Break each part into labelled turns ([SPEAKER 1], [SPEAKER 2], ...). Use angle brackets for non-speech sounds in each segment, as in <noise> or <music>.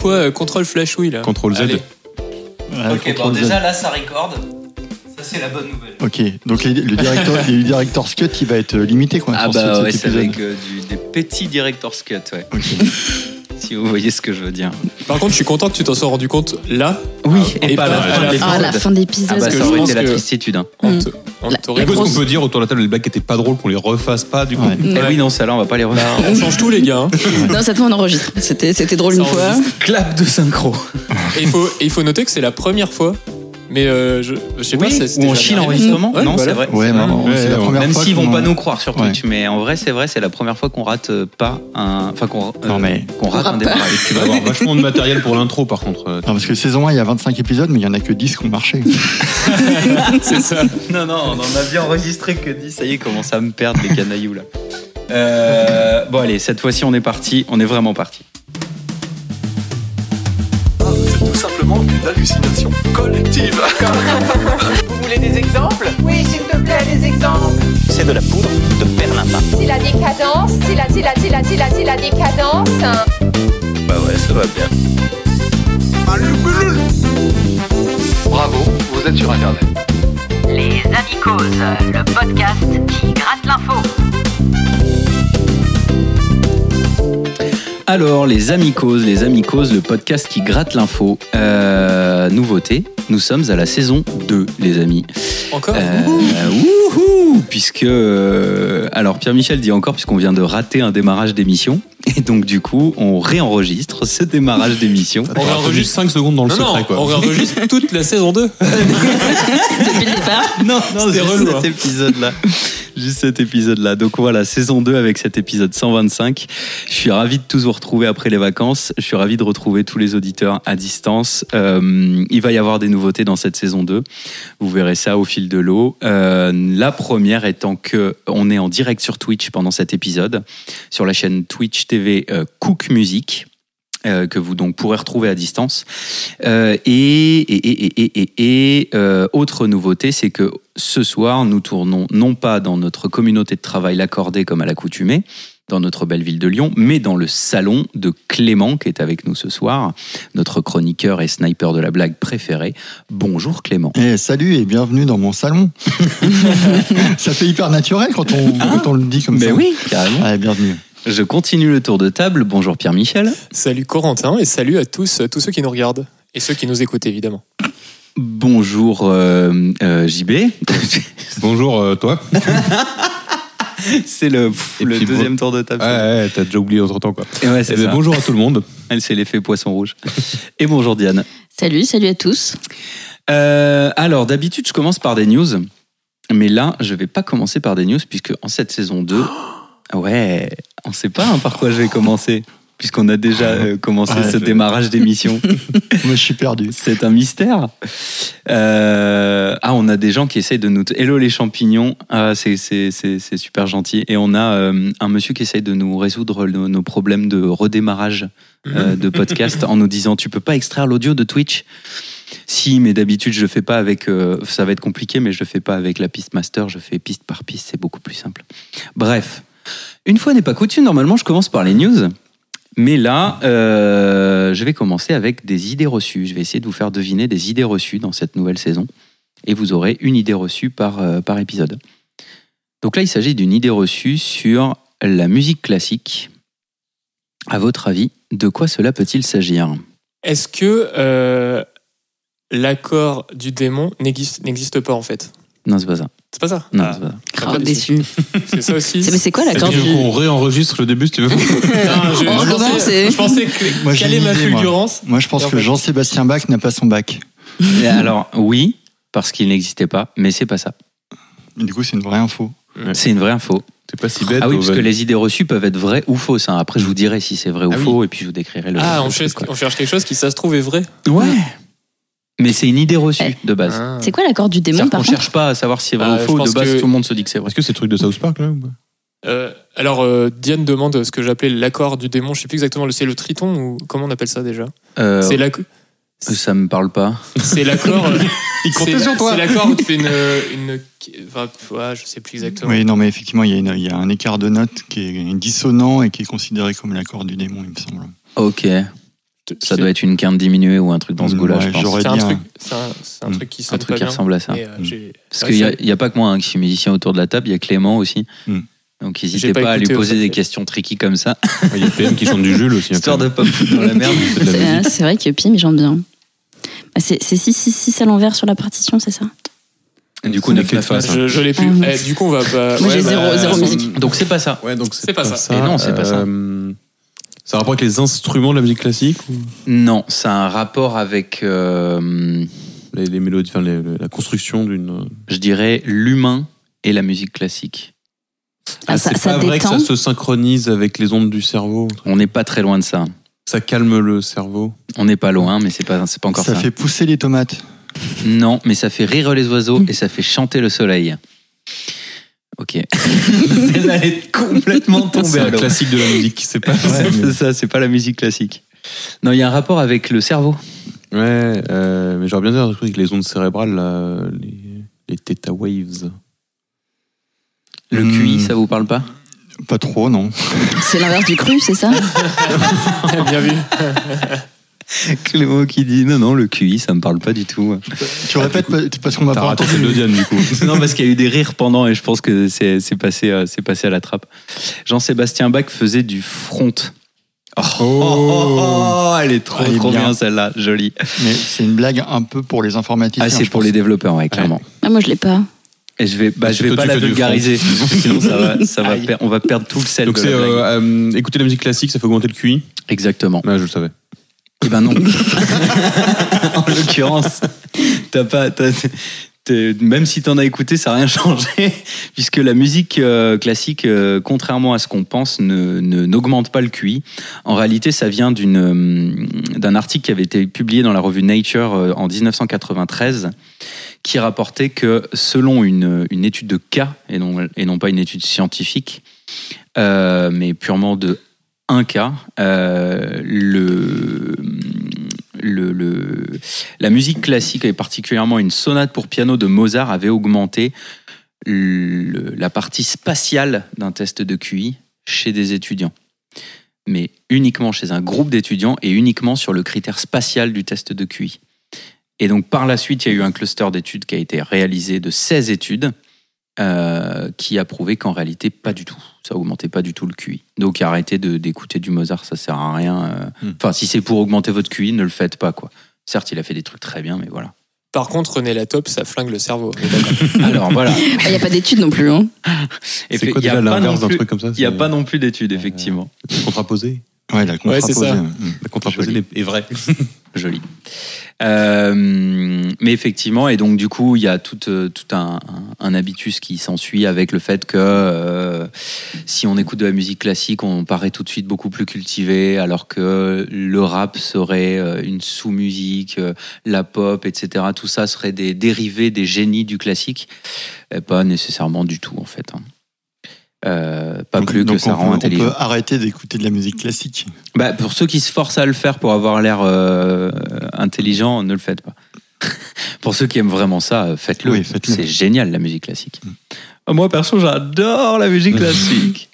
[SPEAKER 1] quoi euh, Contrôle flashouille là.
[SPEAKER 2] Contrôle Z.
[SPEAKER 1] Allez.
[SPEAKER 3] Ah,
[SPEAKER 4] ok, bon,
[SPEAKER 3] Ctrl Z.
[SPEAKER 4] déjà là, ça record. Ça, c'est la bonne nouvelle.
[SPEAKER 3] Ok, donc les- le directeur, le director's cut, il va être euh, limité quoi.
[SPEAKER 5] Ah
[SPEAKER 3] pour ce-
[SPEAKER 5] bah
[SPEAKER 3] cet
[SPEAKER 5] ouais, c'est
[SPEAKER 3] épisode.
[SPEAKER 5] avec euh, du- des petits director's cut, ouais.
[SPEAKER 3] Ok.
[SPEAKER 5] <laughs> Si vous voyez ce que je veux dire.
[SPEAKER 1] Par contre, je suis content que tu t'en sois rendu compte là.
[SPEAKER 5] Oui,
[SPEAKER 1] et pas à la
[SPEAKER 5] fin.
[SPEAKER 1] fin.
[SPEAKER 6] Ah, la fin
[SPEAKER 5] Ah
[SPEAKER 6] d'épisode.
[SPEAKER 5] bah
[SPEAKER 1] Parce que
[SPEAKER 5] ça
[SPEAKER 1] je
[SPEAKER 5] aurait
[SPEAKER 1] pense
[SPEAKER 5] été la
[SPEAKER 1] que-
[SPEAKER 5] tristitude. Hein.
[SPEAKER 1] On
[SPEAKER 6] Mm.
[SPEAKER 1] te- on
[SPEAKER 6] La-
[SPEAKER 1] t'aurait-
[SPEAKER 2] Du coup, est-ce
[SPEAKER 6] grosse-
[SPEAKER 2] qu'on peut dire autour de la table les blagues qui étaient pas drôles, qu'on les refasse pas du coup
[SPEAKER 3] Ouais.
[SPEAKER 5] Eh oui, non, celle-là, Bah, on va pas les refaire.
[SPEAKER 1] On change tout les gars. hein.
[SPEAKER 6] non, cette fois on enregistre. C'était, c'était drôle
[SPEAKER 1] Ça
[SPEAKER 6] une fois.
[SPEAKER 5] Clap de synchro.
[SPEAKER 1] Et il faut, et il faut noter que c'est la première fois. Mais euh, je, je sais pas.
[SPEAKER 5] Oui,
[SPEAKER 1] ça,
[SPEAKER 5] ou
[SPEAKER 1] c'était
[SPEAKER 5] on
[SPEAKER 1] jamais
[SPEAKER 5] chie
[SPEAKER 1] arrivé.
[SPEAKER 5] l'enregistrement
[SPEAKER 1] Ouais,
[SPEAKER 5] Non,
[SPEAKER 1] voilà.
[SPEAKER 5] c'est vrai.
[SPEAKER 3] Ouais,
[SPEAKER 5] c'est vrai.
[SPEAKER 3] non,
[SPEAKER 2] Ouais,
[SPEAKER 3] c'est la
[SPEAKER 2] ouais.
[SPEAKER 3] première
[SPEAKER 5] Même
[SPEAKER 3] fois
[SPEAKER 5] s'ils
[SPEAKER 3] qu'on-
[SPEAKER 5] vont pas nous croire sur
[SPEAKER 3] Ouais.
[SPEAKER 5] Twitch, mais en vrai, c'est vrai, c'est la première fois qu'on rate euh, pas un. Enfin, qu'on euh,
[SPEAKER 3] Non, mais-
[SPEAKER 5] qu'on rate
[SPEAKER 6] On
[SPEAKER 5] un
[SPEAKER 6] rate
[SPEAKER 5] démarrage.
[SPEAKER 2] Tu vas avoir vachement de matériel pour l'intro par contre. euh,
[SPEAKER 3] Non, parce que saison 1, il y a 25 épisodes, mais il y en a que 10 qui ont
[SPEAKER 5] <laughs>
[SPEAKER 3] marché.
[SPEAKER 1] <laughs> C'est ça.
[SPEAKER 5] Non, non, on en a bien enregistré que 10. Ça y est, commence à me perdre les canailloux là. Euh, bon, allez, cette fois-ci, on est parti. On est vraiment parti.
[SPEAKER 7] Ah, C'est tout simplement une hallucination collective.
[SPEAKER 8] <laughs> Vous voulez des exemples Oui, s'il te plaît, des exemples.
[SPEAKER 9] C'est de la poudre de perlimpin.
[SPEAKER 10] Si la décadence, si la, si la, si la, si la, si la décadence.
[SPEAKER 9] Bah ouais, ça va bien.
[SPEAKER 7] Bravo, vous êtes sur Internet.
[SPEAKER 8] Les Amicos, le podcast qui gratte l'info.
[SPEAKER 5] Alors, les Amicos, les Amicos, le podcast qui gratte l'info. Euh, nouveauté, nous sommes à la saison 2, les amis.
[SPEAKER 1] Encore.
[SPEAKER 5] Euh, wouhou puisque euh, alors Pierre Michel dit encore puisqu'on vient de rater un démarrage d'émission et donc du coup on réenregistre ce démarrage d'émission.
[SPEAKER 1] On réenregistre.
[SPEAKER 2] 5 secondes dans le
[SPEAKER 1] Non,
[SPEAKER 2] secret
[SPEAKER 1] non,
[SPEAKER 2] quoi.
[SPEAKER 1] on réenregistre toute la saison 2.
[SPEAKER 6] Depuis le départ.
[SPEAKER 5] <laughs> Non, non,
[SPEAKER 1] C'était
[SPEAKER 5] juste
[SPEAKER 1] relou, hein.
[SPEAKER 5] cet épisode-là. Juste cet épisode-là. Donc voilà, saison 2 avec cet épisode 125. Je suis ravi de tous vous retrouver après les vacances. Je suis ravi de retrouver tous les auditeurs à distance. Euh, il va y avoir des nouveautés dans cette saison 2. Vous verrez ça au fil de l'eau. Euh, la première étant que on est en direct sur Twitch pendant cet épisode, sur la chaîne Twitch TV euh, Cook Music. euh, que vous donc pourrez retrouver à distance. Euh, et et, et, et, et, et, euh, autre nouveauté, c'est que ce soir, nous tournons non pas dans notre communauté de travail l'accordé comme à l'accoutumée, dans notre belle ville de Lyon, mais dans le salon de Clément qui est avec nous ce soir, notre chroniqueur et sniper de la blague préféré. Bonjour Clément.
[SPEAKER 3] Eh, salut et bienvenue dans mon
[SPEAKER 5] <laughs>
[SPEAKER 3] salon. ça fait hyper naturel quand on,
[SPEAKER 5] Ah.
[SPEAKER 3] quand on le dit comme ça.
[SPEAKER 5] carrément.
[SPEAKER 3] Ouais, bienvenue.
[SPEAKER 5] Je continue le tour de table. Bonjour Pierre-Michel.
[SPEAKER 1] Salut Corentin et salut à tous, à tous ceux qui nous regardent et ceux qui nous écoutent évidemment.
[SPEAKER 5] Bonjour euh, euh, JB.
[SPEAKER 2] <laughs> Bonjour
[SPEAKER 1] <laughs>
[SPEAKER 2] euh, toi.
[SPEAKER 5] <laughs> C'est le, pff,
[SPEAKER 2] Et
[SPEAKER 5] le
[SPEAKER 2] puis bon-
[SPEAKER 5] deuxième tour de table.
[SPEAKER 2] Ouais, ouais, t'as déjà oublié entre temps quoi.
[SPEAKER 5] Et ouais, c'est
[SPEAKER 2] Eh ben,
[SPEAKER 5] ça.
[SPEAKER 2] bonjour à tout le monde.
[SPEAKER 5] Elle, c'est l'effet poisson rouge. Et bonjour Diane.
[SPEAKER 6] Salut, salut à tous.
[SPEAKER 5] Euh, alors, d'habitude, je commence par des news. Mais là, je vais pas commencer par des news, puisque en cette saison 2, <gasps> ouais, on sait pas hein, par quoi je vais commencer, puisqu'on a déjà euh, commencé
[SPEAKER 3] Ouais,
[SPEAKER 5] ce
[SPEAKER 3] je-
[SPEAKER 5] démarrage d'émission.
[SPEAKER 3] Moi, je suis perdu.
[SPEAKER 5] C'est un mystère. Euh, ah, on a des gens qui essayent de nous. Hello les champignons, Ah, c'est- c'est c'est- c'est super gentil. Et on a euh, un monsieur qui essaye de nous résoudre nos, nos problèmes de redémarrage euh, de podcast en nous disant tu peux pas extraire l'audio de Twitch. Si, mais d'habitude je le fais pas avec. euh, ça va être compliqué, mais je le fais pas avec la piste master. Je fais piste par piste, c'est beaucoup plus simple. Bref, une fois n'est pas coutume. Normalement, je commence par les news. Mais là, euh, je vais commencer avec des idées reçues. Je vais essayer de vous faire deviner des idées reçues dans cette nouvelle saison. Et vous aurez une idée reçue par, euh, par épisode. Donc là, il s'agit d'une idée reçue sur la musique classique. À votre avis, de quoi cela peut-il s'agir
[SPEAKER 1] Est-ce que euh, l'accord du démon n'existe n'existe pas en fait
[SPEAKER 5] Non, c'est pas ça.
[SPEAKER 1] C'est pas ça
[SPEAKER 5] Non,
[SPEAKER 1] Ah,
[SPEAKER 5] c'est pas ça.
[SPEAKER 1] Ah,
[SPEAKER 6] Oh, déçu.
[SPEAKER 1] C'est ça aussi.
[SPEAKER 6] C'est- Mais c'est quoi l'accord
[SPEAKER 2] Et du
[SPEAKER 6] du...
[SPEAKER 2] coup, on réenregistre le début si tu
[SPEAKER 5] <laughs>
[SPEAKER 2] veux.
[SPEAKER 1] Putain, je,
[SPEAKER 6] On
[SPEAKER 1] je
[SPEAKER 6] recommence
[SPEAKER 1] pensais,
[SPEAKER 6] et-
[SPEAKER 1] je pensais que
[SPEAKER 3] <laughs> Moi, j'ai
[SPEAKER 1] quelle est
[SPEAKER 3] une
[SPEAKER 1] ma
[SPEAKER 3] idée, moi.
[SPEAKER 1] fulgurance
[SPEAKER 3] Moi, je pense
[SPEAKER 1] Et en
[SPEAKER 3] que
[SPEAKER 1] fait-
[SPEAKER 3] Jean-Sébastien Bach n'a pas son bac.
[SPEAKER 5] Et Alors, oui, parce qu'il n'existait pas, mais c'est pas ça.
[SPEAKER 3] Et Du coup, c'est une vraie info.
[SPEAKER 5] C'est une vraie info.
[SPEAKER 2] C'est pas si bête.
[SPEAKER 5] ah oui,
[SPEAKER 2] Owen.
[SPEAKER 5] parce que les idées reçues peuvent être vraies ou fausses. hein. Après, je vous dirai si c'est vrai ou
[SPEAKER 2] Ah oui.
[SPEAKER 5] faux, et puis je vous décrirai le.
[SPEAKER 1] Ah,
[SPEAKER 5] le
[SPEAKER 1] on
[SPEAKER 5] truc,
[SPEAKER 1] cherche,
[SPEAKER 5] quoi.
[SPEAKER 1] on cherche quelque chose qui, ça se trouve, est vrai.
[SPEAKER 5] Ouais. Mais c'est une idée reçue de base.
[SPEAKER 1] Ah.
[SPEAKER 6] C'est quoi l'accord du démon
[SPEAKER 5] C'est-à-dire qu'on
[SPEAKER 6] par contre
[SPEAKER 5] cherche pas à savoir si c'est vrai
[SPEAKER 1] Bah,
[SPEAKER 5] ou
[SPEAKER 1] je
[SPEAKER 5] faux.
[SPEAKER 1] pense
[SPEAKER 5] De base,
[SPEAKER 1] que-
[SPEAKER 5] tout le monde se dit que c'est vrai.
[SPEAKER 2] Est-ce que c'est le truc de South Park là ou pas
[SPEAKER 1] Euh, alors, euh, Diane demande ce que j'appelais l'accord du démon. Je sais plus exactement, le- c'est le triton ou comment on appelle ça déjà
[SPEAKER 5] Euh,
[SPEAKER 1] C'est
[SPEAKER 3] <laughs>
[SPEAKER 1] l'acc-
[SPEAKER 5] Ça me parle pas.
[SPEAKER 1] c'est l'accord. euh, c'est
[SPEAKER 3] sur toi.
[SPEAKER 1] c'est l'accord où tu fais une. une enfin, ouais, je sais plus exactement.
[SPEAKER 3] Oui, non, mais effectivement, il y, a une- il y a un écart de notes qui est dissonant et qui est considéré comme l'accord du démon, il me semble.
[SPEAKER 5] Ok. Ça doit être une quinte diminuée ou un truc dans ce goût-là,
[SPEAKER 3] Ouais,
[SPEAKER 5] je pense.
[SPEAKER 3] j'aurais
[SPEAKER 1] C'est un
[SPEAKER 3] dit un-
[SPEAKER 1] truc, c'est un, c'est un
[SPEAKER 2] Mm.
[SPEAKER 1] truc qui
[SPEAKER 5] Un
[SPEAKER 1] sonne
[SPEAKER 5] truc
[SPEAKER 1] pas
[SPEAKER 5] qui
[SPEAKER 1] bien.
[SPEAKER 5] ressemble à ça.
[SPEAKER 1] Et, euh,
[SPEAKER 2] Mm.
[SPEAKER 1] j'ai-
[SPEAKER 5] Parce
[SPEAKER 1] ouais,
[SPEAKER 5] qu'il n'y
[SPEAKER 1] ça-
[SPEAKER 5] a, il y a pas que moi hein, qui suis musicien autour de la table, il y a Clément aussi.
[SPEAKER 2] Hmm.
[SPEAKER 5] Donc
[SPEAKER 1] J'ai
[SPEAKER 5] n'hésitez
[SPEAKER 1] pas
[SPEAKER 5] pas, à lui
[SPEAKER 1] écouté, au
[SPEAKER 5] poser
[SPEAKER 1] fait.
[SPEAKER 5] des questions tricky comme ça,
[SPEAKER 2] Ah, Il y a PM qui chante du Jules aussi.
[SPEAKER 5] histoire de pas me foutre dans
[SPEAKER 1] <laughs>
[SPEAKER 5] la merde.
[SPEAKER 6] C'est c'est vrai que Pim, il chante bien. Bah, c'est 6-6-6 à l'envers sur la partition, c'est ça
[SPEAKER 5] du coup,
[SPEAKER 2] C'est
[SPEAKER 5] on a
[SPEAKER 2] des clés de face,
[SPEAKER 5] face.
[SPEAKER 2] hein.
[SPEAKER 1] Je, je l'ai
[SPEAKER 6] Ah,
[SPEAKER 3] Mm.
[SPEAKER 1] plus.
[SPEAKER 6] mince.
[SPEAKER 1] Eh, du coup, on va pas. bah,
[SPEAKER 6] Moi, j'ai
[SPEAKER 1] <laughs>
[SPEAKER 6] zéro- zéro
[SPEAKER 1] son-
[SPEAKER 6] musique.
[SPEAKER 5] Donc c'est pas ça.
[SPEAKER 2] Ouais, donc
[SPEAKER 1] C'est pas ça.
[SPEAKER 5] Et Eh non, c'est pas ça.
[SPEAKER 2] Euh, Ça a rapport avec les instruments de la musique classique ou
[SPEAKER 5] Non, ça a un rapport avec, euh,
[SPEAKER 2] les, les mélodies, enfin les- les- la construction d'une.
[SPEAKER 5] je dirais, l'humain et la musique classique.
[SPEAKER 6] Ah, ça,
[SPEAKER 2] c'est
[SPEAKER 6] ça
[SPEAKER 2] pas vrai que
[SPEAKER 6] détend.
[SPEAKER 2] ça se synchronise avec les ondes du cerveau.
[SPEAKER 5] On n'est pas très loin de ça.
[SPEAKER 2] Ça calme le cerveau.
[SPEAKER 5] On n'est pas loin, mais c'est pas, c'est pas encore ça.
[SPEAKER 3] Ça fait pousser les tomates.
[SPEAKER 5] Non, mais ça fait rire les oiseaux et ça fait chanter le soleil. <laughs> Ok. Celle-là est complètement
[SPEAKER 2] C'est
[SPEAKER 5] tombée à
[SPEAKER 2] un
[SPEAKER 5] l'eau.
[SPEAKER 2] classique de la musique. C'est pas.
[SPEAKER 5] <laughs> Ouais, c'est ça, c'est pas la musique classique. Non, il y a un rapport avec le cerveau.
[SPEAKER 2] Ouais, euh, mais j'aurais bien dit un truc avec les ondes cérébrales, là, les, les theta waves.
[SPEAKER 5] Le
[SPEAKER 3] Hmm.
[SPEAKER 5] QI, ça vous parle <laughs> pas
[SPEAKER 3] Pas trop, non.
[SPEAKER 6] C'est l'inverse du cru, c'est ça
[SPEAKER 1] eh, bien vu.
[SPEAKER 5] Clément qui dit non, non, le QI, ça me parle pas du tout.
[SPEAKER 3] Tu répètes pa- parce qu'on m'a
[SPEAKER 2] T'as
[SPEAKER 3] pas
[SPEAKER 2] raté
[SPEAKER 3] entendu.
[SPEAKER 2] celle de Diane, du coup.
[SPEAKER 5] <laughs> non, parce qu'il y a eu des rires pendant et je pense que c'est c'est passé, euh, c'est passé à la trappe. Jean-Sébastien Bach faisait du front. Oh, oh, oh, elle est trop,
[SPEAKER 3] Elle est
[SPEAKER 5] trop bien,
[SPEAKER 3] bien.
[SPEAKER 5] celle-là, jolie.
[SPEAKER 3] Mais c'est une blague un peu pour les informaticiens.
[SPEAKER 5] Ah, c'est
[SPEAKER 3] je
[SPEAKER 5] pour
[SPEAKER 3] pense.
[SPEAKER 5] les développeurs, ouais, clairement.
[SPEAKER 6] ah, Moi, je l'ai pas.
[SPEAKER 5] Et je vais, bah,
[SPEAKER 2] Parce
[SPEAKER 5] je
[SPEAKER 2] que
[SPEAKER 5] vais
[SPEAKER 2] toi,
[SPEAKER 5] pas
[SPEAKER 2] tu
[SPEAKER 5] la
[SPEAKER 2] fais du
[SPEAKER 5] vulgariser, sinon ça va, ça va per- on va perdre tout le sel.
[SPEAKER 2] Donc
[SPEAKER 5] de
[SPEAKER 2] c'est
[SPEAKER 5] la blague.
[SPEAKER 2] euh, euh, écouter la musique classique, ça fait augmenter le QI.
[SPEAKER 5] Exactement.
[SPEAKER 2] Ouais, Ah, je le savais.
[SPEAKER 5] Eh ben non. en l'occurrence, t'as pas. t'as- t'es- même si t'en as écouté, ça n'a rien changé, puisque la musique euh, classique, euh, contrairement à ce qu'on pense, ne ne- n'augmente pas le QI. En réalité, ça vient d'une euh, d'un article qui avait été publié dans la revue Nature euh, en 1993, qui rapportait que selon une, une étude de cas et non et non pas une étude scientifique, euh, mais purement de un cas, euh, le, le, le- la musique classique et particulièrement une sonate pour piano de Mozart avait augmenté le- la partie spatiale d'un test de QI chez des étudiants. Mais uniquement chez un groupe d'étudiants et uniquement sur le critère spatial du test de QI. Et donc par la suite, il y a eu un cluster d'études qui a été réalisé de 16 études euh, qui a prouvé qu'en réalité, pas du tout. Ça augmentait pas du tout le QI. Donc arrêtez de- d'écouter du Mozart, ça sert à rien. euh.
[SPEAKER 2] Hmm.
[SPEAKER 5] Enfin, si c'est pour augmenter votre QI, ne le faites pas, quoi. Certes, il a fait des trucs très bien, mais voilà. <laughs>
[SPEAKER 1] Par contre, René Latop, ça flingue le cerveau. On est d'accord.
[SPEAKER 5] Alors voilà.
[SPEAKER 6] Il n'y Ah, a pas d'études non plus. Hein.
[SPEAKER 5] Et
[SPEAKER 2] C'est
[SPEAKER 5] fait-
[SPEAKER 2] quoi
[SPEAKER 5] il y a
[SPEAKER 2] déjà
[SPEAKER 5] pas non
[SPEAKER 2] l'inverse d'un
[SPEAKER 5] plus-
[SPEAKER 2] truc Euh, comme ça
[SPEAKER 5] Il n'y a pas non plus d'études, effectivement.
[SPEAKER 2] non. Contraposé.
[SPEAKER 3] Ouais, la
[SPEAKER 1] Ouais, c'est ça.
[SPEAKER 3] contraposée.
[SPEAKER 2] La contraposée
[SPEAKER 5] Joli.
[SPEAKER 2] est est <laughs> vraie.
[SPEAKER 5] Joli. Euh, mais effectivement, et donc du coup, il y a tout, euh, tout un, un- un habitus qui s'ensuit avec le fait que euh, si on écoute de la musique classique, on paraît tout de suite beaucoup plus cultivé, alors que le rap serait euh, une sous-musique, euh, la pop, etc. Tout ça serait des dérivés des génies du classique. Et pas nécessairement du tout, en fait. hein. Euh, pas
[SPEAKER 3] Donc-
[SPEAKER 5] plus que
[SPEAKER 3] donc
[SPEAKER 5] ça
[SPEAKER 3] on
[SPEAKER 5] rend
[SPEAKER 3] peut-
[SPEAKER 5] intelligent.
[SPEAKER 3] On peut arrêter d'écouter de la musique classique.
[SPEAKER 5] Bah, pour ceux qui se forcent à le faire pour avoir l'air euh, intelligent, ne le faites pas. <laughs> pour ceux qui aiment vraiment ça, euh, faites-le.
[SPEAKER 3] Oui, faites-le. Mm.
[SPEAKER 5] C'est génial la musique classique. Euh, Moi perso, j'adore la musique
[SPEAKER 6] <laughs>
[SPEAKER 5] classique.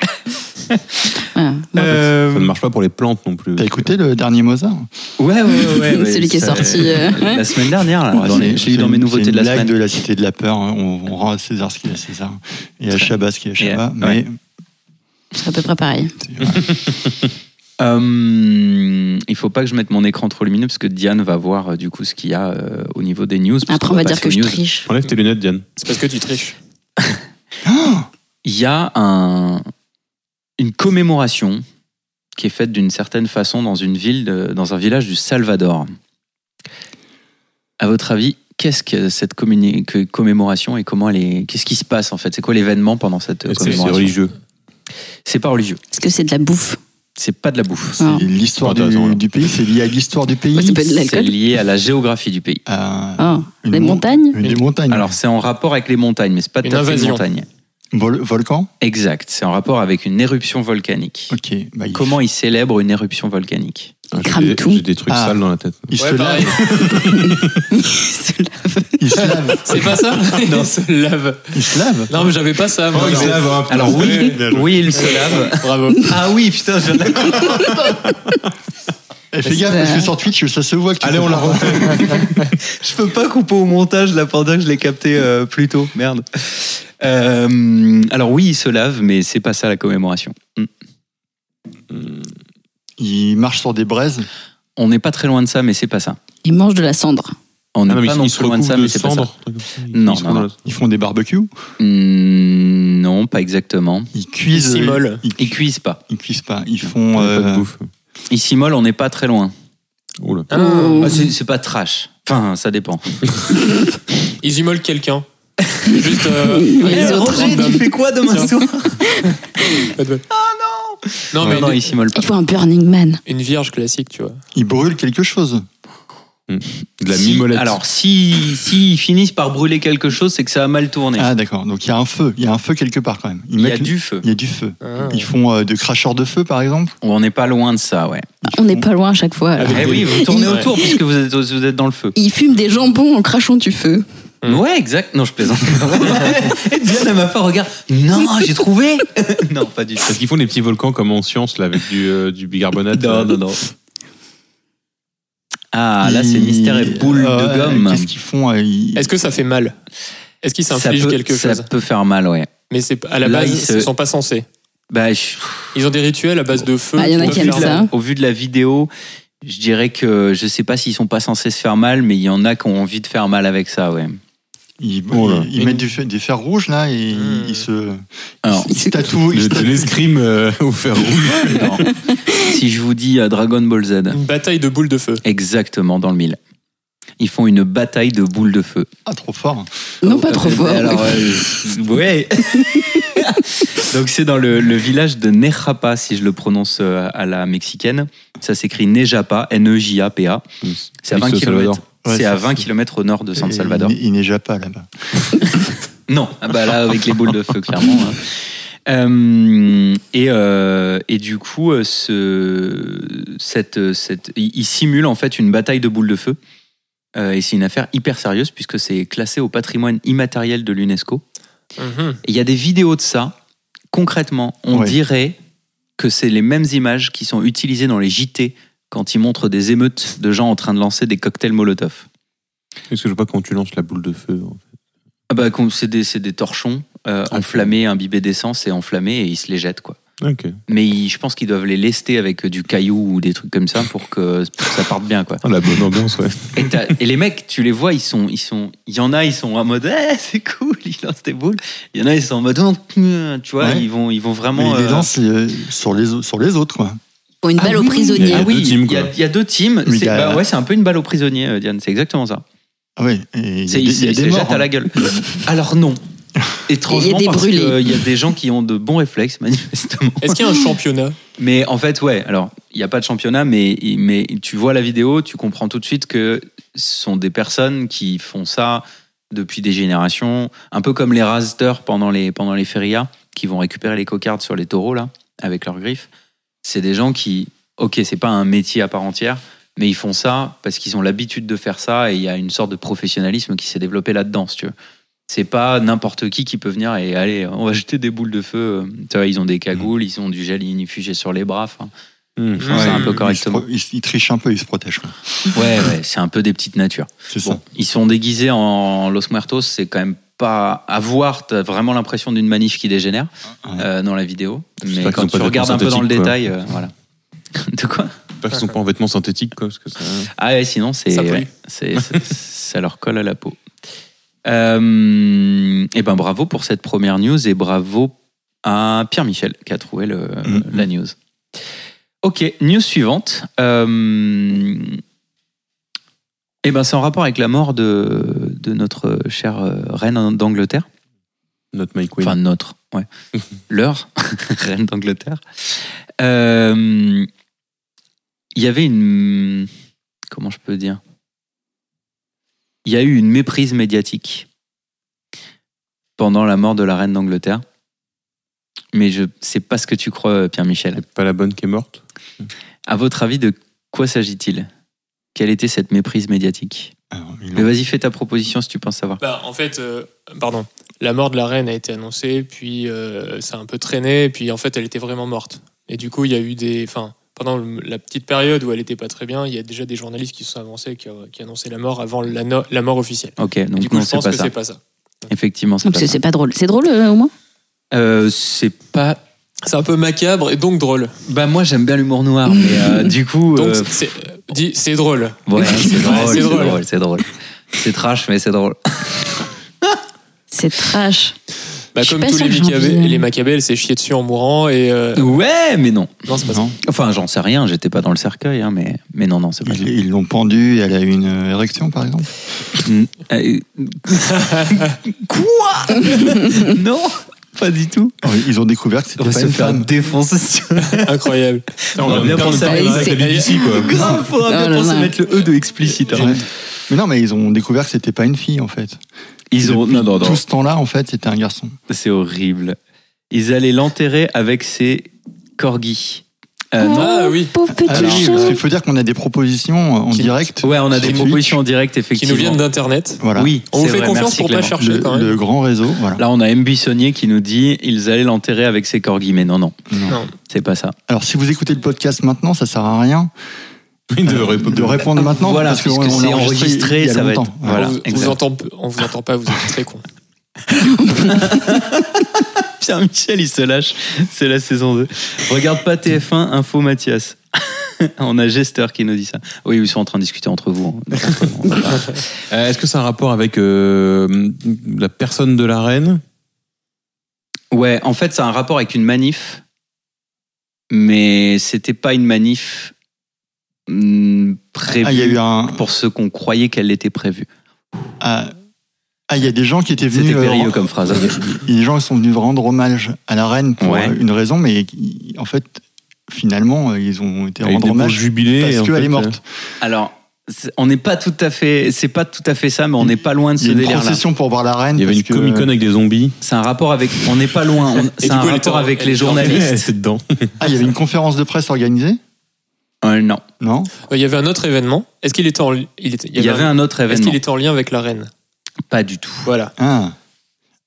[SPEAKER 6] Voilà.
[SPEAKER 5] Euh,
[SPEAKER 2] Ça ne marche pas pour les plantes non plus.
[SPEAKER 3] T'as écouté le dernier Mozart
[SPEAKER 5] Ouais, ouais,
[SPEAKER 6] <laughs>
[SPEAKER 5] ouais. ouais, ouais,
[SPEAKER 6] Celui qui est
[SPEAKER 5] ça-
[SPEAKER 6] sorti, euh,
[SPEAKER 5] La semaine dernière, là,
[SPEAKER 3] Ouais,
[SPEAKER 5] dans
[SPEAKER 3] c'est-
[SPEAKER 5] les- Ah, j'ai eu
[SPEAKER 3] c'est
[SPEAKER 5] dans mes
[SPEAKER 3] une-
[SPEAKER 5] nouveautés
[SPEAKER 3] c'est
[SPEAKER 5] de la
[SPEAKER 3] une blague
[SPEAKER 5] semaine.
[SPEAKER 3] de la cité de la peur. hein. On, on rend à César ce qu'il a César et à Chabat ce qu'il a Chabat.
[SPEAKER 5] Et-
[SPEAKER 3] Mais
[SPEAKER 6] C'est à peu près pareil.
[SPEAKER 5] Euh, il faut pas que je mette mon écran trop lumineux parce que Diane va voir euh, du coup ce qu'il y a euh, au niveau des news. parce
[SPEAKER 6] Après,
[SPEAKER 5] qu'on
[SPEAKER 6] on va dire
[SPEAKER 5] passer
[SPEAKER 6] que
[SPEAKER 5] aux
[SPEAKER 6] je
[SPEAKER 5] news.
[SPEAKER 6] triche.
[SPEAKER 2] Enlève tes lunettes, Diane.
[SPEAKER 1] C'est parce que tu triches.
[SPEAKER 5] il y a un- une commémoration qui est faite d'une certaine façon dans une ville, de- dans un village du Salvador. À votre avis, qu'est-ce que cette communi- que- commémoration et comment elle est Qu'est-ce qui se passe en fait C'est quoi l'événement pendant cette euh,
[SPEAKER 2] Est-ce que C'est
[SPEAKER 5] commémoration
[SPEAKER 2] religieux.
[SPEAKER 5] C'est pas religieux.
[SPEAKER 6] Est-ce que c'est de la bouffe
[SPEAKER 5] C'est pas de la bouffe.
[SPEAKER 6] Ah.
[SPEAKER 3] c'est <laughs> l'histoire
[SPEAKER 2] Attends, attends, là.
[SPEAKER 3] du, du pays, c'est lié à l'histoire du pays.
[SPEAKER 6] Ouais, ça peut être de
[SPEAKER 5] C'est
[SPEAKER 6] l'alcool
[SPEAKER 5] lié à la géographie du pays.
[SPEAKER 3] à
[SPEAKER 6] Ah,
[SPEAKER 3] une
[SPEAKER 6] Des
[SPEAKER 3] mon-
[SPEAKER 6] montagnes
[SPEAKER 3] une- Des montagnes.
[SPEAKER 5] Alors c'est en rapport avec les montagnes, mais c'est pas tout
[SPEAKER 1] Une
[SPEAKER 5] à fait
[SPEAKER 1] invasion.
[SPEAKER 5] une montagne.
[SPEAKER 3] Vol- volcan
[SPEAKER 5] Exact. C'est en rapport avec une éruption volcanique.
[SPEAKER 3] Ok. bah, il-
[SPEAKER 5] Comment ils célèbrent une éruption volcanique
[SPEAKER 2] Ah, j'ai
[SPEAKER 6] crame
[SPEAKER 2] des-
[SPEAKER 6] tout.
[SPEAKER 2] J'ai des trucs
[SPEAKER 3] Ah.
[SPEAKER 2] sales dans la tête.
[SPEAKER 3] il, se
[SPEAKER 1] Ouais,
[SPEAKER 3] lave,
[SPEAKER 1] pareil.
[SPEAKER 3] il se lave.
[SPEAKER 1] C'est pas ça <laughs> Non, se lave. Oh,
[SPEAKER 3] Il se lave.
[SPEAKER 1] Non, mais j'avais pas ça.
[SPEAKER 2] Oh,
[SPEAKER 1] moi. Non.
[SPEAKER 2] hein,
[SPEAKER 5] Alors oui, oui, il se lave. <laughs>
[SPEAKER 1] Bravo.
[SPEAKER 5] Ah oui, putain, je viens de la comprendre.
[SPEAKER 3] Et Eh, fais gaffe, parce que sur Twitch, ça se voit que tu
[SPEAKER 2] Allez,
[SPEAKER 3] fais
[SPEAKER 2] on la
[SPEAKER 3] pas.
[SPEAKER 5] Je peux pas couper au montage là pour dire que je l'ai capté euh, plus tôt. Merde. Euh, alors oui, il se lave, mais c'est pas ça la commémoration. Mm.
[SPEAKER 3] Il marche sur des braises.
[SPEAKER 5] On n'est pas très loin de ça, mais c'est pas ça.
[SPEAKER 6] Il mange de la cendre.
[SPEAKER 5] On n'est
[SPEAKER 2] Ah, mais
[SPEAKER 5] pas
[SPEAKER 2] ils-
[SPEAKER 5] non
[SPEAKER 2] ils se
[SPEAKER 5] plus loin de ça,
[SPEAKER 2] recouvrent
[SPEAKER 5] mais
[SPEAKER 2] de
[SPEAKER 5] c'est pas ça.
[SPEAKER 2] cendres, un truc comme ça. Ils-
[SPEAKER 5] Non,
[SPEAKER 2] ils se
[SPEAKER 5] non,
[SPEAKER 2] recouvrent
[SPEAKER 5] Ah, non.
[SPEAKER 2] de-
[SPEAKER 3] Ils font des barbecues.
[SPEAKER 5] Mm, non, pas exactement.
[SPEAKER 3] Ils cuisent.
[SPEAKER 1] Ils s'immolent.
[SPEAKER 3] Ils,
[SPEAKER 5] Ils cuisent pas.
[SPEAKER 3] ils cuisent pas. Ils font.
[SPEAKER 2] Pas de
[SPEAKER 3] euh,
[SPEAKER 2] bouffe.
[SPEAKER 5] Ils s'immolent, on n'est pas très loin.
[SPEAKER 2] Oula.
[SPEAKER 1] Ah,
[SPEAKER 6] Oh.
[SPEAKER 5] Ah, c'est c'est pas trash. Enfin, ça dépend.
[SPEAKER 1] ils immolent <laughs> quelqu'un. Juste. euh,
[SPEAKER 6] Les
[SPEAKER 1] allez,
[SPEAKER 6] autres.
[SPEAKER 1] random.
[SPEAKER 5] quoi
[SPEAKER 1] demain
[SPEAKER 5] soir
[SPEAKER 1] <laughs> Pas de bol. Oh, Non, mais
[SPEAKER 5] Non, non,
[SPEAKER 1] une-
[SPEAKER 5] ils s'immolent pas.
[SPEAKER 6] Il faut un Burning Man.
[SPEAKER 1] une vierge classique, tu vois.
[SPEAKER 3] ils brûlent quelque chose.
[SPEAKER 2] De la
[SPEAKER 5] Si-
[SPEAKER 2] mimolette.
[SPEAKER 5] alors, si, si ils finissent par brûler quelque chose, c'est que ça a mal tourné.
[SPEAKER 3] Ah d'accord. Donc il y a un feu. Il y a un feu quelque part quand même. Ils
[SPEAKER 5] Il y a
[SPEAKER 3] mettent-
[SPEAKER 5] du feu.
[SPEAKER 3] Il y a du feu.
[SPEAKER 1] Ah.
[SPEAKER 3] Ils font euh, de cracheurs de feu par exemple.
[SPEAKER 5] On n'est pas loin de ça, ouais.
[SPEAKER 6] On n'est pas loin à chaque fois. alors.
[SPEAKER 1] Avec
[SPEAKER 5] Eh
[SPEAKER 1] des-
[SPEAKER 5] oui, vous tournez
[SPEAKER 1] Ouais.
[SPEAKER 5] autour puisque vous êtes, vous êtes dans le feu.
[SPEAKER 6] Il fume des jambons en crachant du feu.
[SPEAKER 1] Mm.
[SPEAKER 5] Ouais, exact. Non, je plaisante. <laughs> Et Diane, elle m'a fait un regard. Non, j'ai trouvé. <laughs> non, pas du tout.
[SPEAKER 2] Parce qu'ils font des petits volcans comme en science, là, avec du, euh, du bicarbonate. <laughs>
[SPEAKER 5] Non, non, non. Ah, là, c'est
[SPEAKER 3] Ils-
[SPEAKER 5] mystère et boule de
[SPEAKER 3] Euh,
[SPEAKER 5] gomme.
[SPEAKER 3] Qu'est-ce qu'ils font euh, ils-
[SPEAKER 1] Est-ce que ça fait mal Est-ce qu'ils
[SPEAKER 5] Ça
[SPEAKER 1] s'infligent
[SPEAKER 5] peut,
[SPEAKER 1] quelque
[SPEAKER 5] ça
[SPEAKER 1] chose
[SPEAKER 5] peut faire mal, ouais.
[SPEAKER 1] Mais c'est pas- à la
[SPEAKER 5] Là,
[SPEAKER 1] base,
[SPEAKER 5] ils
[SPEAKER 1] ils
[SPEAKER 5] se-
[SPEAKER 1] sont pas censés.
[SPEAKER 5] Bah, je-
[SPEAKER 1] Ils ont des rituels à base de feu.
[SPEAKER 6] Ah, il y en a
[SPEAKER 1] de
[SPEAKER 6] qui aiment
[SPEAKER 1] flamme.
[SPEAKER 6] ça.
[SPEAKER 5] au vu de la vidéo, je dirais que je sais pas s'ils sont pas censés se faire mal, mais il y en a qui ont envie de faire mal avec ça, ouais.
[SPEAKER 3] Ils,
[SPEAKER 2] Oh là.
[SPEAKER 3] ils- ils mettent du feu- des fers rouges là et ils- ils se. <laughs>
[SPEAKER 5] Alors,
[SPEAKER 3] Ils se tatouent. ils
[SPEAKER 2] Le-
[SPEAKER 3] se
[SPEAKER 2] De
[SPEAKER 3] tatouent.
[SPEAKER 2] l'escrime euh, au fer <laughs> rouge.
[SPEAKER 5] non. si je vous dis euh, Dragon Ball Z,
[SPEAKER 1] Une bataille de boules de feu.
[SPEAKER 5] exactement dans le mille. Ils font une bataille de boules de feu.
[SPEAKER 3] Ah trop fort.
[SPEAKER 6] Non, pas trop
[SPEAKER 5] Mais
[SPEAKER 6] fort.
[SPEAKER 5] Alors, euh, <laughs> ouais. Donc c'est dans le, le village de Nejapa, si je le prononce euh, à la mexicaine. Ça s'écrit Nejapa, E N-E-J-A-P-A. C'est à
[SPEAKER 2] Oui,
[SPEAKER 5] 20
[SPEAKER 2] c'est au
[SPEAKER 5] km.
[SPEAKER 2] Salvador.
[SPEAKER 3] Ouais,
[SPEAKER 5] c'est à
[SPEAKER 3] c'est-
[SPEAKER 5] 20 km au nord de San
[SPEAKER 3] Et
[SPEAKER 5] Salvador.
[SPEAKER 3] Il, il neige à pas là-bas.
[SPEAKER 5] Non, ah
[SPEAKER 3] <laughs>
[SPEAKER 5] bah là avec les boules de feu clairement. hein. Euh, et, euh, et du coup, euh, ce, cette, cette, il il simule en fait une bataille de boules de feu. Euh, et c'est une affaire hyper sérieuse puisque c'est classé au patrimoine immatériel de l'UNESCO.
[SPEAKER 1] Mhm.
[SPEAKER 5] Et Il y a des vidéos de ça. Concrètement, on
[SPEAKER 3] Ouais.
[SPEAKER 5] dirait que c'est les mêmes images qui sont utilisées dans les JT quand ils montrent des émeutes de gens en train de lancer des cocktails Molotov.
[SPEAKER 2] Parce que je vois pas quand tu lances la boule de feu. en fait.
[SPEAKER 5] Ah bah, qu'on- c'est des, c'est des torchons euh,
[SPEAKER 2] Ah,
[SPEAKER 5] enflammés, imbibés d'essence et enflammés, et ils se les jettent, quoi.
[SPEAKER 2] Ok.
[SPEAKER 5] Mais ils- je pense qu'ils doivent les lester avec euh, du caillou ou des trucs comme ça pour que, pour que ça parte bien, quoi.
[SPEAKER 2] Ah, la bonne ambiance, ouais.
[SPEAKER 5] Et, t'as- et les mecs, tu les vois, ils sont, ils sont, il y en a, ils sont en mode, Eh, c'est cool, <laughs> ils lancent des boules. Il y en a, ils sont en mode, Hum, tu vois,
[SPEAKER 3] Ouais.
[SPEAKER 5] ils vvont, ils vont
[SPEAKER 3] Mais
[SPEAKER 5] vraiment.
[SPEAKER 3] ils les
[SPEAKER 5] euh,
[SPEAKER 3] dansent euh, sur les au- sur les autres quoi.
[SPEAKER 6] Pour une
[SPEAKER 5] Ah
[SPEAKER 6] balle aux
[SPEAKER 2] Il
[SPEAKER 5] oui,
[SPEAKER 2] y
[SPEAKER 6] prisonniers.
[SPEAKER 2] a
[SPEAKER 5] Ah oui,
[SPEAKER 2] deux teams,
[SPEAKER 5] il y a-
[SPEAKER 2] quoi.
[SPEAKER 5] il y a deux teams.
[SPEAKER 3] Oui, il
[SPEAKER 5] C'est
[SPEAKER 3] y a-
[SPEAKER 5] bah ouais, c'est un peu une balle aux prisonniers, euh, Diane. C'est exactement ça.
[SPEAKER 3] Ah ouais. et il y
[SPEAKER 5] C'est-
[SPEAKER 3] a
[SPEAKER 5] Ils
[SPEAKER 3] des- il
[SPEAKER 5] se
[SPEAKER 3] y a
[SPEAKER 5] ils
[SPEAKER 3] des
[SPEAKER 5] se jettent
[SPEAKER 3] morts. hein.
[SPEAKER 5] à
[SPEAKER 3] <laughs>
[SPEAKER 5] la gueule. Alors non. Étrangement,
[SPEAKER 6] Il y a des
[SPEAKER 5] parce
[SPEAKER 6] brûlés.
[SPEAKER 5] que euh, il y a des gens qui ont de bons réflexes, <laughs> manifestement.
[SPEAKER 1] Est-ce qu'il y a un championnat
[SPEAKER 5] Mais en fait, ouais, alors, il n'y a pas de championnat, mais, mais tu vois la vidéo, tu comprends tout de suite que ce sont des personnes qui font ça depuis des générations, un peu comme les rasters pendant les, pendant les férias, qui vont récupérer les cocardes sur les taureaux, là, avec leurs griffes. C'est des gens qui, ok, c'est pas un métier à part entière, mais ils font ça parce qu'ils ont l'habitude de faire ça et il y a une sorte de professionnalisme qui s'est développé là-dedans, si tu veux. C'est pas n'importe qui qui peut venir et aller, hein. on va jeter des boules de feu. euh, Tu vois, ils ont des cagoules,
[SPEAKER 2] Mm.
[SPEAKER 5] ils ont du gel inifugé sur les bras. enfin,
[SPEAKER 2] <laughs> Hmm.
[SPEAKER 5] Ils font ça un peu
[SPEAKER 3] Ils se
[SPEAKER 5] correctement.
[SPEAKER 3] pro- Ils, ils trichent un peu, ils se protègent. quoi.
[SPEAKER 5] Ouais, ouais, c'est un peu des petites natures.
[SPEAKER 3] C'est
[SPEAKER 5] Bon,
[SPEAKER 3] ça.
[SPEAKER 5] ils sont déguisés en Los Muertos, c'est quand même pas à voir, t'as vraiment l'impression d'une manif qui dégénère
[SPEAKER 3] Ouais.
[SPEAKER 5] euh, dans la vidéo. Mais
[SPEAKER 2] qu'ils ont
[SPEAKER 5] quand tu
[SPEAKER 2] pas de
[SPEAKER 5] regardes un peu dans le
[SPEAKER 2] synthétique, quoi.
[SPEAKER 5] détail, euh, voilà. <laughs> De quoi
[SPEAKER 2] J'espère qu'ils sont pas en vêtements synthétiques, quoi. Parce que ça... hein.
[SPEAKER 5] Ah ouais, sinon c'est,
[SPEAKER 1] Ça pollue.
[SPEAKER 5] ouais, c'est, c'est- ça leur colle à la peau. Euh, et ben bravo pour cette première news et bravo à Pierre Michel qui a trouvé le,
[SPEAKER 1] Mm-hmm.
[SPEAKER 3] Mhm.
[SPEAKER 5] la news. Ok, news suivante. Euh, et ben c'est en rapport avec la mort de, de notre chère euh, reine d'Angleterre.
[SPEAKER 2] Notre Mike Wayne.
[SPEAKER 5] Enfin, notre,
[SPEAKER 1] <laughs>
[SPEAKER 5] ouais. Leur, <laughs> reine d'Angleterre. Euh, Il y avait une. Comment je peux dire Il y a eu une méprise médiatique pendant la mort de la reine d'Angleterre. Mais je sais pas ce que tu crois, Pierre-Michel.
[SPEAKER 2] pas la bonne qui est <laughs> morte.
[SPEAKER 5] À votre avis, de quoi s'agit-il Quelle était cette méprise médiatique
[SPEAKER 3] Alors, ils
[SPEAKER 5] Mais
[SPEAKER 3] l'ont-
[SPEAKER 5] vas-y, fais ta proposition si tu penses savoir.
[SPEAKER 1] Bah, en fait, euh, pardon, la mort de la reine a été annoncée, puis euh, ça a un peu traîné, puis en fait, elle était vraiment morte. Et du coup, il y a eu des, enfin, pendant le- la petite période où elle était pas très bien, il y a déjà des journalistes qui se sont avancés, qui, euh, qui annonçaient la mort avant la, no- la mort officielle.
[SPEAKER 5] Ok,
[SPEAKER 1] Et
[SPEAKER 5] donc
[SPEAKER 1] du coup,
[SPEAKER 5] non,
[SPEAKER 1] je
[SPEAKER 5] c'est
[SPEAKER 1] pense
[SPEAKER 5] pas
[SPEAKER 1] que
[SPEAKER 5] ça.
[SPEAKER 1] c'est pas ça.
[SPEAKER 5] Effectivement, c'est
[SPEAKER 6] Non,
[SPEAKER 5] pas
[SPEAKER 6] parce que
[SPEAKER 5] ça.
[SPEAKER 6] c'est pas drôle. C'est drôle euh, au moins
[SPEAKER 5] Euh, C'est pas.
[SPEAKER 1] C'est un peu macabre et donc drôle.
[SPEAKER 5] Bah, moi, j'aime bien l'humour noir, mais euh, <laughs> du coup.
[SPEAKER 1] Donc,
[SPEAKER 5] euh,
[SPEAKER 1] c'est, dit, c'est drôle.
[SPEAKER 5] <laughs> ouais, c'est
[SPEAKER 1] Ouais,
[SPEAKER 5] drôle,
[SPEAKER 1] c'est
[SPEAKER 5] c'est
[SPEAKER 1] drôle.
[SPEAKER 5] drôle, c'est drôle. C'est trash, mais c'est drôle.
[SPEAKER 6] C'est trash.
[SPEAKER 1] Bah,
[SPEAKER 6] Je suis
[SPEAKER 1] comme
[SPEAKER 6] pas
[SPEAKER 1] tous
[SPEAKER 6] sûre
[SPEAKER 1] les
[SPEAKER 6] que j'ai
[SPEAKER 1] Maccabées,
[SPEAKER 6] envie, euh.
[SPEAKER 1] les Maccabées, elle s'est chiée dessus en mourant et. euh,
[SPEAKER 5] <laughs> Ouais, mais non.
[SPEAKER 1] Non, c'est pas ça.
[SPEAKER 2] Non.
[SPEAKER 5] Enfin, j'en sais rien, j'étais pas dans le cercueil, hein, mais, mais non, non, c'est pas ça.
[SPEAKER 3] Ils ils l'ont pendue, elle a eu une euh, érection par exemple.
[SPEAKER 5] Euh, <laughs> Quoi <laughs> Non, pas du tout.
[SPEAKER 3] Oh, Ils ont découvert que c'était
[SPEAKER 5] On va
[SPEAKER 3] pas
[SPEAKER 5] se
[SPEAKER 3] une
[SPEAKER 5] faire
[SPEAKER 3] femme.
[SPEAKER 5] défoncer sur
[SPEAKER 1] Incroyable.
[SPEAKER 5] On va bien penser à
[SPEAKER 6] Marie, c'est-
[SPEAKER 2] <laughs>
[SPEAKER 5] Grave, faudra
[SPEAKER 6] Oh
[SPEAKER 5] bien
[SPEAKER 6] là
[SPEAKER 5] penser à
[SPEAKER 6] là.
[SPEAKER 5] mettre le E de explicite. hein.
[SPEAKER 3] Ouais. Mais non, mais ils ont découvert que c'était pas une fille en fait.
[SPEAKER 5] Ils ont. Non, non, non.
[SPEAKER 3] Tout ce temps-là, en fait, c'était un garçon.
[SPEAKER 5] C'est horrible. Ils allaient l'enterrer avec ses corgis. Euh, non.
[SPEAKER 1] Ah oui,
[SPEAKER 6] Pauvre petit
[SPEAKER 3] Alors,
[SPEAKER 6] chat.
[SPEAKER 3] parce qu'il faut dire qu'on a des propositions en
[SPEAKER 1] Qui-
[SPEAKER 3] direct.
[SPEAKER 5] Ouais, on a des
[SPEAKER 3] Qui-
[SPEAKER 5] propositions en direct,
[SPEAKER 1] qui
[SPEAKER 5] effectivement.
[SPEAKER 1] nous viennent d'Internet.
[SPEAKER 3] Voilà.
[SPEAKER 5] Oui,
[SPEAKER 1] On vous
[SPEAKER 5] c'est
[SPEAKER 1] fait
[SPEAKER 5] vrai,
[SPEAKER 1] confiance
[SPEAKER 5] merci,
[SPEAKER 1] pour pas
[SPEAKER 5] Clément.
[SPEAKER 1] chercher quand
[SPEAKER 3] Le,
[SPEAKER 1] même.
[SPEAKER 3] le grand réseau, voilà.
[SPEAKER 5] Là, on a M. Buissonnier qui nous dit ils allaient l'enterrer avec ses corgis. Mais non, non,
[SPEAKER 3] Non.
[SPEAKER 1] Non.
[SPEAKER 5] c'est pas ça.
[SPEAKER 3] Alors, si vous écoutez le podcast maintenant, ça sert à rien
[SPEAKER 2] de
[SPEAKER 3] de répondre maintenant
[SPEAKER 5] Voilà,
[SPEAKER 3] parce qu'on
[SPEAKER 5] puisque
[SPEAKER 3] on
[SPEAKER 5] c'est
[SPEAKER 3] l'a
[SPEAKER 5] enregistré,
[SPEAKER 3] il y a
[SPEAKER 5] ça va être-
[SPEAKER 3] longtemps.
[SPEAKER 1] On
[SPEAKER 5] Voilà,
[SPEAKER 1] vous- on, vous
[SPEAKER 5] exact.
[SPEAKER 1] entend, on vous entend pas, vous êtes très con.
[SPEAKER 5] Pierre Michel, il se lâche. C'est la saison 2. Regarde pas TF1, info Mathias. <laughs> on a Gester qui nous dit ça. Oui, ils sont en train de discuter entre vous. hein. Entre vous, on va pas-
[SPEAKER 2] Euh, Est-ce que c'est un rapport avec euh, la personne de la reine
[SPEAKER 5] <laughs> Ouais, en fait, ça a un rapport avec une manif, mais c'était pas une manif hmm, prévue
[SPEAKER 3] Ah, il y a eu un.
[SPEAKER 5] pour ceux qu'on croyait qu'elle était prévue.
[SPEAKER 3] Ah, ah, il y a des gens qui étaient venus.
[SPEAKER 5] C'était
[SPEAKER 3] euh,
[SPEAKER 5] périlleux
[SPEAKER 3] en- <laughs>
[SPEAKER 5] comme phrase.
[SPEAKER 3] Les gens sont venus rendre hommage à la reine pour
[SPEAKER 5] Ouais.
[SPEAKER 3] euh, une raison, mais qui- en fait, finalement, euh, ils ont été
[SPEAKER 2] Avec
[SPEAKER 3] rendre
[SPEAKER 2] des beaux
[SPEAKER 3] hommage
[SPEAKER 2] jubilés. et en
[SPEAKER 3] parce
[SPEAKER 2] fait, euh,
[SPEAKER 3] qu'elle est morte.
[SPEAKER 5] Alors, c'est- on n'est pas tout à fait, c'est pas tout à fait ça, mais on n'est pas loin de
[SPEAKER 3] Il y
[SPEAKER 5] ce
[SPEAKER 3] a une
[SPEAKER 5] délire-là.
[SPEAKER 3] procession pour voir la reine.
[SPEAKER 2] Il y avait
[SPEAKER 3] parce
[SPEAKER 2] une
[SPEAKER 3] que-
[SPEAKER 2] Comic Con avec des zombies.
[SPEAKER 5] C'est un rapport avec, on n'est pas loin. on- C'est
[SPEAKER 1] du
[SPEAKER 5] un
[SPEAKER 1] coup, elle
[SPEAKER 5] rapport
[SPEAKER 1] était en-
[SPEAKER 5] avec
[SPEAKER 1] elle
[SPEAKER 5] les
[SPEAKER 1] était en-
[SPEAKER 2] Ouais,
[SPEAKER 5] journalistes.
[SPEAKER 2] C'est dedans.
[SPEAKER 3] Ah, il y avait une conférence de presse organisée
[SPEAKER 5] Euh, non,
[SPEAKER 3] Non
[SPEAKER 1] Il y avait un autre événement. Est-ce qu'il était en li- il était-
[SPEAKER 5] il y avait un autre
[SPEAKER 1] Est-ce
[SPEAKER 5] événement.
[SPEAKER 1] qu'il était en lien avec la reine
[SPEAKER 5] Pas du tout.
[SPEAKER 1] Voilà.
[SPEAKER 3] Ah,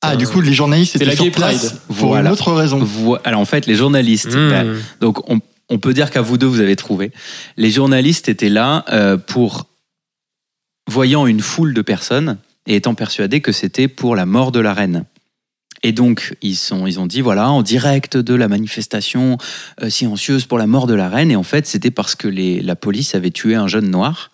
[SPEAKER 3] Ah,
[SPEAKER 1] Euh,
[SPEAKER 3] du coup, les journalistes
[SPEAKER 1] c'était
[SPEAKER 3] étaient
[SPEAKER 1] la Gay
[SPEAKER 3] sur place
[SPEAKER 1] Pride.
[SPEAKER 3] pour
[SPEAKER 5] Voilà.
[SPEAKER 3] une autre raison.
[SPEAKER 5] Voi- Alors en fait, les journalistes. bah,
[SPEAKER 1] Hmm.
[SPEAKER 5] Donc on, on peut dire qu'à vous deux, vous avez trouvé. Les journalistes étaient là euh, pour, voyant une foule de personnes et étant persuadés que c'était pour la mort de la reine. Et donc, ils, sont, ils ont dit, voilà, en direct de la manifestation euh, silencieuse pour la mort de la reine. Et en fait, c'était parce que les- la police avait tué un jeune noir.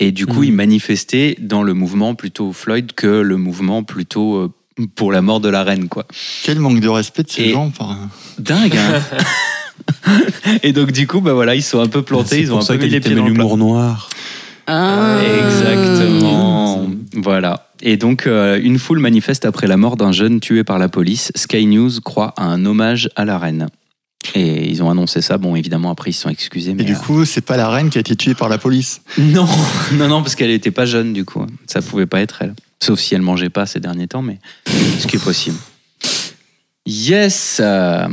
[SPEAKER 5] Et du coup,
[SPEAKER 1] Mhm.
[SPEAKER 5] ils manifestaient dans le mouvement plutôt Floyd que le mouvement plutôt euh, pour la mort de la reine, quoi.
[SPEAKER 3] Quel manque de respect de ces
[SPEAKER 5] Et-
[SPEAKER 3] gens. par-
[SPEAKER 5] Dingue. hein. <laughs> et donc du coup, bah voilà, ils sont un peu plantés,
[SPEAKER 2] C'est
[SPEAKER 5] ils ont
[SPEAKER 2] pour
[SPEAKER 5] un
[SPEAKER 2] ça
[SPEAKER 5] peu mis
[SPEAKER 2] qu'elle
[SPEAKER 5] les
[SPEAKER 2] était
[SPEAKER 5] pieds dans le plat.
[SPEAKER 2] l'humour noir.
[SPEAKER 6] Ah.
[SPEAKER 5] Exactement. Voilà. Et donc euh, une foule manifeste après la mort d'un jeune tué par la police. Sky News croit à un hommage à la reine. Et ils ont annoncé ça. Bon, évidemment, après ils se sont excusés. Mais
[SPEAKER 3] Et du
[SPEAKER 5] euh,
[SPEAKER 3] coup, c'est pas la reine qui a été tuée par la police.
[SPEAKER 5] non, <laughs> non, non, parce qu'elle n'était pas jeune du coup. Ça pouvait pas être elle. Sauf si elle mangeait pas ces derniers temps, mais ce qui est possible. Yes. euh,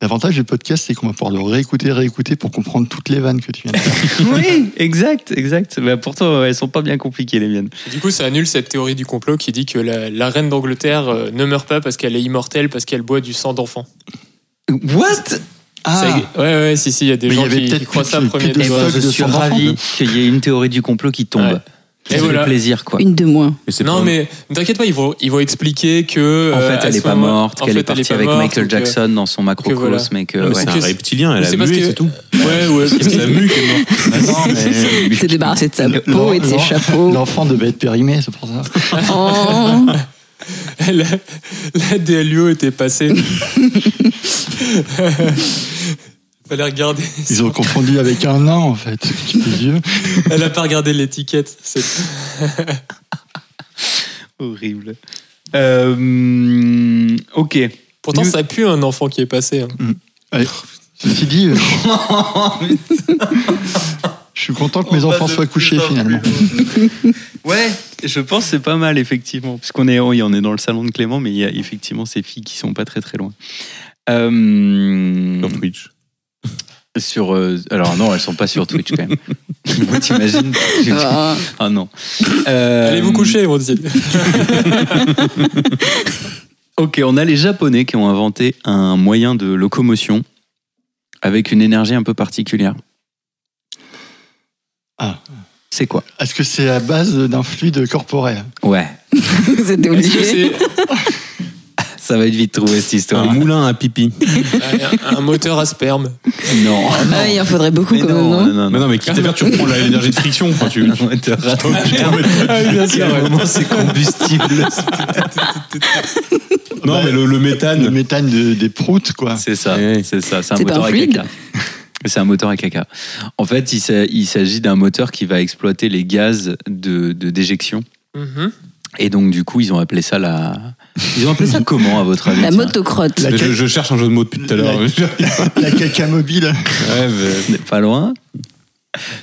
[SPEAKER 3] L'avantage du podcast, c'est qu'on va pouvoir le réécouter, réécouter pour comprendre toutes les vannes que tu viens de faire.
[SPEAKER 5] oui,
[SPEAKER 1] <laughs>
[SPEAKER 5] exact, exact. Mais pourtant, ouais, elles sont pas bien compliquées les miennes.
[SPEAKER 1] Du coup, ça annule cette théorie du complot qui dit que la, la reine d'Angleterre euh, ne meurt pas parce qu'elle est immortelle, parce qu'elle boit du sang d'enfant.
[SPEAKER 5] What
[SPEAKER 1] Ça-
[SPEAKER 3] Ah,
[SPEAKER 1] Ouais, ouais, si, si, il y a des
[SPEAKER 3] Mais il y
[SPEAKER 1] gens
[SPEAKER 3] avait
[SPEAKER 1] qui,
[SPEAKER 3] peut-être
[SPEAKER 1] qui croient
[SPEAKER 3] plus
[SPEAKER 1] ça
[SPEAKER 3] de-
[SPEAKER 1] premier
[SPEAKER 3] plus de
[SPEAKER 1] degré.
[SPEAKER 3] Et
[SPEAKER 5] bah,
[SPEAKER 3] voilà,
[SPEAKER 5] je
[SPEAKER 3] de
[SPEAKER 5] suis
[SPEAKER 3] son
[SPEAKER 5] ravi
[SPEAKER 3] enfant.
[SPEAKER 5] qu'il y ait une théorie du complot qui tombe.
[SPEAKER 1] Ouais.
[SPEAKER 5] C'est
[SPEAKER 1] Et
[SPEAKER 5] le
[SPEAKER 1] voilà.
[SPEAKER 5] plaisir, quoi.
[SPEAKER 6] Une de moins.
[SPEAKER 2] Mais c'est
[SPEAKER 1] Non,
[SPEAKER 2] pas-
[SPEAKER 1] mais ne t'inquiète pas, ils vont, ils vont expliquer que.
[SPEAKER 5] En
[SPEAKER 1] euh,
[SPEAKER 5] fait,
[SPEAKER 1] à
[SPEAKER 5] elle
[SPEAKER 1] ce
[SPEAKER 5] est pas
[SPEAKER 1] moment-
[SPEAKER 5] morte,
[SPEAKER 1] en
[SPEAKER 5] qu'elle
[SPEAKER 1] fait,
[SPEAKER 5] est
[SPEAKER 1] elle
[SPEAKER 5] partie
[SPEAKER 1] pas
[SPEAKER 5] avec
[SPEAKER 1] morte, euh, ou
[SPEAKER 5] Michael
[SPEAKER 1] que-
[SPEAKER 5] Jackson dans son
[SPEAKER 1] que voilà.
[SPEAKER 5] macrocosme et que.
[SPEAKER 2] Non, mais
[SPEAKER 5] ouais.
[SPEAKER 2] c'est un
[SPEAKER 1] que-
[SPEAKER 2] reptilien, elle
[SPEAKER 1] c'est
[SPEAKER 2] a
[SPEAKER 1] parce
[SPEAKER 2] mué,
[SPEAKER 1] que-
[SPEAKER 2] c'est tout.
[SPEAKER 1] Ouais,
[SPEAKER 5] <laughs>
[SPEAKER 1] ouais.
[SPEAKER 2] C'est sa mue qui est morte.
[SPEAKER 3] non, mais-
[SPEAKER 6] C'est débarrassé de sa
[SPEAKER 3] Le-
[SPEAKER 6] peau et de ses
[SPEAKER 3] l'en-
[SPEAKER 6] chapeaux.
[SPEAKER 3] L'enfant devait être périmé, c'est pour ça.
[SPEAKER 6] Oh.
[SPEAKER 1] la, la DLUO était <laughs> passée. Fallait regarder.
[SPEAKER 3] Ils ont confondu avec un nain, en fait, <laughs> qui était vieux.
[SPEAKER 1] Elle a pas regardé l'étiquette. cette-
[SPEAKER 5] Horrible. Euh, ok.
[SPEAKER 1] Pourtant,
[SPEAKER 5] Nous-
[SPEAKER 1] ça pue un enfant qui est passé. hein.
[SPEAKER 3] Ouais. Oh, Ceci dit,
[SPEAKER 2] <laughs>
[SPEAKER 3] euh,
[SPEAKER 2] Oh,
[SPEAKER 3] je suis content que mes
[SPEAKER 5] On
[SPEAKER 3] enfants
[SPEAKER 5] passe de
[SPEAKER 3] soient
[SPEAKER 5] plus
[SPEAKER 3] couchés,
[SPEAKER 5] en plus
[SPEAKER 3] finalement.
[SPEAKER 5] Ouais, je pense que c'est pas mal, effectivement. Puisqu'on est, oui, on est dans le salon de Clément, mais il y a effectivement ces filles qui sont pas très très loin. Euh,
[SPEAKER 2] Sur Twitch.
[SPEAKER 5] sur, euh, alors non, elles sont pas sur Twitch quand même. <laughs> Moi, T'imagines
[SPEAKER 6] Ah.
[SPEAKER 5] Ah non. Euh,
[SPEAKER 1] Allez vous coucher, on dit.
[SPEAKER 5] Ok, on a les Japonais qui ont inventé un moyen de locomotion avec une énergie un peu particulière.
[SPEAKER 3] Ah.
[SPEAKER 5] C'est quoi
[SPEAKER 3] Est-ce que c'est à base d'un fluide corporel
[SPEAKER 5] Ouais,
[SPEAKER 6] Vous êtes
[SPEAKER 1] Est-ce que
[SPEAKER 6] obligés.
[SPEAKER 1] c'est
[SPEAKER 5] ça va être vite trouvé cette histoire.
[SPEAKER 2] Un moulin à pipi.
[SPEAKER 1] un, un moteur à sperme
[SPEAKER 5] <laughs> Non.
[SPEAKER 6] Ah oui, il en faudrait beaucoup quand même, non
[SPEAKER 2] Mais non, mais quitte à faire, tu reprends la- l'énergie de friction. Enfin, <laughs> tu, tu-
[SPEAKER 1] Ah,
[SPEAKER 2] <laughs>
[SPEAKER 5] Vraiment, c'est combustible.
[SPEAKER 2] Non, mais le, le
[SPEAKER 3] Le
[SPEAKER 2] méthane.
[SPEAKER 3] méthane de- des proutes, quoi.
[SPEAKER 5] C'est ça,
[SPEAKER 2] Eh.
[SPEAKER 5] c'est ça. C'est un
[SPEAKER 6] C'est pas
[SPEAKER 5] moteur
[SPEAKER 6] un
[SPEAKER 5] à
[SPEAKER 6] fluide
[SPEAKER 5] caca. <laughs> C'est un moteur à caca. En fait, il s'a- il s'agit d'un moteur qui va exploiter les gaz de, de déjection.
[SPEAKER 1] Mhm.
[SPEAKER 5] Et donc, du coup, ils ont appelé
[SPEAKER 2] <laughs>
[SPEAKER 5] ça la. Ils ont appelé ça comment, à votre avis
[SPEAKER 6] La
[SPEAKER 5] tiens
[SPEAKER 6] motocrotte.
[SPEAKER 3] La-
[SPEAKER 2] Je, je cherche un jeu de mots depuis tout à l'heure.
[SPEAKER 3] La- <laughs> La caca mobile.
[SPEAKER 2] Ouais, mais-
[SPEAKER 5] N'est Pas loin.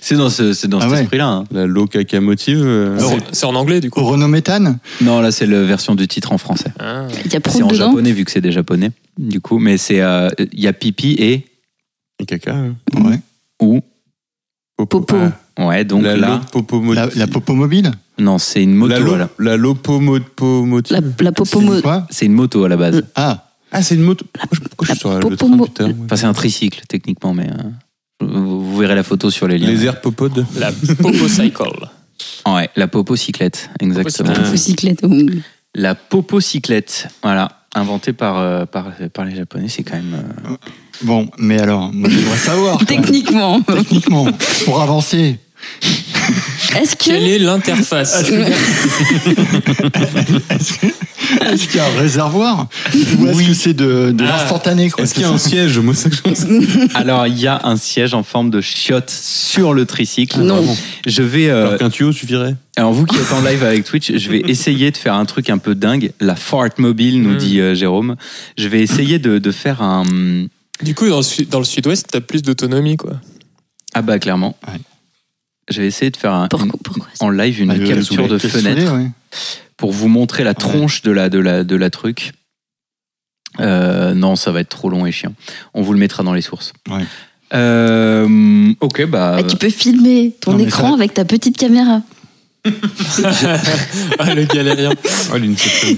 [SPEAKER 5] C'est dans, ce, c'est dans
[SPEAKER 3] Ah
[SPEAKER 5] cet
[SPEAKER 3] ouais.
[SPEAKER 5] esprit-là. hein.
[SPEAKER 2] <laughs> La low caca motive. euh,
[SPEAKER 3] Alors,
[SPEAKER 1] C'est- C'est en anglais du coup.
[SPEAKER 3] Oronométhane
[SPEAKER 5] Non, là, c'est la version du titre en français.
[SPEAKER 1] Ah.
[SPEAKER 6] Il y a
[SPEAKER 5] C'est
[SPEAKER 6] prout
[SPEAKER 5] en
[SPEAKER 6] dedans.
[SPEAKER 5] japonais, vu que c'est des japonais. Du coup, mais c'est. euh, Il y a pipi et.
[SPEAKER 2] c'est caca. hein.
[SPEAKER 3] Ouais.
[SPEAKER 5] Ou.
[SPEAKER 6] Popo.
[SPEAKER 2] Ah,
[SPEAKER 5] Ouais, donc
[SPEAKER 2] la
[SPEAKER 5] là.
[SPEAKER 2] popo
[SPEAKER 3] La, la popo mobile
[SPEAKER 5] Non, c'est une
[SPEAKER 2] La,
[SPEAKER 5] moto.
[SPEAKER 2] lo-
[SPEAKER 5] là.
[SPEAKER 2] la lopomotive.
[SPEAKER 6] La, la popomo...
[SPEAKER 3] C'est quoi
[SPEAKER 5] C'est une moto à la
[SPEAKER 6] Mm.
[SPEAKER 5] base.
[SPEAKER 3] Ah,
[SPEAKER 2] Ah, c'est une moto. Pourquoi je, pourquoi je suis
[SPEAKER 6] la
[SPEAKER 2] sur le train,
[SPEAKER 6] popomo-
[SPEAKER 2] putain
[SPEAKER 5] Enfin, c'est un tricycle, techniquement, mais. euh, vous, vous verrez la photo sur les liens.
[SPEAKER 2] Les airs popodes.
[SPEAKER 1] La Popo Cycle.
[SPEAKER 5] Ouais, la popocyclette, exactement.
[SPEAKER 6] Ah.
[SPEAKER 1] Popocyclette.
[SPEAKER 6] Popocyclette.
[SPEAKER 5] La popocyclette, voilà, inventée par, euh, par, par les Japonais, c'est quand même. euh,
[SPEAKER 3] bon, mais alors, moi, je voudrais savoir. quoi.
[SPEAKER 6] Techniquement.
[SPEAKER 3] Techniquement, pour avancer,
[SPEAKER 6] Est-ce que
[SPEAKER 1] Quelle est l'interface
[SPEAKER 3] est-ce qu'il y a un réservoir Ou est-ce que c'est de, de
[SPEAKER 1] Ah.
[SPEAKER 3] l'instantané quoi,
[SPEAKER 2] Est-ce qu'il y a
[SPEAKER 3] c'est
[SPEAKER 2] un
[SPEAKER 3] ça
[SPEAKER 2] siège Moi, ça que <laughs> je pense.
[SPEAKER 5] <laughs> Alors, il y a un siège en forme de chiotte sur le tricycle.
[SPEAKER 6] Non.
[SPEAKER 5] Je vais. euh,
[SPEAKER 2] Alors qu'un tuyau suffirait.
[SPEAKER 5] alors, vous qui êtes en live avec Twitch, je vais essayer de faire un truc un peu dingue. La fart mobile,
[SPEAKER 3] Hmm.
[SPEAKER 5] nous
[SPEAKER 1] Mm.
[SPEAKER 5] dit euh, Jérôme. Je vais essayer de, de faire un.
[SPEAKER 1] Du coup, dans le, sud- dans le sud-ouest, t'as plus d'autonomie quoi.
[SPEAKER 5] Ah, bah, clairement.
[SPEAKER 3] Ouais.
[SPEAKER 5] Je vais essayer de faire un,
[SPEAKER 6] pourquoi, pourquoi ça
[SPEAKER 5] en live une
[SPEAKER 3] Ah, le-
[SPEAKER 2] Euh,
[SPEAKER 5] capture
[SPEAKER 3] le-
[SPEAKER 5] de
[SPEAKER 3] le- le-
[SPEAKER 5] fenêtre.
[SPEAKER 3] ouais.
[SPEAKER 5] pour vous montrer la tronche de la, de la, de la truc. Euh, non, ça va être trop long et chiant. On vous le mettra dans les sources.
[SPEAKER 3] Ouais.
[SPEAKER 5] Euh, ok, bah.
[SPEAKER 6] Ah, Tu peux filmer ton
[SPEAKER 3] Non, mais
[SPEAKER 6] écran
[SPEAKER 3] ça-
[SPEAKER 6] avec ta petite caméra.
[SPEAKER 1] Ah, le galérien.
[SPEAKER 5] euh,
[SPEAKER 2] Ah, l'Inception.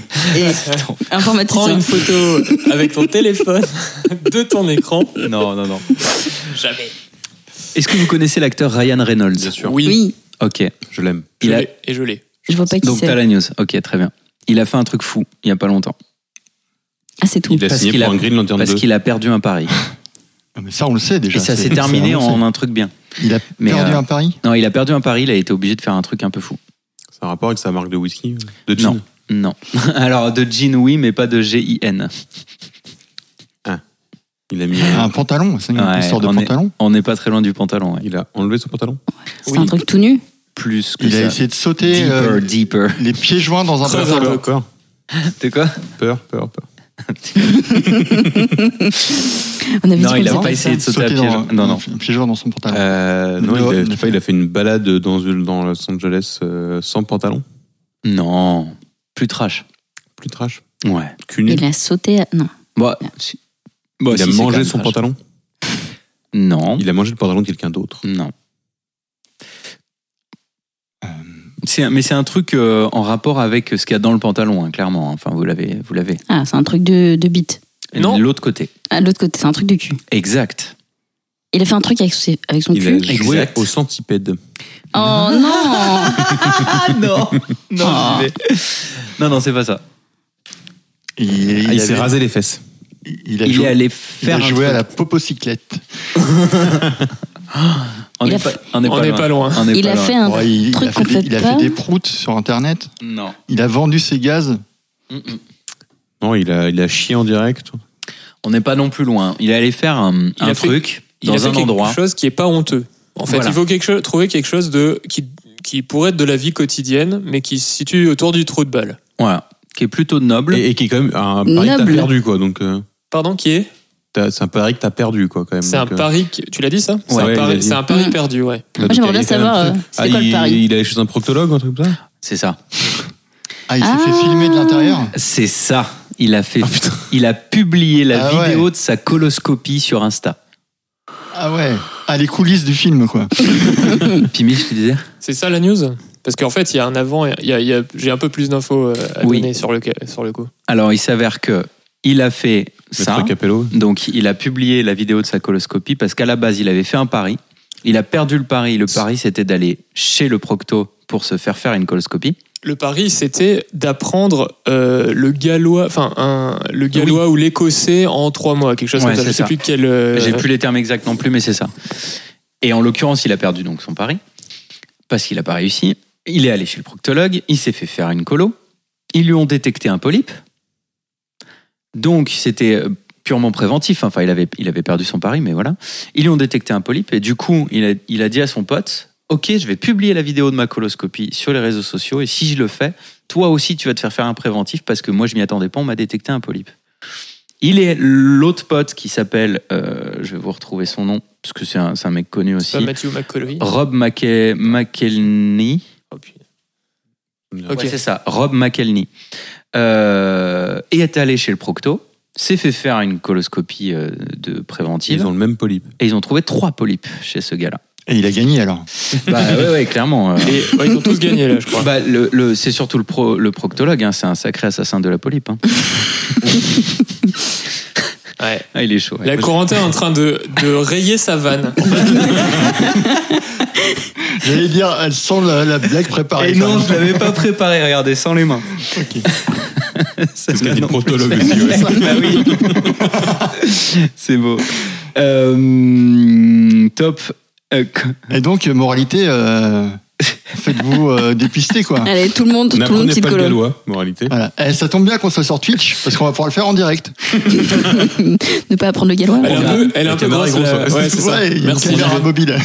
[SPEAKER 1] Prends
[SPEAKER 6] <laughs> Et informaticien.
[SPEAKER 1] une photo avec ton téléphone de ton écran.
[SPEAKER 5] <laughs> Non, non, non.
[SPEAKER 1] Jamais.
[SPEAKER 5] Est-ce que vous connaissez l'acteur Ryan Reynolds Bien sûr.
[SPEAKER 1] Oui.
[SPEAKER 6] Oui,
[SPEAKER 5] Ok.
[SPEAKER 2] Je l'aime.
[SPEAKER 1] Je
[SPEAKER 5] Il a...
[SPEAKER 1] l'ai, Et je l'ai.
[SPEAKER 6] je vois pas qui
[SPEAKER 5] Donc, t'as
[SPEAKER 6] c'est.
[SPEAKER 5] la news. Ok, très bien. Il a fait un truc fou il y a pas longtemps.
[SPEAKER 6] Ah, c'est tout.
[SPEAKER 2] Il a
[SPEAKER 5] Parce
[SPEAKER 2] signé
[SPEAKER 5] qu'il
[SPEAKER 2] pour
[SPEAKER 5] a-
[SPEAKER 2] un Green Lantern
[SPEAKER 5] Parce
[SPEAKER 2] 2.
[SPEAKER 5] qu'il a perdu un pari.
[SPEAKER 3] Ah, Mais ça, on le sait déjà.
[SPEAKER 5] Et ça
[SPEAKER 3] c'est-
[SPEAKER 5] s'est
[SPEAKER 3] c'est
[SPEAKER 5] terminé
[SPEAKER 3] annoncé.
[SPEAKER 5] en un truc bien.
[SPEAKER 3] Il a
[SPEAKER 5] Mais,
[SPEAKER 3] perdu
[SPEAKER 5] euh,
[SPEAKER 3] un pari
[SPEAKER 5] Non, il a perdu un pari, il a été obligé de faire un truc un peu fou.
[SPEAKER 2] C'est un rapport avec sa marque de whisky De gin
[SPEAKER 5] Non. Non. <laughs> Alors, de Jean, oui, mais pas de G-I-N.
[SPEAKER 2] Il a mis.
[SPEAKER 5] <laughs>
[SPEAKER 3] Un pantalon, c'est une
[SPEAKER 5] Ouais,
[SPEAKER 3] histoire de
[SPEAKER 5] on est-
[SPEAKER 3] pantalon.
[SPEAKER 5] On n'est pas très loin du pantalon, ouais.
[SPEAKER 2] Il a enlevé son pantalon
[SPEAKER 6] C'est un truc tout nu.
[SPEAKER 5] Plus que
[SPEAKER 3] Il a
[SPEAKER 5] ça.
[SPEAKER 3] essayé de sauter
[SPEAKER 5] Deeper,
[SPEAKER 3] euh,
[SPEAKER 5] deeper.
[SPEAKER 3] <laughs> les pieds joints dans un
[SPEAKER 1] Creuse
[SPEAKER 3] pantalon.
[SPEAKER 1] un peu.
[SPEAKER 2] Peur,
[SPEAKER 5] De quoi
[SPEAKER 2] peur, peur, peur.
[SPEAKER 6] On avait dit
[SPEAKER 5] Non,
[SPEAKER 6] qu'on
[SPEAKER 5] il a
[SPEAKER 6] faisait
[SPEAKER 5] pas
[SPEAKER 6] ça.
[SPEAKER 5] essayé de sauter à pieds
[SPEAKER 3] dans
[SPEAKER 5] joints. Non, non.
[SPEAKER 3] un pied joint dans son pantalon.
[SPEAKER 2] Euh, non,
[SPEAKER 3] Non,
[SPEAKER 2] il a, je
[SPEAKER 3] non.
[SPEAKER 2] sais pas, il a fait une balade dans, une- dans Los Angeles euh, sans pantalon.
[SPEAKER 5] Non. Plus trash.
[SPEAKER 2] Plus trash.
[SPEAKER 5] Ouais.
[SPEAKER 2] Cul nu.
[SPEAKER 6] Il a sauté. à- Non.
[SPEAKER 5] Bah, si- bah,
[SPEAKER 2] Il a
[SPEAKER 5] si, c'est quand
[SPEAKER 2] mangé
[SPEAKER 5] même
[SPEAKER 2] son
[SPEAKER 5] trash.
[SPEAKER 2] pantalon.
[SPEAKER 5] Non.
[SPEAKER 2] Il a mangé le pantalon de quelqu'un d'autre.
[SPEAKER 5] Non. Euh, C'est un- mais c'est un truc euh, en rapport avec ce qu'il y a dans le pantalon, hein, clairement. Enfin, vous l'avez, vous l'avez.
[SPEAKER 6] Ah, c'est un truc de, de bite.
[SPEAKER 1] Non.
[SPEAKER 5] L'autre côté.
[SPEAKER 6] Ah, de l'autre côté, c'est un truc de cul.
[SPEAKER 5] Exact.
[SPEAKER 6] Il a fait un truc avec, ses- avec son
[SPEAKER 2] Il a
[SPEAKER 6] cul.
[SPEAKER 2] joué
[SPEAKER 5] Exact.
[SPEAKER 2] au centipède.
[SPEAKER 6] Oh non
[SPEAKER 5] Ah non. Non, Ah. <laughs> non, non, c'est pas ça.
[SPEAKER 3] Il, il
[SPEAKER 2] Ah, il
[SPEAKER 3] avait-
[SPEAKER 2] s'est rasé les fesses.
[SPEAKER 3] Il a
[SPEAKER 5] Il
[SPEAKER 3] joué,
[SPEAKER 5] est allé
[SPEAKER 3] il
[SPEAKER 5] faire.
[SPEAKER 3] a
[SPEAKER 5] un
[SPEAKER 3] joué
[SPEAKER 5] truc.
[SPEAKER 3] à la popocyclette.
[SPEAKER 5] On
[SPEAKER 6] Il
[SPEAKER 5] n'est
[SPEAKER 6] a
[SPEAKER 5] pas,
[SPEAKER 6] fait-
[SPEAKER 5] on n'est
[SPEAKER 1] On n'est
[SPEAKER 5] pas
[SPEAKER 1] pas
[SPEAKER 5] loin.
[SPEAKER 1] loin.
[SPEAKER 5] On n'est
[SPEAKER 6] Il
[SPEAKER 5] pas
[SPEAKER 6] a
[SPEAKER 5] loin.
[SPEAKER 6] fait un
[SPEAKER 3] Ouais, il, il
[SPEAKER 6] truc
[SPEAKER 3] a fait,
[SPEAKER 6] qu'on
[SPEAKER 3] des-
[SPEAKER 6] fait
[SPEAKER 3] il a
[SPEAKER 6] pas.
[SPEAKER 3] fait des proutes sur Internet.
[SPEAKER 5] Non.
[SPEAKER 3] Il a vendu ses gaz.
[SPEAKER 5] Mm-mm.
[SPEAKER 2] Non, il a, il a chié en direct.
[SPEAKER 5] On n'est pas non plus loin. Il est allé faire un,
[SPEAKER 1] Il
[SPEAKER 5] un
[SPEAKER 1] a fait-
[SPEAKER 5] truc
[SPEAKER 1] Il a
[SPEAKER 5] dans
[SPEAKER 1] fait
[SPEAKER 5] un
[SPEAKER 1] quelque
[SPEAKER 5] endroit.
[SPEAKER 1] chose qui est pas honteux. En fait,
[SPEAKER 5] Voilà.
[SPEAKER 1] il faut quelque chose, trouver quelque chose de qui qui pourrait être de la vie quotidienne, mais qui se situe autour du trou de balle.
[SPEAKER 5] Voilà. Qui est plutôt noble.
[SPEAKER 2] Et, et qui est quand même un pari que
[SPEAKER 6] Noble.
[SPEAKER 2] t'as perdu, quoi. Donc, euh,
[SPEAKER 1] Pardon, qui est
[SPEAKER 2] t'as- c'est un pari que t'as perdu, quoi, quand même.
[SPEAKER 1] C'est un
[SPEAKER 2] Donc, euh,
[SPEAKER 1] pari. qui- Tu l'as dit ça C'est
[SPEAKER 2] Ouais,
[SPEAKER 1] un
[SPEAKER 2] il a
[SPEAKER 1] pari,
[SPEAKER 2] dit.
[SPEAKER 1] c'est un pari
[SPEAKER 6] Mm.
[SPEAKER 1] perdu, ouais.
[SPEAKER 2] Là,
[SPEAKER 6] Moi, j'aimerais
[SPEAKER 2] donc, il
[SPEAKER 6] bien
[SPEAKER 2] est quand même
[SPEAKER 6] savoir,
[SPEAKER 2] très- Ah,
[SPEAKER 6] euh, c'était quoi le
[SPEAKER 2] il-
[SPEAKER 6] pari
[SPEAKER 2] Il allait chez un proctologue ou un truc comme ça
[SPEAKER 5] C'est ça.
[SPEAKER 3] Ah, il
[SPEAKER 6] Ah.
[SPEAKER 3] s'est fait filmer de l'intérieur.
[SPEAKER 5] C'est ça. Il a fait. il a publié la
[SPEAKER 3] Ah ouais.
[SPEAKER 5] vidéo de sa coloscopie sur Insta.
[SPEAKER 3] Ah ouais. Ah, les coulisses du film, quoi.
[SPEAKER 5] Puis Mich, tu disais
[SPEAKER 1] C'est ça la news Parce qu'en fait, il y a un avant. et il y a- il y a- J'ai un peu plus d'infos euh, à
[SPEAKER 5] Oui.
[SPEAKER 1] donner sur le sur le coup.
[SPEAKER 5] Alors, il s'avère que il a fait ça.
[SPEAKER 2] Maître Capello.
[SPEAKER 5] Donc il a publié la vidéo de sa coloscopie parce qu'à la base il avait fait un pari. Il a perdu le pari. Le pari c'était d'aller chez le procto pour se faire faire une coloscopie.
[SPEAKER 1] Le pari, c'était d'apprendre euh, le gallois, enfin un- le gallois ou l'écossais en trois mois, quelque chose
[SPEAKER 5] Ouais,
[SPEAKER 1] comme ça. Je
[SPEAKER 5] c'est
[SPEAKER 1] sais
[SPEAKER 5] ça.
[SPEAKER 1] plus quel. euh,
[SPEAKER 5] J'ai plus les termes exacts non plus, mais c'est ça. Et en l'occurrence, il a perdu donc son pari parce qu'il n'a pas réussi. Il est allé chez le proctologue, il s'est fait faire une colo. Ils lui ont détecté un polype. Donc c'était euh, purement préventif. Enfin, il avait, il avait perdu son pari, mais voilà. Ils lui ont détecté un polype et du coup, il a, il a dit à son pote Ok, je vais publier la vidéo de ma coloscopie sur les réseaux sociaux et si je le fais, toi aussi tu vas te faire faire un préventif parce que moi je m'y attendais pas, on m'a détecté un polype. Il est l'autre pote qui s'appelle, euh, je vais vous retrouver son nom, parce que c'est un, c'est un mec connu aussi.
[SPEAKER 1] pas Matthew McConaughey.
[SPEAKER 5] Rob McKe- McElhenney.
[SPEAKER 1] Oh, putain.
[SPEAKER 5] Ouais,
[SPEAKER 1] Ok.
[SPEAKER 5] c'est ça, Rob McElhenney. Euh, et est allé chez le procto, s'est fait faire une coloscopie euh, de préventive,
[SPEAKER 2] Ils ont le même polype.
[SPEAKER 5] et ils ont trouvé trois polypes chez
[SPEAKER 1] <laughs>
[SPEAKER 5] ce gars-là.
[SPEAKER 3] Et il a gagné alors.
[SPEAKER 5] bah ouais, ouais, clairement. euh.
[SPEAKER 1] Et, ouais, ils ont tous gagné là, je crois.
[SPEAKER 5] Bah, le, le- c'est surtout le, pro- le proctologue, hein, c'est un sacré assassin de la polype. hein.
[SPEAKER 1] <laughs>
[SPEAKER 5] <laughs>
[SPEAKER 1] Ouais.
[SPEAKER 5] Ah, il est chaud. ouais.
[SPEAKER 1] La Corentin est en train de, de rayer sa vanne.
[SPEAKER 3] J'allais dire, elle sent la, la blague préparée.
[SPEAKER 5] Et non, je l'avais pas préparé, regardez, sans les mains. <laughs> C'est
[SPEAKER 2] Parce qu'il y a des proctologues aussi, ouais.
[SPEAKER 5] Bah oui. <laughs> Ah C'est beau. Euh, top. Euh, qu-
[SPEAKER 3] Et donc, moralité, euh, faites-vous euh, dépister, quoi.
[SPEAKER 6] Allez, tout le monde, tout le monde
[SPEAKER 2] N'apprenez
[SPEAKER 6] petite
[SPEAKER 2] pas le
[SPEAKER 6] colo.
[SPEAKER 2] gallois, moralité.
[SPEAKER 3] Voilà. Eh, ça tombe bien qu'on soit sur Twitch, parce qu'on va pouvoir le faire en direct.
[SPEAKER 6] Ne pas apprendre le gallois.
[SPEAKER 1] Elle est un peu, elle est
[SPEAKER 2] La
[SPEAKER 1] un peu
[SPEAKER 2] caméra est
[SPEAKER 1] grosse.
[SPEAKER 2] grosse,
[SPEAKER 1] là.
[SPEAKER 2] ouais.
[SPEAKER 1] Ouais, c'est ça.
[SPEAKER 3] Ouais, il y a
[SPEAKER 1] Merci.
[SPEAKER 3] une caméra
[SPEAKER 1] Gilles.
[SPEAKER 3] mobile.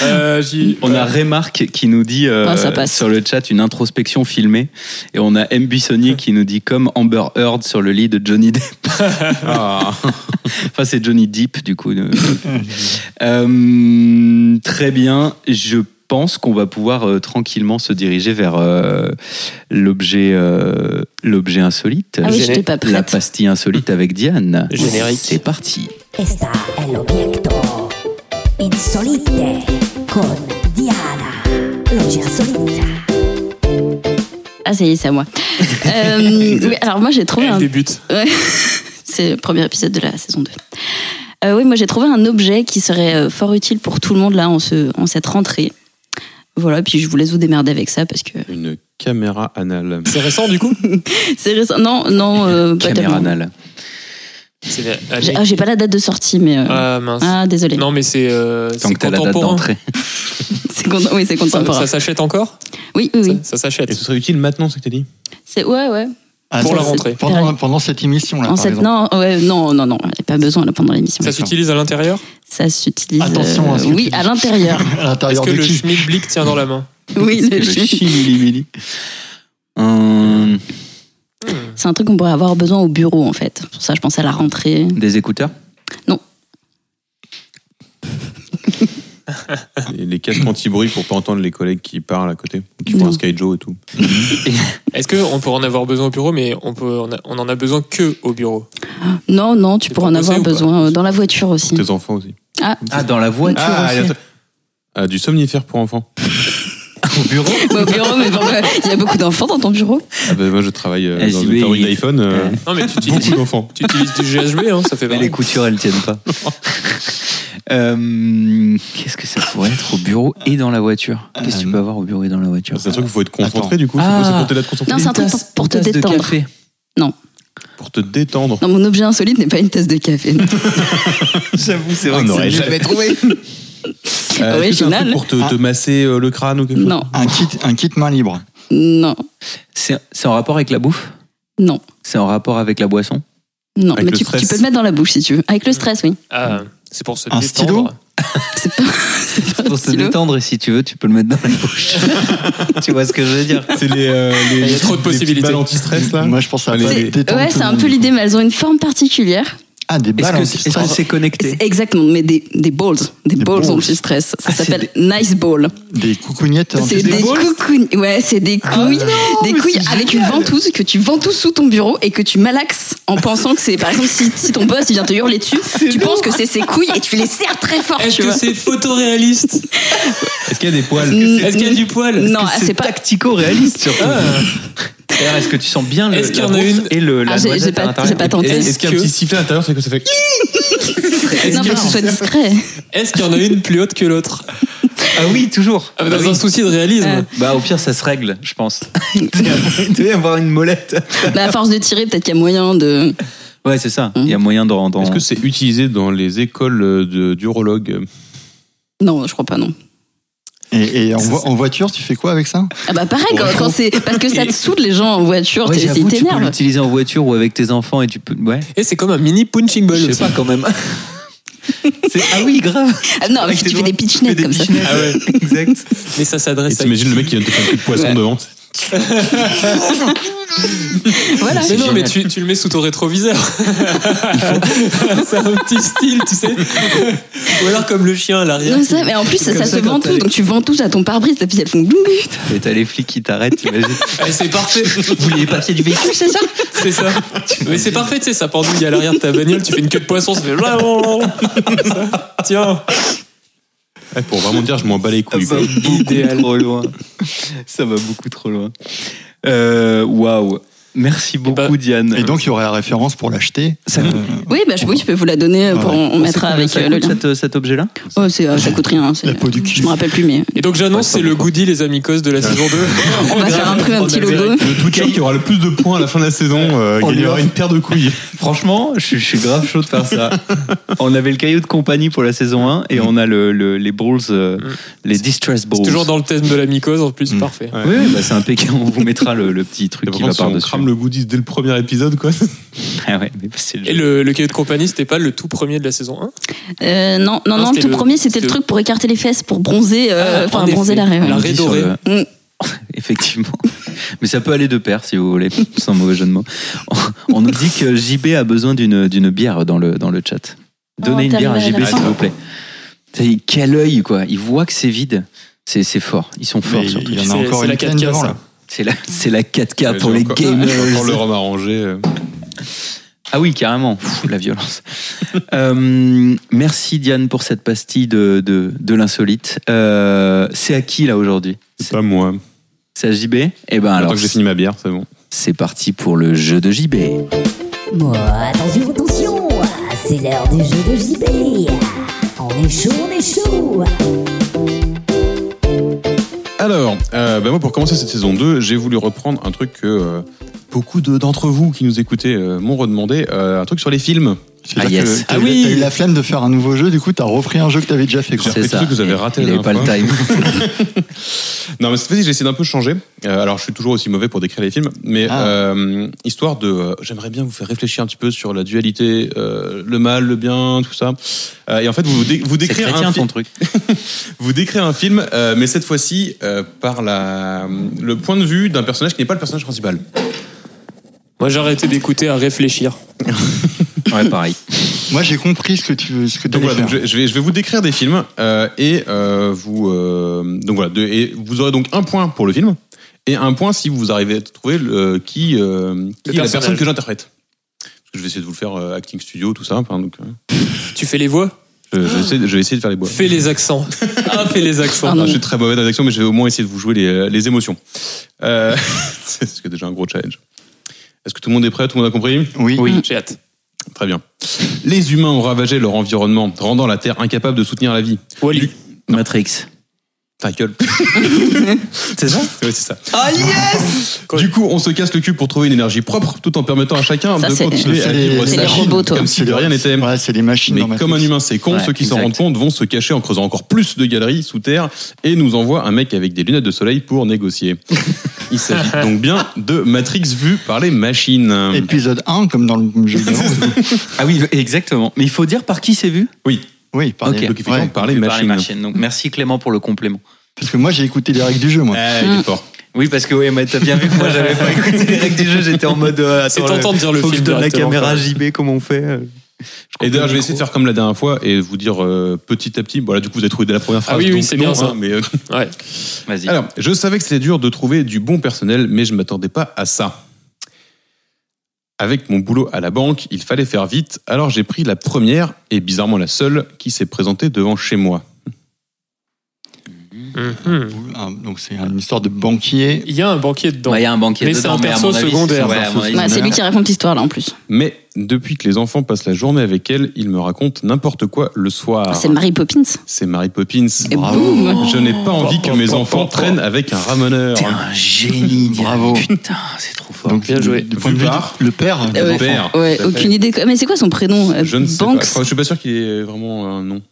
[SPEAKER 1] Euh, Gilles,
[SPEAKER 5] on a Remarque qui nous dit euh,
[SPEAKER 6] Ah, ça passe.
[SPEAKER 5] sur le chat une introspection filmée. Et on a M.
[SPEAKER 6] <laughs>
[SPEAKER 5] Buissonnier qui nous dit comme Amber Heard sur le lit de Johnny Depp.
[SPEAKER 1] <laughs>
[SPEAKER 2] Ah.
[SPEAKER 5] Enfin, c'est Johnny Deep,
[SPEAKER 1] <laughs>
[SPEAKER 5] du coup. Euh, très bien. Je pense qu'on va pouvoir euh, tranquillement se diriger vers euh, l'objet euh, l'objet insolite.
[SPEAKER 6] Ah oui, j'étais pas
[SPEAKER 5] La
[SPEAKER 6] prête.
[SPEAKER 5] pastille insolite avec Diane.
[SPEAKER 1] Générique.
[SPEAKER 5] C'est parti.
[SPEAKER 11] Esta è l'obietto insolite con Diana, l'oggi insolita.
[SPEAKER 6] Ah, ça y est, c'est à moi. Euh, oui, alors, moi, j'ai trouvé
[SPEAKER 1] elle
[SPEAKER 6] un
[SPEAKER 1] débute.
[SPEAKER 6] Ouais. C'est le premier épisode de la saison 2. Euh, oui, moi j'ai trouvé un objet qui serait euh, fort utile pour tout le monde là en, ce, en cette rentrée. Voilà, puis je vous laisse vous démerder avec ça parce que <laughs>
[SPEAKER 2] Une caméra anale.
[SPEAKER 1] C'est récent du coup
[SPEAKER 6] c'est récent. Non, non, euh, pas
[SPEAKER 5] Caméra
[SPEAKER 6] tellement.
[SPEAKER 5] anale.
[SPEAKER 1] C'est la-
[SPEAKER 6] J'ai ah, j'ai pas la date de sortie, mais. euh,
[SPEAKER 1] Ah mince.
[SPEAKER 6] Ah, désolé.
[SPEAKER 1] Non mais c'est euh,
[SPEAKER 5] Tant
[SPEAKER 1] c'est
[SPEAKER 5] que t'as la date
[SPEAKER 1] contemporain.
[SPEAKER 5] d'entrée.
[SPEAKER 6] <laughs> C'est con- Oui, c'est
[SPEAKER 1] Ça,
[SPEAKER 6] contemporain.
[SPEAKER 1] ça s'achète encore
[SPEAKER 6] oui, oui, oui.
[SPEAKER 1] Ça, ça
[SPEAKER 2] Et
[SPEAKER 1] s'achète.
[SPEAKER 2] ce serait utile maintenant, ce que t'as dit
[SPEAKER 6] C'est- Ouais, ouais.
[SPEAKER 3] Ah,
[SPEAKER 1] Pour
[SPEAKER 3] ça,
[SPEAKER 1] la
[SPEAKER 3] c'est-
[SPEAKER 1] rentrée.
[SPEAKER 3] Pendant, pendant cette émission, là,
[SPEAKER 6] En
[SPEAKER 3] par
[SPEAKER 6] cette...
[SPEAKER 3] exemple.
[SPEAKER 6] Non, ouais, non, non, non, j'ai pas besoin là pendant l'émission.
[SPEAKER 1] Ça s'utilise à l'intérieur
[SPEAKER 6] Ça s'utilise. euh,
[SPEAKER 3] Attention à ce que
[SPEAKER 6] oui,
[SPEAKER 3] tu
[SPEAKER 6] à
[SPEAKER 3] dis. <laughs>
[SPEAKER 6] l'intérieur.
[SPEAKER 3] À
[SPEAKER 1] Est-ce
[SPEAKER 3] l'intérieur
[SPEAKER 1] que
[SPEAKER 3] de
[SPEAKER 1] le
[SPEAKER 3] qui
[SPEAKER 1] Schmidblick tient dans la main
[SPEAKER 6] oui, le
[SPEAKER 5] Le
[SPEAKER 6] chien.
[SPEAKER 5] chimili-mili. Hum,
[SPEAKER 6] C'est un truc qu'on pourrait avoir besoin au bureau en fait. Pour ça, je pense à la rentrée.
[SPEAKER 5] des écouteurs
[SPEAKER 2] Les, les casques anti-bruit pour pas entendre les collègues qui parlent à côté, ou qui font
[SPEAKER 6] Non.
[SPEAKER 2] un Sky Joe et tout.
[SPEAKER 1] Est-ce qu'on peut en avoir besoin au bureau, mais on, peut, on, a- on en a besoin que au bureau
[SPEAKER 6] Non, non, tu
[SPEAKER 1] C'est
[SPEAKER 6] pourras en
[SPEAKER 1] pour bosser
[SPEAKER 6] avoir
[SPEAKER 1] ou pas
[SPEAKER 6] besoin euh, dans la voiture
[SPEAKER 1] Mm.
[SPEAKER 6] aussi.
[SPEAKER 2] Tes enfants aussi.
[SPEAKER 5] Ah, dans la voiture
[SPEAKER 2] et attends. Ah, du somnifère pour enfants.
[SPEAKER 5] au bureau
[SPEAKER 6] Moi, au bureau,
[SPEAKER 3] <laughs>
[SPEAKER 6] mais pourquoi Il y a beaucoup d'enfants dans ton bureuro
[SPEAKER 2] Ah bah, moi je travaille euh,
[SPEAKER 5] Eh,
[SPEAKER 2] dans
[SPEAKER 5] si,
[SPEAKER 2] une
[SPEAKER 5] mais
[SPEAKER 2] fabrique
[SPEAKER 5] il-
[SPEAKER 2] d'iPhone. euh,
[SPEAKER 1] Non, mais tu utilises,
[SPEAKER 2] <laughs> Beaucoup d'enfants.
[SPEAKER 1] tu utilises du GHB, hein, ça fait
[SPEAKER 5] Mais
[SPEAKER 1] pareil.
[SPEAKER 5] les coutures, elles tiennent pas. <laughs> Euh, Qu'est-ce que ça pourrait être au bureau et dans la voiture Qu'est-ce que tu peux avoir au bureau et dans la voiture
[SPEAKER 2] C'est un truc où il faut être concentré
[SPEAKER 3] Attends.
[SPEAKER 2] du coup.
[SPEAKER 5] Ah.
[SPEAKER 2] C'est pour t'aider à te concentrer.
[SPEAKER 6] Non, c'est un truc pour, pour te détendre.
[SPEAKER 2] <laughs> Pour te détendre.
[SPEAKER 6] Non, mon objet insolite n'est pas une tasse de café. non.
[SPEAKER 5] J'avoue, c'est
[SPEAKER 2] On n'aurait jamais
[SPEAKER 6] <laughs>
[SPEAKER 2] trouvé.
[SPEAKER 1] Ah,
[SPEAKER 2] Euh, est-ce que c'est un
[SPEAKER 6] Original.
[SPEAKER 2] truc pour te, te masser euh, le crâne ou quelque chose
[SPEAKER 6] Non,
[SPEAKER 3] un kit, un kit main libre.
[SPEAKER 6] non,
[SPEAKER 5] C'est c'est en rapport avec la bouffe
[SPEAKER 6] non,
[SPEAKER 5] C'est en rapport avec la boisson
[SPEAKER 6] non.
[SPEAKER 2] Avec
[SPEAKER 6] mais
[SPEAKER 2] le
[SPEAKER 6] tu,
[SPEAKER 2] stress.
[SPEAKER 6] tu peux le mettre dans la bouche si tu veux. Avec le stress,
[SPEAKER 2] <laughs>
[SPEAKER 6] oui.
[SPEAKER 1] Ah, c'est pour se
[SPEAKER 3] Un stylo
[SPEAKER 1] détendre.
[SPEAKER 6] C'est pas, c'est pas
[SPEAKER 5] <laughs>
[SPEAKER 6] un
[SPEAKER 5] Pour te
[SPEAKER 6] stylo.
[SPEAKER 5] détendre, et si tu veux, tu peux le mettre <laughs> dans la bouche. tu vois ce que je veux dire
[SPEAKER 2] C'est les,
[SPEAKER 1] <laughs>
[SPEAKER 2] euh, les-
[SPEAKER 1] Il y a trop de
[SPEAKER 2] les petites
[SPEAKER 1] possibilités.
[SPEAKER 2] balles anti-stress là.
[SPEAKER 3] Moi, je pense à
[SPEAKER 2] Allez,
[SPEAKER 3] pas
[SPEAKER 2] allez.
[SPEAKER 3] détendre
[SPEAKER 6] Ouais,
[SPEAKER 3] tout
[SPEAKER 6] c'est
[SPEAKER 3] le
[SPEAKER 6] un peu
[SPEAKER 3] monde.
[SPEAKER 6] l'idée, mais elles ont une forme particulière.
[SPEAKER 3] Ah, des
[SPEAKER 5] Est-ce
[SPEAKER 3] balles
[SPEAKER 5] que c'est est-ce que
[SPEAKER 3] anti-stress,
[SPEAKER 5] c'est connecté
[SPEAKER 6] C'est Exactement, mais des, des balls. Des,
[SPEAKER 3] Des
[SPEAKER 6] balls
[SPEAKER 3] balls.
[SPEAKER 6] anti-stress. Ça
[SPEAKER 5] Ah, c'est
[SPEAKER 6] s'appelle Nice Ball.
[SPEAKER 3] des coucougnettes
[SPEAKER 6] C'est
[SPEAKER 3] anti-stress.
[SPEAKER 6] des coucouilles. Ouais, c'est des couilles. des couilles avec une ventouse que tu ventouses sous ton bureau et que tu malaxes en pensant que c'est. Par exemple, si, si ton boss il vient te hurler dessus, tu penses que c'est ses couilles et tu les serres très fort,
[SPEAKER 1] Est-ce
[SPEAKER 6] tu
[SPEAKER 1] que
[SPEAKER 6] vois.
[SPEAKER 1] c'est photoréaliste
[SPEAKER 2] Est-ce qu'il y a des poils
[SPEAKER 1] Est-ce qu'il y a du poil
[SPEAKER 6] Non, ah, c'est pas.
[SPEAKER 5] tactico-réaliste surtout.
[SPEAKER 1] Ah,
[SPEAKER 5] D'ailleurs, est-ce que tu sens bien le,
[SPEAKER 1] Est-ce qu'il y
[SPEAKER 5] la
[SPEAKER 1] en a
[SPEAKER 5] bourse
[SPEAKER 1] une
[SPEAKER 5] et le, la
[SPEAKER 6] Ah, j'ai-
[SPEAKER 5] noisette
[SPEAKER 6] j'ai pas-
[SPEAKER 5] à l'intérieur
[SPEAKER 6] j'ai pas tenté.
[SPEAKER 2] Est-ce
[SPEAKER 1] Est-ce
[SPEAKER 2] qu'il y a
[SPEAKER 1] que-
[SPEAKER 2] un petit sifflet à l'intérieur, c'est que ça fait.
[SPEAKER 6] Non, faut que ce soit discret.
[SPEAKER 1] Est-ce qu'il y en a une plus haute que l'autre
[SPEAKER 5] Ah oui, toujours.
[SPEAKER 1] Ah, mais Dans un souci de
[SPEAKER 6] Euh.
[SPEAKER 1] réalisme.
[SPEAKER 5] Bah au pire ça se règle, je pense. <laughs> Il devait y avoir une molette.
[SPEAKER 6] Bah, à force de tirer, peut-être qu'il y a moyen de.
[SPEAKER 5] Ouais, c'est ça. Il y a moyen de rendre.
[SPEAKER 2] Est-ce que c'est utilisé dans les écoles euh, de- d'urologues
[SPEAKER 6] Non, je crois pas, non.
[SPEAKER 3] Et, et en, vo- en voiture, tu fais quoi avec ça
[SPEAKER 6] Ah bah pareil, quand, quand c'est. Parce que ça te soude les gens en voiture,
[SPEAKER 5] Ouais,
[SPEAKER 6] t'es-
[SPEAKER 5] j'avoue,
[SPEAKER 6] c'est
[SPEAKER 5] tu peux
[SPEAKER 6] t'énerve.
[SPEAKER 5] l'utiliser en voiture ou avec tes enfants et tu peux. Ouais.
[SPEAKER 1] Et c'est comme un mini punching ball. aussi.
[SPEAKER 5] quand même. C'est- ah oui, grave.
[SPEAKER 6] Ah non, mais
[SPEAKER 5] Avec
[SPEAKER 6] tu
[SPEAKER 5] tes
[SPEAKER 6] fais
[SPEAKER 5] doigts,
[SPEAKER 6] des pitchnettes
[SPEAKER 5] des
[SPEAKER 6] comme ça.
[SPEAKER 5] pitchnettes.
[SPEAKER 1] Ah ouais.
[SPEAKER 5] exact.
[SPEAKER 1] Mais ça
[SPEAKER 2] Et
[SPEAKER 1] s'adresse à
[SPEAKER 2] t'imagines le mec qui vient de te faire un coup de poisson devant
[SPEAKER 6] Voilà.
[SPEAKER 1] Ah, Mais non, mais
[SPEAKER 5] génial.
[SPEAKER 1] tu, tu le mets sous ton rétroviseur. <laughs> c'est un petit style, tu sais. Ou alors comme le chien à l'arrière.
[SPEAKER 6] Non, ça, mais en plus, ça,
[SPEAKER 1] Comme ça,
[SPEAKER 6] se
[SPEAKER 1] quand
[SPEAKER 6] vend tout,
[SPEAKER 1] t'as-
[SPEAKER 6] donc tu vends tout à ton pare-brise, et puis elles font gloum.
[SPEAKER 5] Et t'as les flics qui t'arrêtent, t'imagines.
[SPEAKER 1] Ah, c'est parfait.
[SPEAKER 5] Vous les papiers du véhicule.
[SPEAKER 6] C'est ça
[SPEAKER 1] C'est ça. Mais c'est parfait, tu sais, ça pendouille à l'arrière de ta bagnole, tu fais une queue de poisson, ça fait. Ça, Tiens.
[SPEAKER 2] Eh, Pour vraiment dire, je m'en bats les couilles.
[SPEAKER 5] Ça va
[SPEAKER 2] quoi.
[SPEAKER 5] beaucoup
[SPEAKER 1] Idéal.
[SPEAKER 5] trop loin. Ça va beaucoup trop loin. Euh, Waouh. Merci beaucoup,
[SPEAKER 1] ben,
[SPEAKER 5] Diane.
[SPEAKER 3] Et donc, il y aurait la référence pour l'acheter.
[SPEAKER 5] Ça
[SPEAKER 3] Euh,
[SPEAKER 6] Oui, bah, je, oui, je peux vous la donner, euh, pour, on, on mettra avec
[SPEAKER 5] ça
[SPEAKER 6] euh, le
[SPEAKER 5] coûte
[SPEAKER 6] lien.
[SPEAKER 5] cet, cet objet-là
[SPEAKER 6] Oh, c'est, euh, ça coûte rien. hein, c'est-
[SPEAKER 3] La peau du cul.
[SPEAKER 6] Je me rappelle plus, mais
[SPEAKER 1] Et donc j'annonce, c'est le goodie, les amicos de la saison 2.
[SPEAKER 6] on va faire imprimer un petit logo.
[SPEAKER 2] Le Twitcher qui aura le plus de points à la fin de la saison, euh,
[SPEAKER 5] On lui
[SPEAKER 2] gagnera
[SPEAKER 5] offre.
[SPEAKER 2] une paire de couilles.
[SPEAKER 5] Franchement, je, suis- je suis grave chaud de faire ça. on avait le caillou de compagnie pour la saison 1 et on a le, le- les balls, euh, les distress balls.
[SPEAKER 1] C'est toujours dans le thème de l'amicose en plus,
[SPEAKER 2] Mm.
[SPEAKER 1] parfait.
[SPEAKER 5] Oui, oui, bah, c'est impeccable. On vous mettra le, le petit truc qui va
[SPEAKER 2] si on
[SPEAKER 5] par-dessus.
[SPEAKER 2] crame le goodies dès le premier épisode, <laughs> quoi.
[SPEAKER 5] <laughs> Ah ouais, mais c'est le
[SPEAKER 1] Et
[SPEAKER 5] jeu.
[SPEAKER 1] le, le cahier de compagnie, c'était pas le tout premier de la saison 1
[SPEAKER 6] Euh, non,
[SPEAKER 1] Non,
[SPEAKER 6] non, non, le
[SPEAKER 1] c'était
[SPEAKER 6] tout
[SPEAKER 1] le-
[SPEAKER 6] premier, c'était le
[SPEAKER 1] c'était-
[SPEAKER 6] truc pour écarter les fesses, pour bronzer, euh,
[SPEAKER 1] Ah,
[SPEAKER 6] enfin,
[SPEAKER 1] en effet.
[SPEAKER 6] bronzer l'arrêt. ouais.
[SPEAKER 1] La-
[SPEAKER 5] On dit sur
[SPEAKER 1] dorée.
[SPEAKER 5] le-
[SPEAKER 6] Mm.
[SPEAKER 5] Effectivement. <laughs> Mais ça peut aller de pair, si vous voulez, <laughs> sans mauvais jeu de mots. On- On nous dit que JB a besoin d'une d'une bière dans le, dans le chat. Donnez
[SPEAKER 6] Oh,
[SPEAKER 5] une bière à
[SPEAKER 6] t'arrives à
[SPEAKER 5] JB,
[SPEAKER 6] la
[SPEAKER 5] s'il
[SPEAKER 6] fin.
[SPEAKER 5] vous plaît. Ça y est, Quel œil, quoi. Il voit que c'est vide. C'est c'est fort. Ils sont forts,
[SPEAKER 3] mais
[SPEAKER 5] surtout.
[SPEAKER 3] il y en a
[SPEAKER 1] C'est-
[SPEAKER 3] encore
[SPEAKER 1] c'est
[SPEAKER 3] une
[SPEAKER 1] la
[SPEAKER 3] quinzaine
[SPEAKER 1] 4K,
[SPEAKER 3] devant,
[SPEAKER 1] ça.
[SPEAKER 3] là.
[SPEAKER 6] Ah,
[SPEAKER 5] C'est la, c'est la 4K pour
[SPEAKER 2] J'ai
[SPEAKER 5] les
[SPEAKER 2] encore- <laughs> j'ai Encore le
[SPEAKER 5] gamers.
[SPEAKER 2] rhum arrangé. euh.
[SPEAKER 5] Ah oui, carrément. Pff, la violence. <laughs> Euh, merci Diane pour cette pastille de, de, de l'insolite. Euh, c'est à qui là aujourd'hui
[SPEAKER 2] C'est pas moi.
[SPEAKER 5] C'est à JB Eh ben
[SPEAKER 2] Tant
[SPEAKER 5] alors,
[SPEAKER 2] que j'ai fini ma bière, c'est bon.
[SPEAKER 5] c'est parti pour le jeu de JB.
[SPEAKER 11] Bon, attention, attention, c'est l'heure du jeu de JB. On est chaud, on est chaud.
[SPEAKER 2] Alors, euh, bah moi pour commencer cette saison 2, j'ai voulu reprendre un truc que euh, beaucoup de- d'entre vous qui nous écoutez euh, m'ont redemandé, euh, un truc sur les films.
[SPEAKER 3] C'est-à-dire
[SPEAKER 5] Ah, yes.
[SPEAKER 3] que t'as
[SPEAKER 5] Ah
[SPEAKER 3] eu-
[SPEAKER 5] oui.
[SPEAKER 3] t'as eu la flemme de faire un nouveau jeu, du coup, t'as repris un jeu que t'avais déjà fait. quoi.
[SPEAKER 2] J'ai repris tout ce que vous avez raté
[SPEAKER 5] Il
[SPEAKER 2] la
[SPEAKER 5] avait pas
[SPEAKER 2] dernière
[SPEAKER 5] le
[SPEAKER 2] fois.
[SPEAKER 5] time.
[SPEAKER 2] Non mais cette fois-ci j'ai essayé d'un peu changer. Euh, alors je suis toujours aussi mauvais pour décrire les films, mais
[SPEAKER 3] Ah.
[SPEAKER 2] euh, histoire de... euh, J'aimerais bien vous faire réfléchir un petit peu sur la dualité, euh, le mal, le bien, tout ça. Euh, et en fait vous, dé- vous
[SPEAKER 5] C'est
[SPEAKER 2] décrire
[SPEAKER 5] chrétien
[SPEAKER 2] un
[SPEAKER 5] ton
[SPEAKER 2] film...
[SPEAKER 5] truc.
[SPEAKER 2] Vous décrire un film, euh, mais cette fois-ci euh, par la, le point de vue d'un personnage qui n'est pas le personnage principal.
[SPEAKER 1] Moi j'ai arrêté d'écouter à réfléchir.
[SPEAKER 5] Ouais, pareil.
[SPEAKER 3] Moi, j'ai compris ce que tu veux, ce que
[SPEAKER 2] Donc
[SPEAKER 3] t'allais
[SPEAKER 2] voilà, donc
[SPEAKER 3] faire.
[SPEAKER 2] je, je vais, je vais vous décrire des films euh, et euh, vous euh, donc voilà, de- et vous aurez donc un point pour le film et un point si vous arrivez à trouver le, qui, euh, qui
[SPEAKER 1] Le
[SPEAKER 2] est la
[SPEAKER 1] personnage.
[SPEAKER 2] personne que j'interprète. Parce que je vais essayer de vous le faire euh, acting studio tout ça. enfin, donc, euh,
[SPEAKER 1] Tu fais les voix
[SPEAKER 2] je, je vais essayer de- je vais essayer de faire les bois.
[SPEAKER 1] Fais les <laughs> accents. Ah, fais les accents.
[SPEAKER 2] Alors, je suis très mauvais dans les actions, mais je vais au moins essayer de vous jouer les, les émotions. Euh, <laughs> C'est ce que déjà un gros challenge. Est-ce que tout le monde est prêt Tout le monde a compris
[SPEAKER 3] Oui.
[SPEAKER 1] J'ai hâte.
[SPEAKER 2] Très bien. Les humains ont ravagé leur environnement, rendant la Terre incapable de soutenir la vie.
[SPEAKER 1] Wally.
[SPEAKER 5] Matrix.
[SPEAKER 2] Ta gueule.
[SPEAKER 5] C'est ça
[SPEAKER 2] Ouais, c'est ça.
[SPEAKER 6] Ah yes
[SPEAKER 2] Du coup, on se casse le cul pour trouver une énergie propre, tout en permettant à chacun
[SPEAKER 6] Ça,
[SPEAKER 2] de
[SPEAKER 6] c'est-
[SPEAKER 2] continuer
[SPEAKER 3] c'est
[SPEAKER 2] à
[SPEAKER 3] les-
[SPEAKER 2] vivre
[SPEAKER 3] c'est
[SPEAKER 2] sa
[SPEAKER 3] les
[SPEAKER 2] vie
[SPEAKER 6] robots, toi.
[SPEAKER 2] comme si de rien n'était.
[SPEAKER 3] Ouais, c'est les machines.
[SPEAKER 2] Mais
[SPEAKER 3] dans Matrix.
[SPEAKER 2] comme un humain c'est con,
[SPEAKER 5] Ouais,
[SPEAKER 2] ceux qui s'en
[SPEAKER 5] exact.
[SPEAKER 2] rendent compte vont se cacher en creusant encore plus de galeries sous terre et nous envoient un mec avec des lunettes de soleil pour négocier. Il s'agit donc bien de Matrix vue par les machines.
[SPEAKER 3] Épisode 1, comme dans le jeu vidéo.
[SPEAKER 5] Ah oui, exactement. Mais il faut dire par qui c'est vu
[SPEAKER 2] Oui,
[SPEAKER 3] oui, par
[SPEAKER 5] Ok.
[SPEAKER 3] les-
[SPEAKER 2] donc effectivement,
[SPEAKER 3] ouais.
[SPEAKER 2] par les
[SPEAKER 5] Par
[SPEAKER 2] machines.
[SPEAKER 5] les machines. Donc merci Clément pour le complément.
[SPEAKER 3] Parce que moi, j'ai écouté les règles du jeu, moi.
[SPEAKER 2] Eh, il est fort.
[SPEAKER 5] Oui, parce que oui, mais t'as bien vu que moi j'avais pas écouté les règles du jeu, j'étais en mode. euh, attends,
[SPEAKER 1] C'est tentant de dire le
[SPEAKER 5] faut que je
[SPEAKER 1] film
[SPEAKER 5] donne la
[SPEAKER 1] directement, quoi.
[SPEAKER 5] caméra à JB, comment on fait euh, je
[SPEAKER 2] Et d'ailleurs, je vais
[SPEAKER 5] comprends
[SPEAKER 2] essayer de
[SPEAKER 5] pas
[SPEAKER 2] faire comme la dernière fois et vous dire euh, petit à petit. Voilà, du coup, vous avez trouvé dès la première phrase.
[SPEAKER 1] Ah oui, oui,
[SPEAKER 2] donc
[SPEAKER 1] c'est
[SPEAKER 2] non,
[SPEAKER 1] bien ça.
[SPEAKER 2] hein, mais euh,
[SPEAKER 1] Ouais.
[SPEAKER 5] trop. Vas-y.
[SPEAKER 2] Alors, je savais que c'était dur de trouver du bon personnel, mais je m'attendais pas à ça. Avec mon boulot à la banque, il fallait faire vite, alors j'ai pris la première, et bizarrement la seule, qui s'est présentée devant chez moi.
[SPEAKER 3] Un- Ah, donc c'est une histoire de banquier.
[SPEAKER 1] Mm-hmm. Il y a un banquier dedans.
[SPEAKER 5] Bah, il y a un banquier
[SPEAKER 1] Mais c'est
[SPEAKER 5] dedans,
[SPEAKER 1] un
[SPEAKER 5] mais à
[SPEAKER 1] perso
[SPEAKER 5] mon avis,
[SPEAKER 1] secondaire.
[SPEAKER 5] c'est- ouais, à mon avis,
[SPEAKER 6] Ouais, Bah, c'est lui qui raconte l'histoire là en plus.
[SPEAKER 2] Mais depuis que les enfants passent la journée avec elle, ils me racontent n'importe quoi le soir.
[SPEAKER 6] Ah, C'est Mary Poppins.
[SPEAKER 2] C'est Mary Poppins.
[SPEAKER 6] Et boum
[SPEAKER 2] Je n'ai pas envie que mes enfants traînent avec un ramoneur.
[SPEAKER 5] T'es un génie, Diane.
[SPEAKER 3] Bravo.
[SPEAKER 5] Putain, c'est trop fort.
[SPEAKER 3] Donc,
[SPEAKER 1] Bien joué.
[SPEAKER 3] Du, du point de
[SPEAKER 2] Du
[SPEAKER 3] vue
[SPEAKER 2] bar.
[SPEAKER 3] du- le père. des
[SPEAKER 6] Ah ouais.
[SPEAKER 3] enfants.
[SPEAKER 2] Père.
[SPEAKER 6] Ouais, aucune idée. de- Mais c'est quoi son prénom euh,
[SPEAKER 2] Je ne sais
[SPEAKER 6] Banks
[SPEAKER 2] pas. Enfin, je suis pas sûr qu'il ait vraiment un nom.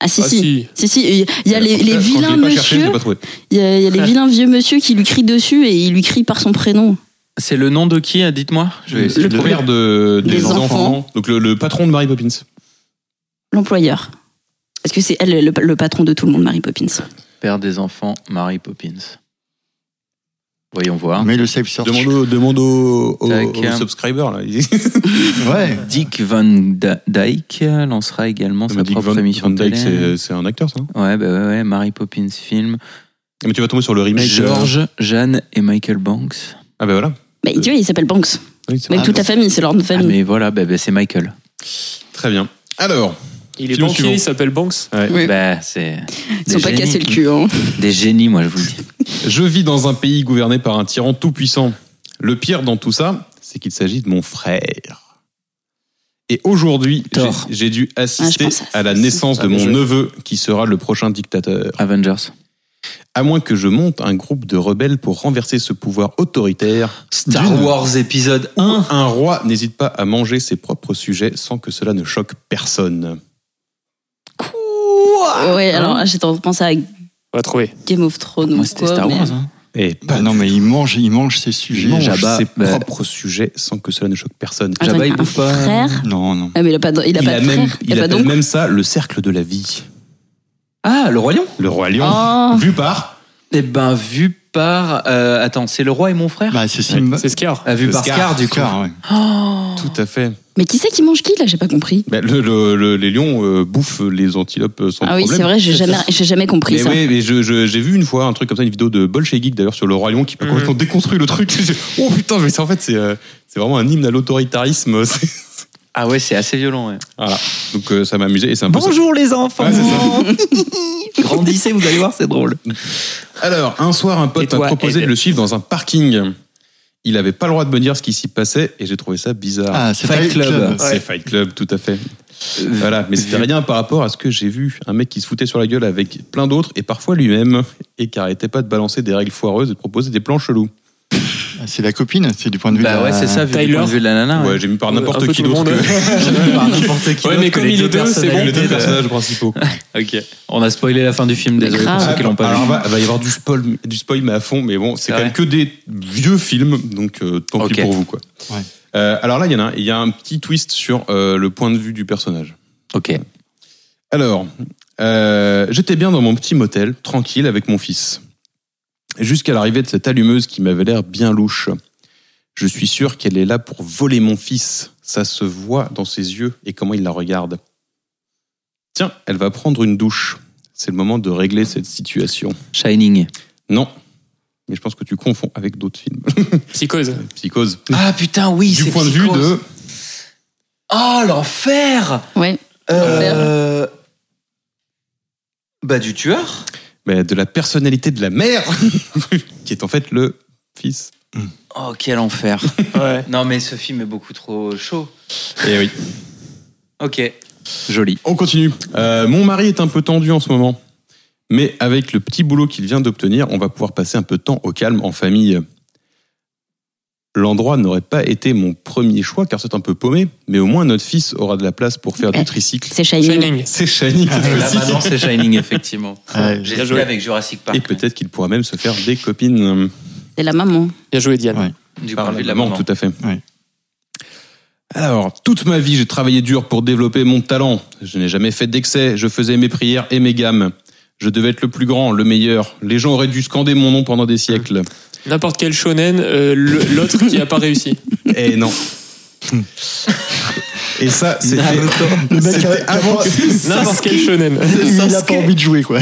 [SPEAKER 6] Ah si
[SPEAKER 1] Ah,
[SPEAKER 6] si.
[SPEAKER 1] si.
[SPEAKER 6] Si si, il y- il y a les, les
[SPEAKER 2] Quand Euh, je l'ai
[SPEAKER 6] vilains
[SPEAKER 2] pas cherché, je l'ai
[SPEAKER 6] monsieur,
[SPEAKER 2] pas trouvé.
[SPEAKER 6] il y, a, il y a les vilains vieux monsieur qui lui crient dessus et il lui crie par son prénom.
[SPEAKER 5] C'est le nom de qui euh, Dites-moi. Je vais essayer.
[SPEAKER 2] Le, père de, des,
[SPEAKER 6] des
[SPEAKER 2] enfants.
[SPEAKER 6] enfants.
[SPEAKER 2] Donc le, le patron de Mary Poppins.
[SPEAKER 6] L'employeur. Est-ce que c'est elle le, le patron de tout le monde, Mary Poppins
[SPEAKER 5] Père des enfants, Mary Poppins. Voyons voir.
[SPEAKER 3] Mais le safe search.
[SPEAKER 2] Demande au, demande au, au-
[SPEAKER 5] Tac,
[SPEAKER 2] au
[SPEAKER 5] euh,
[SPEAKER 2] subscriber là.
[SPEAKER 3] Ouais.
[SPEAKER 5] Dick Van Da- Dyke lancera également sa
[SPEAKER 2] Ah, Dick
[SPEAKER 5] propre
[SPEAKER 2] Van,
[SPEAKER 5] émission
[SPEAKER 2] Van
[SPEAKER 5] de
[SPEAKER 2] Dyke,
[SPEAKER 5] télé.
[SPEAKER 2] c'est- c'est un acteur ça. non
[SPEAKER 5] Ouais, bah ouais, ouais, Mary Poppins film.
[SPEAKER 2] Mais tu vas tomber sur le remake. euh,
[SPEAKER 5] George, Jeanne et Michael Banks.
[SPEAKER 2] Ah bah voilà.
[SPEAKER 6] bah, Tu vois, il s'appelle Banks.
[SPEAKER 2] Oui, c'est
[SPEAKER 6] Avec
[SPEAKER 2] vrai.
[SPEAKER 6] toute la famille, c'est leur nom de
[SPEAKER 5] Ah,
[SPEAKER 6] famille.
[SPEAKER 5] mais voilà, bah, bah, c'est Michael.
[SPEAKER 2] Ah, Très bien. Alors,
[SPEAKER 1] Il est
[SPEAKER 2] Film suivant.
[SPEAKER 1] banquier, il s'appelle Banks.
[SPEAKER 6] Oui.
[SPEAKER 5] Bah, c'est.
[SPEAKER 6] Ils sont
[SPEAKER 5] des
[SPEAKER 6] pas
[SPEAKER 5] génies.
[SPEAKER 6] cassés le cul. Hein.
[SPEAKER 5] Des génies, moi, je vous le dis.
[SPEAKER 2] je vis dans un pays gouverné par un tyran tout puissant. Le pire dans tout ça, c'est qu'il s'agit de mon frère. Et aujourd'hui, j'ai-
[SPEAKER 5] Thor.
[SPEAKER 2] j'ai dû assister
[SPEAKER 6] Ah, pense à ça
[SPEAKER 2] à la
[SPEAKER 6] aussi.
[SPEAKER 2] naissance de
[SPEAKER 1] Ah, bien
[SPEAKER 2] mon
[SPEAKER 1] joué.
[SPEAKER 2] neveu qui sera le prochain dictateur.
[SPEAKER 5] Avengers.
[SPEAKER 2] À moins que je monte un groupe de rebelles pour renverser ce pouvoir autoritaire,
[SPEAKER 5] Star
[SPEAKER 2] Dune.
[SPEAKER 5] Wars épisode
[SPEAKER 2] où un roi n'hésite pas à manger ses propres sujets sans que cela ne choque personne.
[SPEAKER 6] Ouais, alors ah, j'ai tendance à penser à
[SPEAKER 1] On va trouver.
[SPEAKER 6] Game of Thrones.
[SPEAKER 5] Moi,
[SPEAKER 6] ou
[SPEAKER 5] c'était
[SPEAKER 6] quoi,
[SPEAKER 5] Star
[SPEAKER 6] mais-
[SPEAKER 5] Wars. hein.
[SPEAKER 2] Et
[SPEAKER 3] Bah non, mais il mange, il mange ses
[SPEAKER 2] il
[SPEAKER 3] sujets.
[SPEAKER 2] mange
[SPEAKER 5] Jabba,
[SPEAKER 2] ses
[SPEAKER 5] bah-
[SPEAKER 2] propres sujets sans que cela ne choque personne.
[SPEAKER 6] Attends,
[SPEAKER 5] Jabba,
[SPEAKER 6] il
[SPEAKER 5] il
[SPEAKER 6] a un
[SPEAKER 5] bouffe pas-
[SPEAKER 6] frère
[SPEAKER 3] Non, non.
[SPEAKER 6] Ah, mais il a pas de, Ah, il a
[SPEAKER 2] il
[SPEAKER 6] pas
[SPEAKER 2] a
[SPEAKER 6] de
[SPEAKER 2] même,
[SPEAKER 6] frère. Il
[SPEAKER 2] il
[SPEAKER 6] a pas
[SPEAKER 2] appelle
[SPEAKER 6] d'oncle.
[SPEAKER 2] même ça le cercle de la vie.
[SPEAKER 5] Ah, le Royaume
[SPEAKER 2] Le roi lion,
[SPEAKER 6] Oh.
[SPEAKER 2] vu par
[SPEAKER 5] Eh ben, vu par. euh, attends, c'est le roi et mon frère
[SPEAKER 3] Bah c'est Simba.
[SPEAKER 1] C'est Scar.
[SPEAKER 5] Ah, Vu
[SPEAKER 2] le
[SPEAKER 5] par
[SPEAKER 2] Scar. hein.
[SPEAKER 5] Scar, du coup.
[SPEAKER 3] Scar, ouais.
[SPEAKER 5] Oh.
[SPEAKER 2] tout à fait.
[SPEAKER 6] Mais qui c'est qui mange qui là J'ai pas compris.
[SPEAKER 2] Bah, le- le- le- les lions euh, bouffent les antilopes euh, sans
[SPEAKER 6] Ah oui,
[SPEAKER 2] problème.
[SPEAKER 6] c'est vrai, j'ai jamais, j'ai jamais compris
[SPEAKER 2] Mais
[SPEAKER 6] ça.
[SPEAKER 2] oui, mais je- je- j'ai vu une fois un truc comme ça, une vidéo de Bolche Geek d'ailleurs sur le Roi Lion qui peut
[SPEAKER 1] Mhm.
[SPEAKER 2] complètement déconstruire le truc. <laughs> J'ai- oh putain, mais c'est en fait, c'est euh, c'est vraiment un hymne à l'autoritarisme. <laughs> C'est-
[SPEAKER 5] Ah ouais, c'est assez violent. ouais.
[SPEAKER 2] voilà. Donc euh, ça m'a amusé et c'est un peu ça.
[SPEAKER 5] les enfants
[SPEAKER 2] Ouais,
[SPEAKER 5] Grandissez, vous allez voir, c'est drôle.
[SPEAKER 2] <laughs> Alors, un soir, un
[SPEAKER 1] Et
[SPEAKER 2] pote
[SPEAKER 1] toi,
[SPEAKER 2] m'a proposé de
[SPEAKER 1] Ed
[SPEAKER 2] le suivre dans un parking. Il avait pas le droit de me dire ce qui s'y passait et j'ai trouvé ça bizarre.
[SPEAKER 3] Ah, c'est
[SPEAKER 5] Fight
[SPEAKER 3] Fight
[SPEAKER 5] Club.
[SPEAKER 3] Club.
[SPEAKER 2] C'est
[SPEAKER 1] Ouais.
[SPEAKER 2] Fight Club, tout à fait. Voilà, mais c'était rien par rapport à ce que j'ai vu. Un mec qui se foutait sur la gueule avec plein d'autres et parfois lui-même et qui arrêtait pas de balancer des règles foireuses et de proposer des plans chelous.
[SPEAKER 3] Ah, C'est la copine, c'est du point de vue de
[SPEAKER 5] Bah
[SPEAKER 3] la-
[SPEAKER 5] ouais, c'est ça, vu
[SPEAKER 1] Tyler.
[SPEAKER 5] le point de vue de la nana.
[SPEAKER 2] Ouais,
[SPEAKER 5] ouais.
[SPEAKER 2] j'ai mis par
[SPEAKER 1] Ah Un
[SPEAKER 2] n'importe
[SPEAKER 1] peu
[SPEAKER 2] qui
[SPEAKER 1] tout le
[SPEAKER 2] d'autre
[SPEAKER 1] monde.
[SPEAKER 2] <laughs> que
[SPEAKER 5] Par n'importe
[SPEAKER 2] <laughs>
[SPEAKER 5] qui
[SPEAKER 1] Ouais,
[SPEAKER 5] d'autre
[SPEAKER 1] mais
[SPEAKER 5] que
[SPEAKER 1] comme il est deux, euh, c'est bon.
[SPEAKER 2] les
[SPEAKER 5] personnalités
[SPEAKER 2] deux
[SPEAKER 5] de-
[SPEAKER 2] personnages principaux.
[SPEAKER 5] Ok. On a spoilé la fin du film,
[SPEAKER 6] Mais
[SPEAKER 5] désolé pour
[SPEAKER 6] grave.
[SPEAKER 5] ceux qui l'ont pas
[SPEAKER 2] Alors,
[SPEAKER 5] vu.
[SPEAKER 2] va, va y avoir du spoil, du spoil, mais à fond. Mais bon, c'est
[SPEAKER 5] C'est
[SPEAKER 2] quand même
[SPEAKER 5] vrai.
[SPEAKER 2] que des vieux films, donc euh, tant
[SPEAKER 5] Ok.
[SPEAKER 2] pis pour vous, quoi.
[SPEAKER 3] Ouais.
[SPEAKER 2] Euh, alors là, il y en a un. Il y a un petit twist sur euh, le point de vue du personnage.
[SPEAKER 5] Ok.
[SPEAKER 2] Alors, euh, j'étais bien dans mon petit motel, tranquille, avec mon fils. Jusqu'à l'arrivée de cette allumeuse qui m'avait l'air bien louche. Je suis sûr qu'elle est là pour voler mon fils. Ça se voit dans ses yeux et comment il la regarde. Tiens, elle va prendre une douche. C'est le moment de régler cette situation.
[SPEAKER 5] Shining.
[SPEAKER 2] Non. Mais je pense que tu confonds avec d'autres films.
[SPEAKER 1] Psychose.
[SPEAKER 2] <laughs> Psychose.
[SPEAKER 5] Ah putain, oui,
[SPEAKER 2] du
[SPEAKER 5] c'est
[SPEAKER 2] point de vue
[SPEAKER 5] Psychose.
[SPEAKER 2] de.
[SPEAKER 5] Oh, l'enfer
[SPEAKER 6] Ouais.
[SPEAKER 5] Euh, Bah, du tueur
[SPEAKER 2] bah, de la personnalité de la mère, <laughs> qui est en fait le fils.
[SPEAKER 5] Oh, quel enfer.
[SPEAKER 1] Ouais.
[SPEAKER 5] <laughs> non, mais ce film est beaucoup trop chaud.
[SPEAKER 2] Et Eh oui.
[SPEAKER 5] Ok. Joli.
[SPEAKER 2] On continue. Euh, mon mari est un peu tendu en ce moment. Mais avec le petit boulot qu'il vient d'obtenir, on va pouvoir passer un peu de temps au calme en famille. L'endroit n'aurait pas été mon premier choix car c'est un peu paumé, mais au moins notre fils aura de la place pour faire du tricycle.
[SPEAKER 6] C'est Shining.
[SPEAKER 1] Shining.
[SPEAKER 2] C'est shiny cette
[SPEAKER 5] Là,
[SPEAKER 2] fois-ci.
[SPEAKER 5] maintenant, c'est Shining, effectivement.
[SPEAKER 3] Ouais.
[SPEAKER 5] J'ai
[SPEAKER 1] Bien
[SPEAKER 5] joué
[SPEAKER 1] joué.
[SPEAKER 5] avec Jurassic Park.
[SPEAKER 2] Et peut-être qu'il pourra même se faire des copines.
[SPEAKER 6] C'est la maman.
[SPEAKER 1] Bien joué, Diane.
[SPEAKER 3] Ouais.
[SPEAKER 5] hein, Du
[SPEAKER 2] Par
[SPEAKER 5] point de vue de la
[SPEAKER 2] maman,
[SPEAKER 5] maman.
[SPEAKER 2] tout à fait.
[SPEAKER 3] Oui.
[SPEAKER 2] Alors, toute ma vie, j'ai travaillé dur pour développer mon talent. Je n'ai jamais fait d'excès, je faisais mes prières et mes gammes. Je devais être le plus grand, le meilleur. Les gens auraient dû scander mon nom pendant des
[SPEAKER 5] <laughs>
[SPEAKER 2] siècles.
[SPEAKER 1] N'importe quel shonen, euh, le- l'autre qui a pas
[SPEAKER 5] <laughs>
[SPEAKER 1] réussi.
[SPEAKER 2] Eh non. Et ça, c'était
[SPEAKER 3] Le mec
[SPEAKER 2] C'était
[SPEAKER 3] a-
[SPEAKER 2] avant
[SPEAKER 3] a-
[SPEAKER 1] N'importe quel shonen.
[SPEAKER 3] <laughs> il a pas envie de jouer quoi.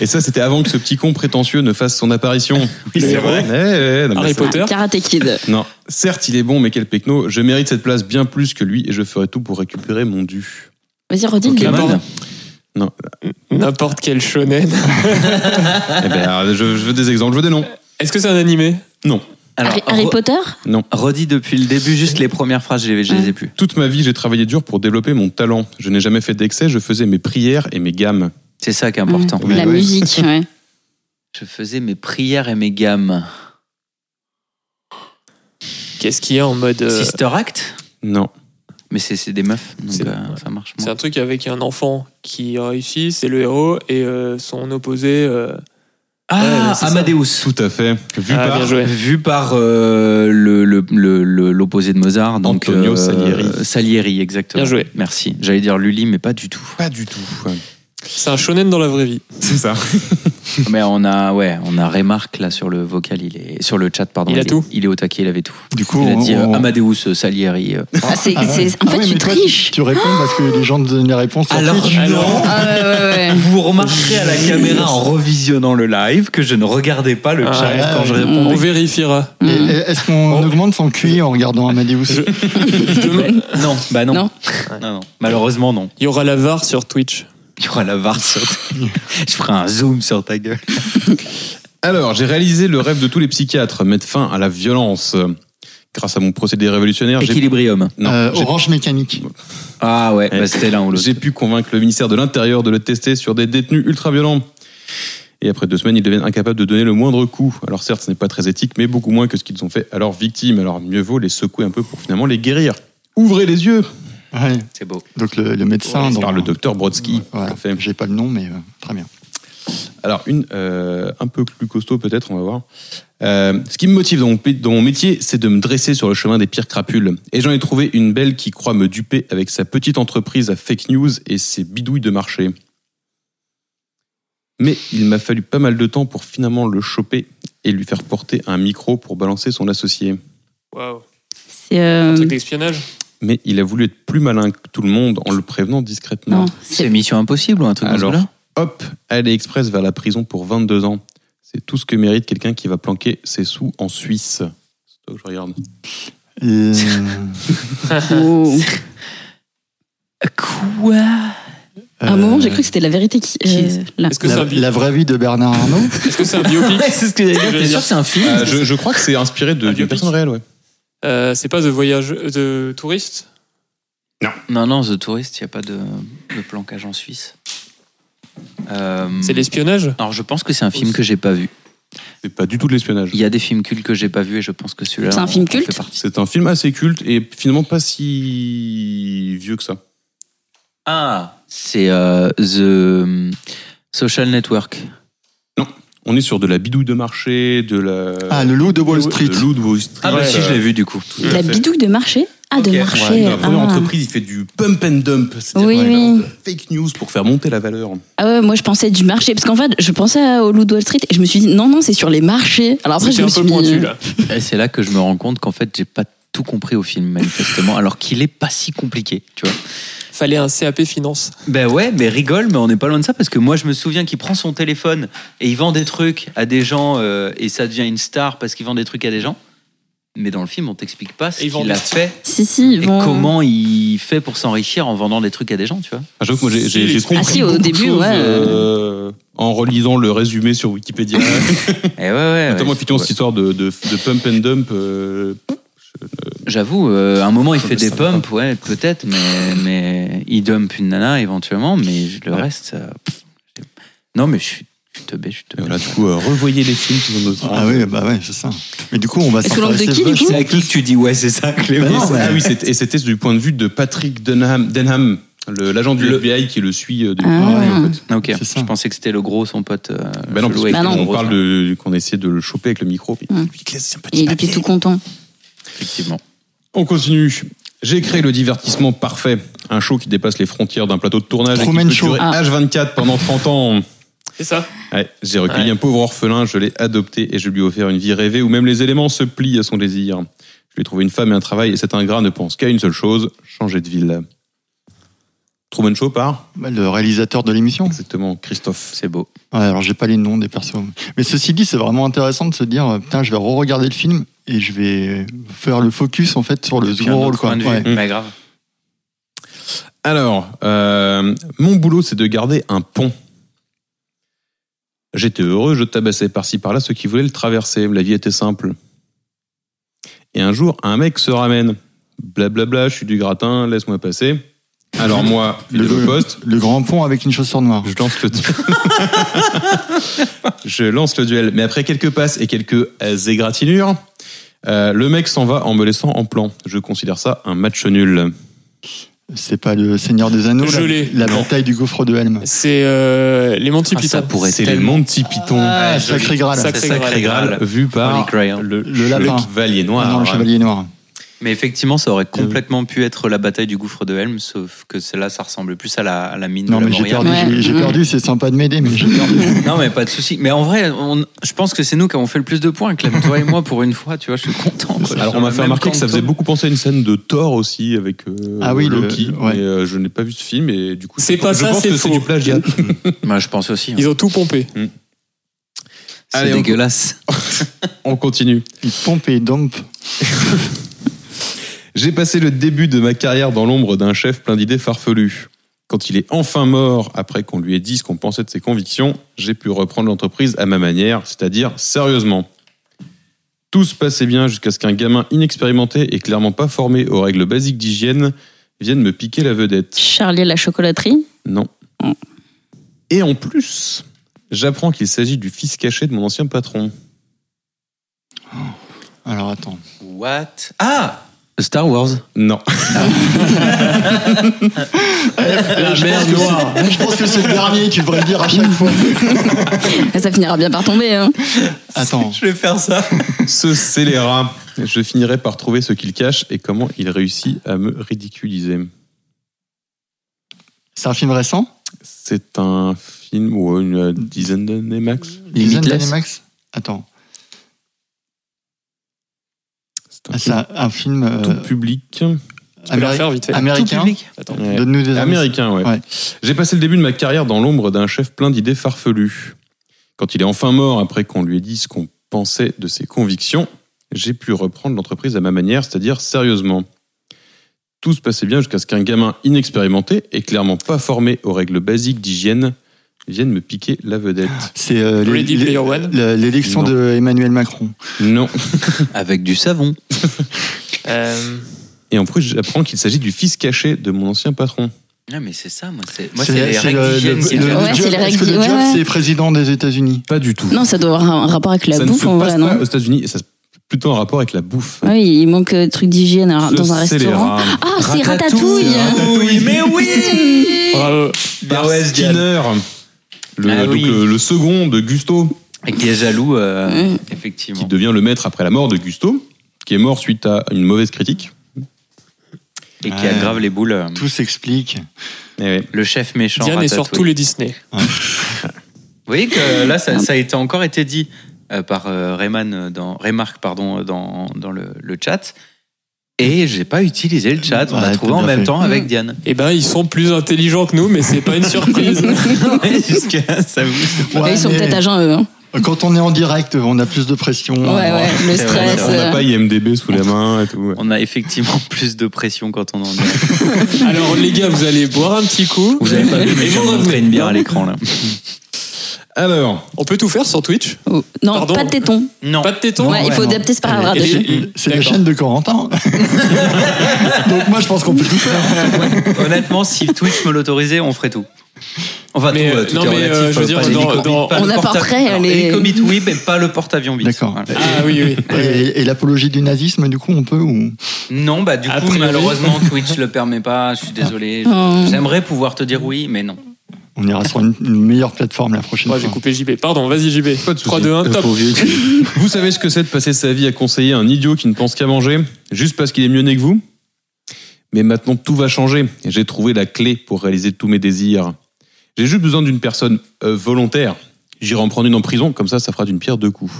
[SPEAKER 2] et ça, c'était avant que ce petit con prétentieux ne fasse son
[SPEAKER 5] <laughs>
[SPEAKER 2] apparition.
[SPEAKER 1] Oui, c'est vrai.
[SPEAKER 2] Eh, eh, non, mais
[SPEAKER 1] Harry
[SPEAKER 2] ça-
[SPEAKER 1] Potter.
[SPEAKER 6] Ah, Karate Kid.
[SPEAKER 2] Non, certes, il est bon, mais quel pecno. Je mérite cette place bien plus que lui et je ferai tout pour récupérer mon dû.
[SPEAKER 6] Vas-y, redis.
[SPEAKER 5] Ok,
[SPEAKER 6] le-
[SPEAKER 5] Pokémon.
[SPEAKER 1] Abord-
[SPEAKER 2] Non.
[SPEAKER 1] N'importe quel shonen.
[SPEAKER 2] Eh ben, alors, je, je veux des exemples, je veux des noms.
[SPEAKER 1] Est-ce que c'est un animé
[SPEAKER 2] Non.
[SPEAKER 6] Harry, Harry
[SPEAKER 5] re-
[SPEAKER 6] Potter
[SPEAKER 2] Non.
[SPEAKER 5] redis depuis le début, juste les premières phrases, je les, je les ai plus.
[SPEAKER 2] Toute ma vie, j'ai travaillé dur pour développer mon talent. Je n'ai jamais fait d'excès, je faisais mes prières et mes gammes.
[SPEAKER 5] C'est ça qui est important.
[SPEAKER 6] Ouais. La
[SPEAKER 3] Oui, oui.
[SPEAKER 6] musique, ouais.
[SPEAKER 5] Je faisais mes prières et mes gammes.
[SPEAKER 1] Qu'est-ce qu'il y a en mode. euh,
[SPEAKER 5] Sister Act
[SPEAKER 2] Non.
[SPEAKER 5] Mais c'est c'est des meufs, donc
[SPEAKER 1] C'est-
[SPEAKER 5] euh, ça marche
[SPEAKER 1] C'est
[SPEAKER 5] moins.
[SPEAKER 1] un truc avec un enfant qui réussit, c'est le héros, et euh, son opposé. euh,
[SPEAKER 5] Ah,
[SPEAKER 1] ouais, c'est ça.
[SPEAKER 5] Amadeus
[SPEAKER 2] Tout à fait. Vu
[SPEAKER 1] Ah,
[SPEAKER 2] par
[SPEAKER 1] bien joué.
[SPEAKER 5] Vu par euh, le- le- le- le- l'opposé de Mozart, donc
[SPEAKER 2] Antonio
[SPEAKER 5] euh,
[SPEAKER 2] Salieri.
[SPEAKER 5] Salieri, exactement.
[SPEAKER 1] Bien joué.
[SPEAKER 5] Merci. J'allais dire Lully, mais pas du tout.
[SPEAKER 2] <laughs> Pas du tout.
[SPEAKER 1] C'est un shonen dans la vraie vie.
[SPEAKER 2] C'est ça.
[SPEAKER 5] mais on a, ouais, on a Remarque là sur le vocal, il est sur le chat, pardon.
[SPEAKER 1] Il a
[SPEAKER 5] est-
[SPEAKER 1] tout.
[SPEAKER 5] Il est au taquet, il avait tout.
[SPEAKER 3] Du coup,
[SPEAKER 5] il a
[SPEAKER 3] on-
[SPEAKER 5] dit euh,
[SPEAKER 3] on-
[SPEAKER 5] Amadeus euh, Salieri. euh.
[SPEAKER 6] Ah, c'est-
[SPEAKER 3] Ah ouais.
[SPEAKER 6] c'est- en
[SPEAKER 3] Ah
[SPEAKER 6] fait,
[SPEAKER 3] ouais,
[SPEAKER 6] tu
[SPEAKER 3] mais toi,
[SPEAKER 6] triches.
[SPEAKER 3] Tu réponds parce que les gens te donnent les réponses. sur
[SPEAKER 5] Alors,
[SPEAKER 3] Twitch.
[SPEAKER 1] Alors,
[SPEAKER 6] Ah ouais, ouais, ouais.
[SPEAKER 5] Vous remarquerez à la caméra en revisionnant le live que je ne regardais pas le
[SPEAKER 1] Ah,
[SPEAKER 5] chat
[SPEAKER 3] ouais.
[SPEAKER 5] quand je
[SPEAKER 1] On
[SPEAKER 5] répondais.
[SPEAKER 1] vérifiera.
[SPEAKER 3] Et- et
[SPEAKER 2] euh,
[SPEAKER 3] Est-ce qu'on
[SPEAKER 1] Oh.
[SPEAKER 3] augmente son QI en regardant Amadeus Euh,
[SPEAKER 1] Demain,
[SPEAKER 5] <laughs> Non, bah non.
[SPEAKER 6] Non.
[SPEAKER 5] non, non. Malheureusement, non.
[SPEAKER 1] il y aura la VAR sur Twitch.
[SPEAKER 5] Il y aura la VAR sur ta- Je ferai un zoom sur ta gueule.
[SPEAKER 2] Alors, j'ai réalisé le rêve de tous les psychiatres, mettre fin à la violence. Grâce à mon procédé révolutionnaire, j'ai
[SPEAKER 5] Équilibrium.
[SPEAKER 2] non,
[SPEAKER 3] Euh,
[SPEAKER 2] j'ai-
[SPEAKER 3] Orange mécanique.
[SPEAKER 5] Ah ouais, bah c'était l'un ou l'autre.
[SPEAKER 2] j'ai pu convaincre le ministère de l'Intérieur de le tester sur des détenus ultra-violents. Et après deux semaines, ils deviennent incapables de donner le moindre coup. Alors certes, ce n'est pas très éthique, mais beaucoup moins que ce qu'ils ont fait à leurs victimes. Alors mieux vaut les secouer un peu pour finalement les guérir. Ouvrez les yeux
[SPEAKER 3] Ouais.
[SPEAKER 5] C'est beau.
[SPEAKER 3] Donc le, le médecin. dans-
[SPEAKER 2] Par le docteur Brodsky.
[SPEAKER 3] Ouais,
[SPEAKER 2] Tout à fait.
[SPEAKER 3] J'ai pas le nom, mais euh, très bien.
[SPEAKER 2] Alors, une euh, un peu plus costaud peut-être, on va voir. Euh, ce qui me motive dans mon, pé- dans mon métier, c'est de me dresser sur le chemin des pires crapules. Et j'en ai trouvé une belle qui croit me duper avec sa petite entreprise à fake news et ses bidouilles de marché. Mais il m'a fallu pas mal de temps pour finalement le choper et lui faire porter un micro pour balancer son associé.
[SPEAKER 1] Waouh.
[SPEAKER 6] C'est. euh,
[SPEAKER 1] Un truc d'espionnage.
[SPEAKER 2] Mais il a voulu être plus malin que tout le monde en le prévenant discrètement.
[SPEAKER 6] non,
[SPEAKER 5] C'est
[SPEAKER 6] c'est.
[SPEAKER 5] Mission Impossible ou un truc comme
[SPEAKER 2] Alors,
[SPEAKER 5] ça
[SPEAKER 2] hop, aller express vers la prison pour 22 ans. C'est tout ce que mérite quelqu'un qui va planquer ses sous en Suisse. C'est toi que je regarde.
[SPEAKER 3] Et-
[SPEAKER 6] Oh.
[SPEAKER 5] Quoi
[SPEAKER 6] <laughs> À un
[SPEAKER 3] euh,
[SPEAKER 6] moment, j'ai cru que c'était la vérité qui. euh, là.
[SPEAKER 1] Est-ce que c'est
[SPEAKER 3] la,
[SPEAKER 1] un, bi-
[SPEAKER 3] la vraie vie de
[SPEAKER 2] <laughs>
[SPEAKER 3] Bernard Arnault.
[SPEAKER 1] est-ce que c'est un
[SPEAKER 5] <laughs>
[SPEAKER 1] biopic
[SPEAKER 5] C'est ce que j'allais
[SPEAKER 1] Je
[SPEAKER 5] dire, t'es
[SPEAKER 1] veux
[SPEAKER 5] sûr
[SPEAKER 1] dire-
[SPEAKER 5] que Ah, c'est Ah, un film
[SPEAKER 2] Euh, je, je crois que c'est inspiré de-
[SPEAKER 1] Un
[SPEAKER 2] d'une
[SPEAKER 1] biopic.
[SPEAKER 2] personne réelle, ouais.
[SPEAKER 1] Euh, C'est pas The Voyage de Touriste
[SPEAKER 5] Non, non, The Tourist, il n'y a pas de, de plancage en Suisse. Euh,
[SPEAKER 1] C'est l'espionnage
[SPEAKER 5] Alors je pense que c'est un film que j'ai pas vu.
[SPEAKER 2] C'est pas du tout de l'espionnage.
[SPEAKER 5] Il y a des films cultes que j'ai pas vu et je pense que celui-là.
[SPEAKER 6] C'est un
[SPEAKER 5] en-
[SPEAKER 6] film
[SPEAKER 5] en fait
[SPEAKER 6] culte
[SPEAKER 5] partie.
[SPEAKER 2] C'est un film assez culte et finalement pas si vieux que ça.
[SPEAKER 5] Ah C'est euh, The euh, Social Network.
[SPEAKER 2] On est sur de la bidouille de marché, de la.
[SPEAKER 3] Ah, le loup de Wall Street.
[SPEAKER 2] Le loup de Wall Street.
[SPEAKER 5] Ah bah si, je l'ai vu du coup.
[SPEAKER 2] Tout à
[SPEAKER 6] La
[SPEAKER 2] fait.
[SPEAKER 6] bidouille de marché Ah,
[SPEAKER 5] Ok.
[SPEAKER 6] de
[SPEAKER 2] Ouais,
[SPEAKER 6] marché.
[SPEAKER 2] la première
[SPEAKER 6] ah.
[SPEAKER 2] entreprise, il fait du pump and dump. C'est-à-dire
[SPEAKER 6] Oui,
[SPEAKER 2] qu'il
[SPEAKER 6] oui.
[SPEAKER 2] balance de la fake news pour faire monter la valeur.
[SPEAKER 6] Ah ouais, moi je pensais du marché. Parce qu'en fait, je pensais au Loup de Wall Street et je me suis dit non, non, c'est sur les marchés. Alors après,
[SPEAKER 1] C'était
[SPEAKER 6] je
[SPEAKER 1] un
[SPEAKER 6] me suis
[SPEAKER 1] peu
[SPEAKER 6] mis.
[SPEAKER 1] pointu là.
[SPEAKER 5] Et c'est là que je me rends compte qu'en fait, j'ai pas tout compris au film, manifestement, alors qu'il est pas si compliqué, tu vois.
[SPEAKER 1] Fallait un CAP finance.
[SPEAKER 5] Ben ouais, mais rigole, mais on n'est pas loin de ça, parce que moi, je me souviens qu'il prend son téléphone et il vend des trucs à des gens, euh, et ça devient une star parce qu'il vend des trucs à des gens. Mais dans le film, on t'explique pas ce
[SPEAKER 1] Et il vend
[SPEAKER 5] qu'il a
[SPEAKER 1] des-
[SPEAKER 5] fait
[SPEAKER 6] Si, si, ils
[SPEAKER 5] et
[SPEAKER 6] vont-
[SPEAKER 5] comment il fait pour s'enrichir en vendant des trucs à des gens, tu vois.
[SPEAKER 2] Ah, J'avoue que moi j'ai- j'ai
[SPEAKER 1] Si,
[SPEAKER 2] j'ai
[SPEAKER 1] les-
[SPEAKER 2] compris
[SPEAKER 6] Ah si, au
[SPEAKER 2] beaucoup de
[SPEAKER 6] début,
[SPEAKER 2] choses,
[SPEAKER 6] ouais.
[SPEAKER 2] euh, en relisant le résumé sur Wikipédia,
[SPEAKER 5] Et Eh ouais, ouais,
[SPEAKER 2] notamment
[SPEAKER 5] ouais.
[SPEAKER 2] effectivement cette histoire de, de, de pump and dump. euh,
[SPEAKER 5] J'avoue, euh, à un moment, il
[SPEAKER 2] Ça
[SPEAKER 5] fait
[SPEAKER 2] me
[SPEAKER 5] des
[SPEAKER 2] semble pas.
[SPEAKER 5] pumps, ouais, peut-être, mais, mais il dump une nana éventuellement, mais le reste. euh, pff, j'ai- non, mais je suis je suis teubé, je suis
[SPEAKER 2] et
[SPEAKER 5] teubé.
[SPEAKER 2] voilà, du coup, euh, revoyez les films qui sont notre
[SPEAKER 3] Ah oui, bah ouais, c'est ça. Mais du coup, on va
[SPEAKER 6] Et sous l'angle de
[SPEAKER 3] s'intéresser
[SPEAKER 6] qui, du coup
[SPEAKER 5] C'est à qui que tu dis ouais, c'est ça, Clément
[SPEAKER 3] Bah non,
[SPEAKER 2] Ah
[SPEAKER 3] ouais.
[SPEAKER 2] oui, c'était- et c'était du point de vue de Patrick Denham, Denham le- l'agent du FBI qui le suit euh, depuis.
[SPEAKER 6] Ah.
[SPEAKER 3] Ouais, en fait.
[SPEAKER 5] Ok,
[SPEAKER 3] C'est ça.
[SPEAKER 5] je pensais que c'était le gros, son pote. euh,
[SPEAKER 2] Bah non, parce
[SPEAKER 5] chelou avec
[SPEAKER 6] Bah non.
[SPEAKER 5] le
[SPEAKER 2] qu'on
[SPEAKER 5] gros
[SPEAKER 2] parle
[SPEAKER 5] sein.
[SPEAKER 2] de, qu'on essayait de le choper avec le micro. mais
[SPEAKER 6] Hum.
[SPEAKER 2] il lui laisse un
[SPEAKER 6] Et
[SPEAKER 2] petit
[SPEAKER 6] il était
[SPEAKER 2] papier.
[SPEAKER 6] tout content.
[SPEAKER 5] Effectivement.
[SPEAKER 2] On continue. J'ai créé le divertissement parfait, un show qui dépasse les frontières d'un plateau de tournage et qui
[SPEAKER 3] Truman
[SPEAKER 2] peut
[SPEAKER 3] Show.
[SPEAKER 2] durer
[SPEAKER 6] Ah.
[SPEAKER 2] H24 pendant 30 ans.
[SPEAKER 1] C'est ça
[SPEAKER 2] Ouais, j'ai recueilli
[SPEAKER 1] Ouais.
[SPEAKER 2] un pauvre orphelin, je l'ai adopté et je lui ai offert une vie rêvée où même les éléments se plient à son désir. Je lui ai trouvé une femme et un travail et cet ingrat ne pense qu'à une seule chose, changer de ville. Truman Show par
[SPEAKER 3] Bah, Le réalisateur de l'émission.
[SPEAKER 2] Exactement, Christophe.
[SPEAKER 5] C'est beau.
[SPEAKER 3] Ouais, alors j'ai pas les noms des persos. Mais ceci dit, c'est vraiment intéressant de se dire euh, putain, je vais re-regarder le film et je vais faire le focus en fait sur le
[SPEAKER 5] Depuis
[SPEAKER 3] second
[SPEAKER 5] un autre
[SPEAKER 3] rôle quoi.
[SPEAKER 5] point de vue.
[SPEAKER 3] Ouais.
[SPEAKER 5] Pas grave.
[SPEAKER 2] Alors, euh, mon boulot, c'est de garder un pont. J'étais heureux, je tabassais par-ci par-là ceux qui voulaient le traverser. La vie était simple. Et un jour, un mec se ramène. Blablabla, je suis du gratin, laisse-moi passer. Alors moi, le,
[SPEAKER 3] le,
[SPEAKER 2] poste,
[SPEAKER 3] le grand pont avec une chaussure noire.
[SPEAKER 2] je lance le duel. <laughs> je lance le duel. Mais après quelques passes et quelques euh, égratignures, euh, le mec s'en va en me laissant en plan. Je considère ça un match nul.
[SPEAKER 3] C'est pas le Seigneur des Anneaux,
[SPEAKER 1] Je
[SPEAKER 3] la,
[SPEAKER 1] l'ai.
[SPEAKER 3] la bataille du gouffre de Helm.
[SPEAKER 1] C'est euh, les Monty
[SPEAKER 5] Ah, ça
[SPEAKER 1] Python.
[SPEAKER 5] pourrait
[SPEAKER 2] C'est
[SPEAKER 5] être
[SPEAKER 2] les
[SPEAKER 5] tellement
[SPEAKER 2] Monty Python.
[SPEAKER 3] Ah,
[SPEAKER 5] Ouais,
[SPEAKER 3] sacré Graal.
[SPEAKER 1] Sacré Graal.
[SPEAKER 5] sacré Graal.
[SPEAKER 2] Graal, Euh. vu par
[SPEAKER 5] Holy Grail.
[SPEAKER 2] le,
[SPEAKER 3] Le lapin.
[SPEAKER 2] chevalier
[SPEAKER 3] Ah
[SPEAKER 2] noir.
[SPEAKER 3] non, le Chevalier Noir.
[SPEAKER 5] Mais effectivement, ça aurait complètement pu être la bataille du gouffre de Helm, sauf que celle-là, ça ressemble plus à la, à la mine
[SPEAKER 3] Non,
[SPEAKER 5] de la
[SPEAKER 3] mais j'ai
[SPEAKER 5] Moria.
[SPEAKER 3] perdu, j'ai-
[SPEAKER 6] Ouais.
[SPEAKER 3] j'ai perdu, c'est sympa de m'aider, mais j'ai perdu.
[SPEAKER 5] Non, mais pas de souci. Mais en vrai, on- je pense que c'est nous qui avons fait le plus de points, Clem. Toi et moi, pour une fois, tu vois, je suis content. quoi.
[SPEAKER 2] Alors
[SPEAKER 5] Sur
[SPEAKER 2] on m'a
[SPEAKER 5] le
[SPEAKER 2] fait
[SPEAKER 5] même
[SPEAKER 2] remarquer que ça
[SPEAKER 5] canton.
[SPEAKER 2] faisait beaucoup penser à une scène de Thor aussi avec euh,
[SPEAKER 3] Ah oui, le-
[SPEAKER 2] Loki.
[SPEAKER 3] ouais.
[SPEAKER 2] mais, euh, je n'ai pas vu ce film et du coup
[SPEAKER 1] C'est
[SPEAKER 2] je
[SPEAKER 1] pas
[SPEAKER 2] pense- je
[SPEAKER 1] ça,
[SPEAKER 2] pense
[SPEAKER 1] c'est
[SPEAKER 2] que c'est
[SPEAKER 1] faux.
[SPEAKER 2] du
[SPEAKER 5] <laughs>
[SPEAKER 2] plagiat.
[SPEAKER 5] Moi, je pense aussi. hein.
[SPEAKER 1] Ils ont tout pompé.
[SPEAKER 5] C'est
[SPEAKER 2] Allez, on-
[SPEAKER 5] dégueulasse.
[SPEAKER 2] on continue.
[SPEAKER 3] Il pompe et dompe.
[SPEAKER 2] J'ai passé le début de ma carrière dans l'ombre d'un chef plein d'idées farfelues. Quand il est enfin mort, après qu'on lui ait dit ce qu'on pensait de ses convictions, j'ai pu reprendre l'entreprise à ma manière, c'est-à-dire sérieusement. Tout se passait bien jusqu'à ce qu'un gamin inexpérimenté et clairement pas formé aux règles basiques d'hygiène vienne me piquer la vedette.
[SPEAKER 12] Charlie la chocolaterie.
[SPEAKER 2] Non.
[SPEAKER 12] Mm.
[SPEAKER 2] Et en plus, j'apprends qu'il s'agit du fils caché de mon ancien patron.
[SPEAKER 3] Alors attends.
[SPEAKER 5] What Ah Star Wars.
[SPEAKER 2] Non.
[SPEAKER 1] La mer noire.
[SPEAKER 3] Je pense que c'est le dernier, tu devrais le dire à chaque fois.
[SPEAKER 6] Ça finira bien par tomber. Hein.
[SPEAKER 3] Attends.
[SPEAKER 5] Je vais faire ça.
[SPEAKER 2] Ce scélérat. Je finirai par trouver ce qu'il cache et comment il réussit à me ridiculiser.
[SPEAKER 3] C'est un film récent
[SPEAKER 2] C'est un film ou une euh, dizaine d'années max.
[SPEAKER 3] Dizaine
[SPEAKER 5] Limitless.
[SPEAKER 3] d'années max Attends.
[SPEAKER 2] C'est un
[SPEAKER 3] Ah, C'est un, un film euh,
[SPEAKER 2] tout public.
[SPEAKER 1] Tu peux la
[SPEAKER 3] améri-
[SPEAKER 1] refaire vite fait.
[SPEAKER 3] américain.
[SPEAKER 1] Attends.
[SPEAKER 2] Ouais.
[SPEAKER 3] Donne-nous des indices.
[SPEAKER 2] Américain, ouais.
[SPEAKER 3] Ouais.
[SPEAKER 2] J'ai passé le début de ma carrière dans l'ombre d'un chef plein d'idées farfelues. Quand il est enfin mort, après qu'on lui ait dit ce qu'on pensait de ses convictions, j'ai pu reprendre l'entreprise à ma manière, c'est-à-dire sérieusement. Tout se passait bien jusqu'à ce qu'un gamin inexpérimenté et clairement pas formé aux règles basiques d'hygiène vienne me piquer la <gasps> vedette.
[SPEAKER 3] C'est euh, l'é-
[SPEAKER 1] Ready
[SPEAKER 3] l'é-
[SPEAKER 1] Player One.
[SPEAKER 3] l'é- l'élection
[SPEAKER 2] Non.
[SPEAKER 3] de Emmanuel Macron.
[SPEAKER 2] Non.
[SPEAKER 5] <laughs> Avec du savon.
[SPEAKER 1] Euh,
[SPEAKER 2] Et en plus, j'apprends qu'il s'agit du fils caché de mon ancien patron.
[SPEAKER 5] Non, mais c'est ça, moi. c'est- Moi, c'est les règles d'hygiène, c'est
[SPEAKER 3] le-
[SPEAKER 5] le-
[SPEAKER 3] le
[SPEAKER 6] Ouais,
[SPEAKER 3] job-
[SPEAKER 6] c'est les
[SPEAKER 3] parce que
[SPEAKER 6] règles-
[SPEAKER 3] le job,
[SPEAKER 6] ouais, ouais.
[SPEAKER 3] c'est président des États-Unis.
[SPEAKER 2] Pas du tout.
[SPEAKER 6] Non, ça doit avoir un rapport avec la
[SPEAKER 2] ça ne
[SPEAKER 6] bouffe
[SPEAKER 2] se
[SPEAKER 6] en
[SPEAKER 2] passe
[SPEAKER 6] vrai,
[SPEAKER 2] pas
[SPEAKER 6] non
[SPEAKER 2] aux États-Unis et ça se- plutôt un rapport avec la bouffe.
[SPEAKER 6] Oui, il manque euh, truc d'hygiène alors,
[SPEAKER 2] Ce
[SPEAKER 6] dans un restaurant.
[SPEAKER 2] scélérat.
[SPEAKER 6] <laughs> Ah, c'est ratatouille
[SPEAKER 2] hein.
[SPEAKER 5] Ratatouille, mais oui
[SPEAKER 1] Bravo.
[SPEAKER 2] Par Skinner, le,
[SPEAKER 5] Ah
[SPEAKER 2] donc
[SPEAKER 5] oui.
[SPEAKER 2] le, le second de Gusto,
[SPEAKER 5] Et qui est jaloux, euh,
[SPEAKER 6] Mm.
[SPEAKER 2] qui
[SPEAKER 5] effectivement.
[SPEAKER 2] devient le maître après la mort de Gusto, qui est mort suite à une mauvaise critique.
[SPEAKER 5] Et qui aggrave les boules. euh,
[SPEAKER 3] Tout s'explique.
[SPEAKER 2] Eh ouais.
[SPEAKER 5] Le chef méchant.
[SPEAKER 1] Diane est sur
[SPEAKER 5] ratatouille.
[SPEAKER 1] tous les Disney.
[SPEAKER 5] Vous voyez que là, ça, ça a été encore été dit euh, par euh, Rayman euh, dans Raymark, pardon, euh, dans, dans le, le chat. Et j'ai pas utilisé le chat. On
[SPEAKER 3] Ouais,
[SPEAKER 5] a trouvé
[SPEAKER 3] t'as
[SPEAKER 5] en
[SPEAKER 3] bien
[SPEAKER 5] même
[SPEAKER 3] fait.
[SPEAKER 5] temps avec Diane.
[SPEAKER 1] Eh ben, ils sont plus intelligents que nous, mais c'est pas une
[SPEAKER 6] <laughs>
[SPEAKER 1] surprise.
[SPEAKER 5] <laughs> Ouais, jusqu'à- ça vous-
[SPEAKER 6] Ils sont
[SPEAKER 3] Ouais, mais euh,
[SPEAKER 6] peut-être à jeun, eux. hein.
[SPEAKER 3] Quand on est en direct, on a plus de pression.
[SPEAKER 6] Ouais, ouais, le
[SPEAKER 5] c'est vrai,
[SPEAKER 6] stress.
[SPEAKER 2] On n'a
[SPEAKER 6] euh.
[SPEAKER 2] pas IMDB sous la main et tout. ouais.
[SPEAKER 5] On a effectivement <laughs> plus de pression quand on en est.
[SPEAKER 1] Alors, les gars, vous allez boire un petit coup.
[SPEAKER 5] Vous avez pas vu, mais
[SPEAKER 1] Et
[SPEAKER 5] je
[SPEAKER 1] vous
[SPEAKER 5] vais vous montrer
[SPEAKER 1] revenez.
[SPEAKER 5] une bière à l'écran là.
[SPEAKER 2] Alors,
[SPEAKER 1] On peut tout faire sur Twitch.
[SPEAKER 6] Oh, Non,
[SPEAKER 1] Pardon.
[SPEAKER 6] pas de téton.
[SPEAKER 5] Non.
[SPEAKER 1] Pas de téton.
[SPEAKER 6] Ouais, il faut adapter ce paragraphe.
[SPEAKER 1] Et
[SPEAKER 6] déjà.
[SPEAKER 1] les-
[SPEAKER 3] C'est la
[SPEAKER 1] D'accord.
[SPEAKER 3] chaîne de Corentin. <laughs> Donc moi, je pense qu'on peut tout faire.
[SPEAKER 5] <laughs> Honnêtement, si Twitch me l'autorisait, on ferait tout. Enfin,
[SPEAKER 1] Mais,
[SPEAKER 5] tout, euh,
[SPEAKER 1] euh,
[SPEAKER 5] tout
[SPEAKER 1] non,
[SPEAKER 5] est
[SPEAKER 1] mais,
[SPEAKER 5] relatif,
[SPEAKER 1] euh, je veux
[SPEAKER 5] euh,
[SPEAKER 1] dire, dans-
[SPEAKER 5] pas l'hélico-
[SPEAKER 1] dans-
[SPEAKER 5] pas le
[SPEAKER 6] On
[SPEAKER 5] porta-
[SPEAKER 6] apporterait
[SPEAKER 5] alors,
[SPEAKER 6] les-
[SPEAKER 5] l'hélicobit,
[SPEAKER 1] <laughs>
[SPEAKER 5] oui, mais pas le porte-avions vite.
[SPEAKER 3] D'accord.
[SPEAKER 5] Voilà.
[SPEAKER 1] Ah oui, oui.
[SPEAKER 3] Et, et l'apologie du nazisme, du coup, on peut ou
[SPEAKER 5] Non, bah du
[SPEAKER 1] A
[SPEAKER 5] coup,
[SPEAKER 1] priori.
[SPEAKER 5] malheureusement, Twitch le permet pas. Je suis
[SPEAKER 6] <laughs>
[SPEAKER 5] désolé.
[SPEAKER 6] Oh.
[SPEAKER 5] J'aimerais pouvoir te dire oui, mais non.
[SPEAKER 3] on ira sur une, une meilleure plateforme la prochaine
[SPEAKER 1] Moi, j'ai
[SPEAKER 3] fois.
[SPEAKER 1] coupé JB. Pardon, vas-y JB.
[SPEAKER 2] pas de soucis.
[SPEAKER 1] 3, 2, 1,
[SPEAKER 2] Euh,
[SPEAKER 1] top.
[SPEAKER 2] pauvre vieux. vous savez ce que c'est de passer sa vie à conseiller un idiot qui ne pense qu'à manger, juste parce qu'il est mieux né que vous Mais maintenant, tout va changer. et J'ai trouvé la clé pour réaliser tous mes désirs. J'ai juste besoin d'une personne euh, volontaire. J'irai en prendre une en prison, comme ça, ça fera d'une pierre deux coups.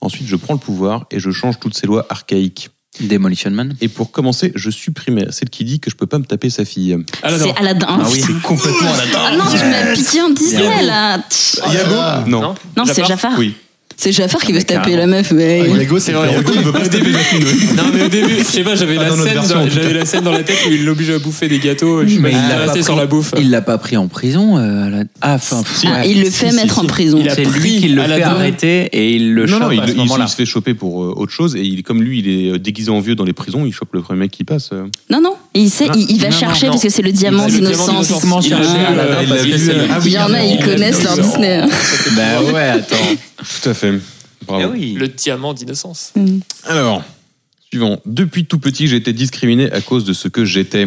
[SPEAKER 2] Ensuite, je prends le pouvoir et je change toutes ces lois archaïques.
[SPEAKER 5] Demolition Man.
[SPEAKER 2] Et pour commencer, je supprime celle qui dit que je peux pas me taper sa fille.
[SPEAKER 1] Alors,
[SPEAKER 6] C'est Aladdin.
[SPEAKER 5] Ah oui, c'est complètement à la
[SPEAKER 6] Ah non, tu m'as piqué un Disney
[SPEAKER 5] Yago.
[SPEAKER 6] là. Tch.
[SPEAKER 2] Yago Non.
[SPEAKER 6] Non, c'est Jafar.
[SPEAKER 2] Oui.
[SPEAKER 6] C'est Jafar qui veut se taper la meuf. Mais...
[SPEAKER 3] Iago, c'est vrai. Iago, il veut pas se taper
[SPEAKER 1] Non, mais au début, je sais pas, j'avais
[SPEAKER 2] Pas
[SPEAKER 1] la,
[SPEAKER 2] dans notre
[SPEAKER 1] scène
[SPEAKER 2] version,
[SPEAKER 1] dans-
[SPEAKER 2] en tout
[SPEAKER 1] j'avais
[SPEAKER 2] cas.
[SPEAKER 1] la scène dans la tête où il l'oblige à bouffer des gâteaux. Je suis pas
[SPEAKER 6] bah,
[SPEAKER 12] Mais il l'a
[SPEAKER 1] resté
[SPEAKER 12] pas
[SPEAKER 1] sur
[SPEAKER 12] pris-
[SPEAKER 1] la bouffe.
[SPEAKER 12] Il l'a pas pris en prison. euh, à la- Ah, enfin,
[SPEAKER 6] Ah,
[SPEAKER 12] ouais.
[SPEAKER 6] il le fait
[SPEAKER 12] Si,
[SPEAKER 6] mettre
[SPEAKER 12] si,
[SPEAKER 6] en
[SPEAKER 12] si.
[SPEAKER 6] prison.
[SPEAKER 12] Il a
[SPEAKER 5] C'est
[SPEAKER 12] pris
[SPEAKER 5] lui qui le
[SPEAKER 12] à la
[SPEAKER 5] fait
[SPEAKER 12] dame.
[SPEAKER 5] arrêter et il le
[SPEAKER 2] non, non,
[SPEAKER 5] chope
[SPEAKER 2] il,
[SPEAKER 5] à ce
[SPEAKER 2] il-
[SPEAKER 5] moment-là.
[SPEAKER 2] il se fait choper pour euh, autre chose et il, comme lui, il est euh, déguisé en vieux dans les prisons, il chope le premier mec qui passe. euh.
[SPEAKER 6] Non, non, il sait,
[SPEAKER 2] Non,
[SPEAKER 6] il, il va
[SPEAKER 2] non, non,
[SPEAKER 6] chercher
[SPEAKER 2] non.
[SPEAKER 6] parce que c'est le
[SPEAKER 2] Il
[SPEAKER 6] diamant
[SPEAKER 2] va- le diamant
[SPEAKER 6] d'innocence.
[SPEAKER 2] d'innocence,
[SPEAKER 6] Il
[SPEAKER 2] il l'a vu, euh,
[SPEAKER 1] Ah,
[SPEAKER 2] il l'a
[SPEAKER 1] parce que
[SPEAKER 2] vu,
[SPEAKER 1] c'est-
[SPEAKER 2] euh, ah oui,
[SPEAKER 6] y en a,
[SPEAKER 2] il
[SPEAKER 6] ils
[SPEAKER 2] l'a
[SPEAKER 6] connaissent
[SPEAKER 2] vu,
[SPEAKER 6] leur
[SPEAKER 2] il l'a vu.
[SPEAKER 5] <laughs>
[SPEAKER 6] Disney.
[SPEAKER 5] Bah ouais, attends.
[SPEAKER 2] Tout à fait.
[SPEAKER 5] Eh
[SPEAKER 2] Bravo.
[SPEAKER 1] Le diamant d'innocence.
[SPEAKER 2] Alors, suivant. Depuis tout petit, j'ai été discriminé à cause de ce que j'étais.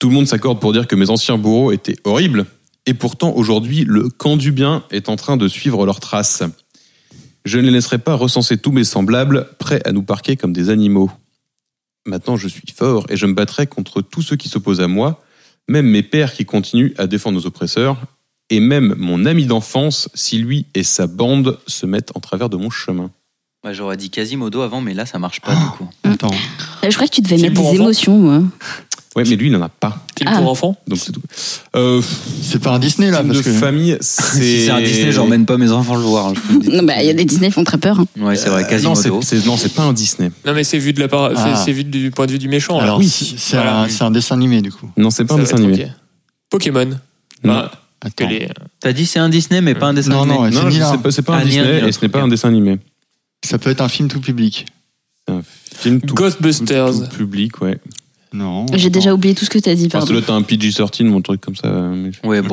[SPEAKER 2] Tout le monde s'accorde pour dire que mes anciens bourreaux étaient horribles. Et pourtant, aujourd'hui, le camp du bien est en train de suivre leurs traces. Je ne les laisserai pas recenser tous mes semblables, prêts à nous parquer comme des animaux. Maintenant, je suis fort et je me battrai contre tous ceux qui s'opposent à moi, même mes pères qui continuent à défendre nos oppresseurs, et même mon ami d'enfance si lui et sa bande se mettent en travers de mon chemin.
[SPEAKER 5] Bah, J'aurais dit Quasimodo avant, mais là, ça marche pas du coup.
[SPEAKER 3] Attends.
[SPEAKER 6] Je crois que tu devais
[SPEAKER 1] Film
[SPEAKER 6] mettre
[SPEAKER 1] pour
[SPEAKER 6] des
[SPEAKER 1] enfants.
[SPEAKER 6] émotions, moi.
[SPEAKER 2] Ouais, mais lui, il n'en a pas.
[SPEAKER 1] Film
[SPEAKER 6] Ah.
[SPEAKER 1] pour enfants.
[SPEAKER 2] Donc c'est tout. Euh,
[SPEAKER 3] C'est pas un Disney là,
[SPEAKER 2] film
[SPEAKER 3] parce
[SPEAKER 2] de <laughs>
[SPEAKER 3] que.
[SPEAKER 2] famille,
[SPEAKER 5] Si
[SPEAKER 2] c'est
[SPEAKER 5] c'est un Disney, j'emmène pas mes enfants le voir. je vous le dis.
[SPEAKER 6] Non, bah, il y a des Disney qui font très peur. hein.
[SPEAKER 5] Ouais, c'est vrai,
[SPEAKER 2] Euh, non, c'est
[SPEAKER 5] Quasimodo.
[SPEAKER 2] c'est- non, c'est pas un Disney.
[SPEAKER 1] Non, mais c'est vu, de la part-
[SPEAKER 3] Ah.
[SPEAKER 1] c'est- c'est vu du point de vue du méchant.
[SPEAKER 3] Alors,
[SPEAKER 1] Alors,
[SPEAKER 3] Oh, oui, c'est
[SPEAKER 1] Voilà.
[SPEAKER 3] un, c'est un dessin animé du coup.
[SPEAKER 2] Non, c'est pas
[SPEAKER 1] Ça
[SPEAKER 2] un
[SPEAKER 1] va
[SPEAKER 2] dessin
[SPEAKER 1] être
[SPEAKER 2] animé.
[SPEAKER 1] ok. Pokémon.
[SPEAKER 2] Non.
[SPEAKER 1] Bah, que
[SPEAKER 3] Attends.
[SPEAKER 1] les-
[SPEAKER 5] T'as dit c'est un Disney, mais pas un dessin
[SPEAKER 3] Non,
[SPEAKER 5] animé.
[SPEAKER 3] non, ouais, c'est
[SPEAKER 2] Non,
[SPEAKER 3] ni
[SPEAKER 2] je
[SPEAKER 3] là.
[SPEAKER 2] sais pas, c'est pas
[SPEAKER 5] Ah,
[SPEAKER 2] un
[SPEAKER 5] ni un,
[SPEAKER 2] Disney
[SPEAKER 5] ni
[SPEAKER 2] et ce n'est
[SPEAKER 5] autre,
[SPEAKER 2] pas
[SPEAKER 5] ok.
[SPEAKER 2] un dessin animé.
[SPEAKER 3] Ça peut être un film tout public.
[SPEAKER 2] C'est un film tout,
[SPEAKER 1] Ghostbusters.
[SPEAKER 2] tout public, ouais.
[SPEAKER 3] Non.
[SPEAKER 6] J'ai
[SPEAKER 3] attends.
[SPEAKER 6] déjà oublié tout ce que t'as dit,
[SPEAKER 2] Enfin, ça
[SPEAKER 6] pardon.
[SPEAKER 2] doit être un PG-13 ou un truc comme ça. mais-
[SPEAKER 5] Ouais,
[SPEAKER 3] Ok.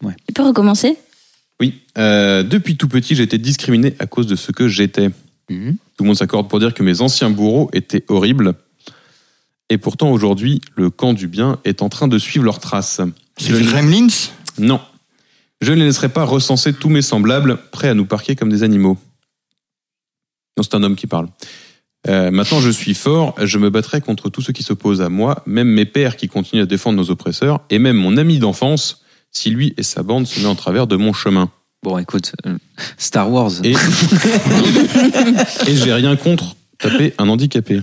[SPEAKER 5] bon.
[SPEAKER 6] Tu peux recommencer
[SPEAKER 2] Oui. Euh, depuis tout petit, j'étais discriminé à cause de ce que j'étais.
[SPEAKER 5] Mhm.
[SPEAKER 2] Tout le monde s'accorde pour dire que mes anciens bourreaux étaient horribles. Et pourtant, aujourd'hui, le camp du bien est en train de suivre leurs traces.
[SPEAKER 3] C'est le Gremlins
[SPEAKER 2] Non. Je ne les laisserai pas recenser tous mes semblables, prêts à nous parquer comme des animaux. Non, c'est un homme qui parle. Euh, maintenant, je suis fort, je me battrai contre tous ceux qui s'opposent à moi, même mes pères qui continuent à défendre nos oppresseurs, et même mon ami d'enfance, si lui et sa bande se met en travers de mon chemin.
[SPEAKER 5] Bon, écoute, euh, Star Wars. <laughs>
[SPEAKER 2] Et, et j'ai rien contre taper un handicapé.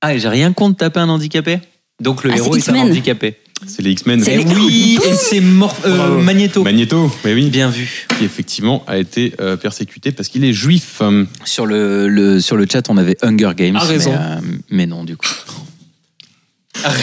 [SPEAKER 5] Ah, et j'ai rien contre taper un handicapé Donc le
[SPEAKER 6] Ah,
[SPEAKER 5] héros
[SPEAKER 6] c'est
[SPEAKER 5] est, un
[SPEAKER 6] X-Men.
[SPEAKER 5] handicapé.
[SPEAKER 2] C'est les X-Men.
[SPEAKER 6] C'est
[SPEAKER 5] Eh
[SPEAKER 6] les-
[SPEAKER 5] oui, et c'est Mor- euh,
[SPEAKER 1] Bravo.
[SPEAKER 5] Magneto.
[SPEAKER 2] Magneto, mais oui,
[SPEAKER 5] Bien vu.
[SPEAKER 2] qui effectivement a été euh, persécuté parce qu'il est juif. Hum,
[SPEAKER 5] Sur le, le- sur le chat, on avait Hunger Games.
[SPEAKER 1] Ah, raison.
[SPEAKER 5] Mais, euh, mais non, du coup.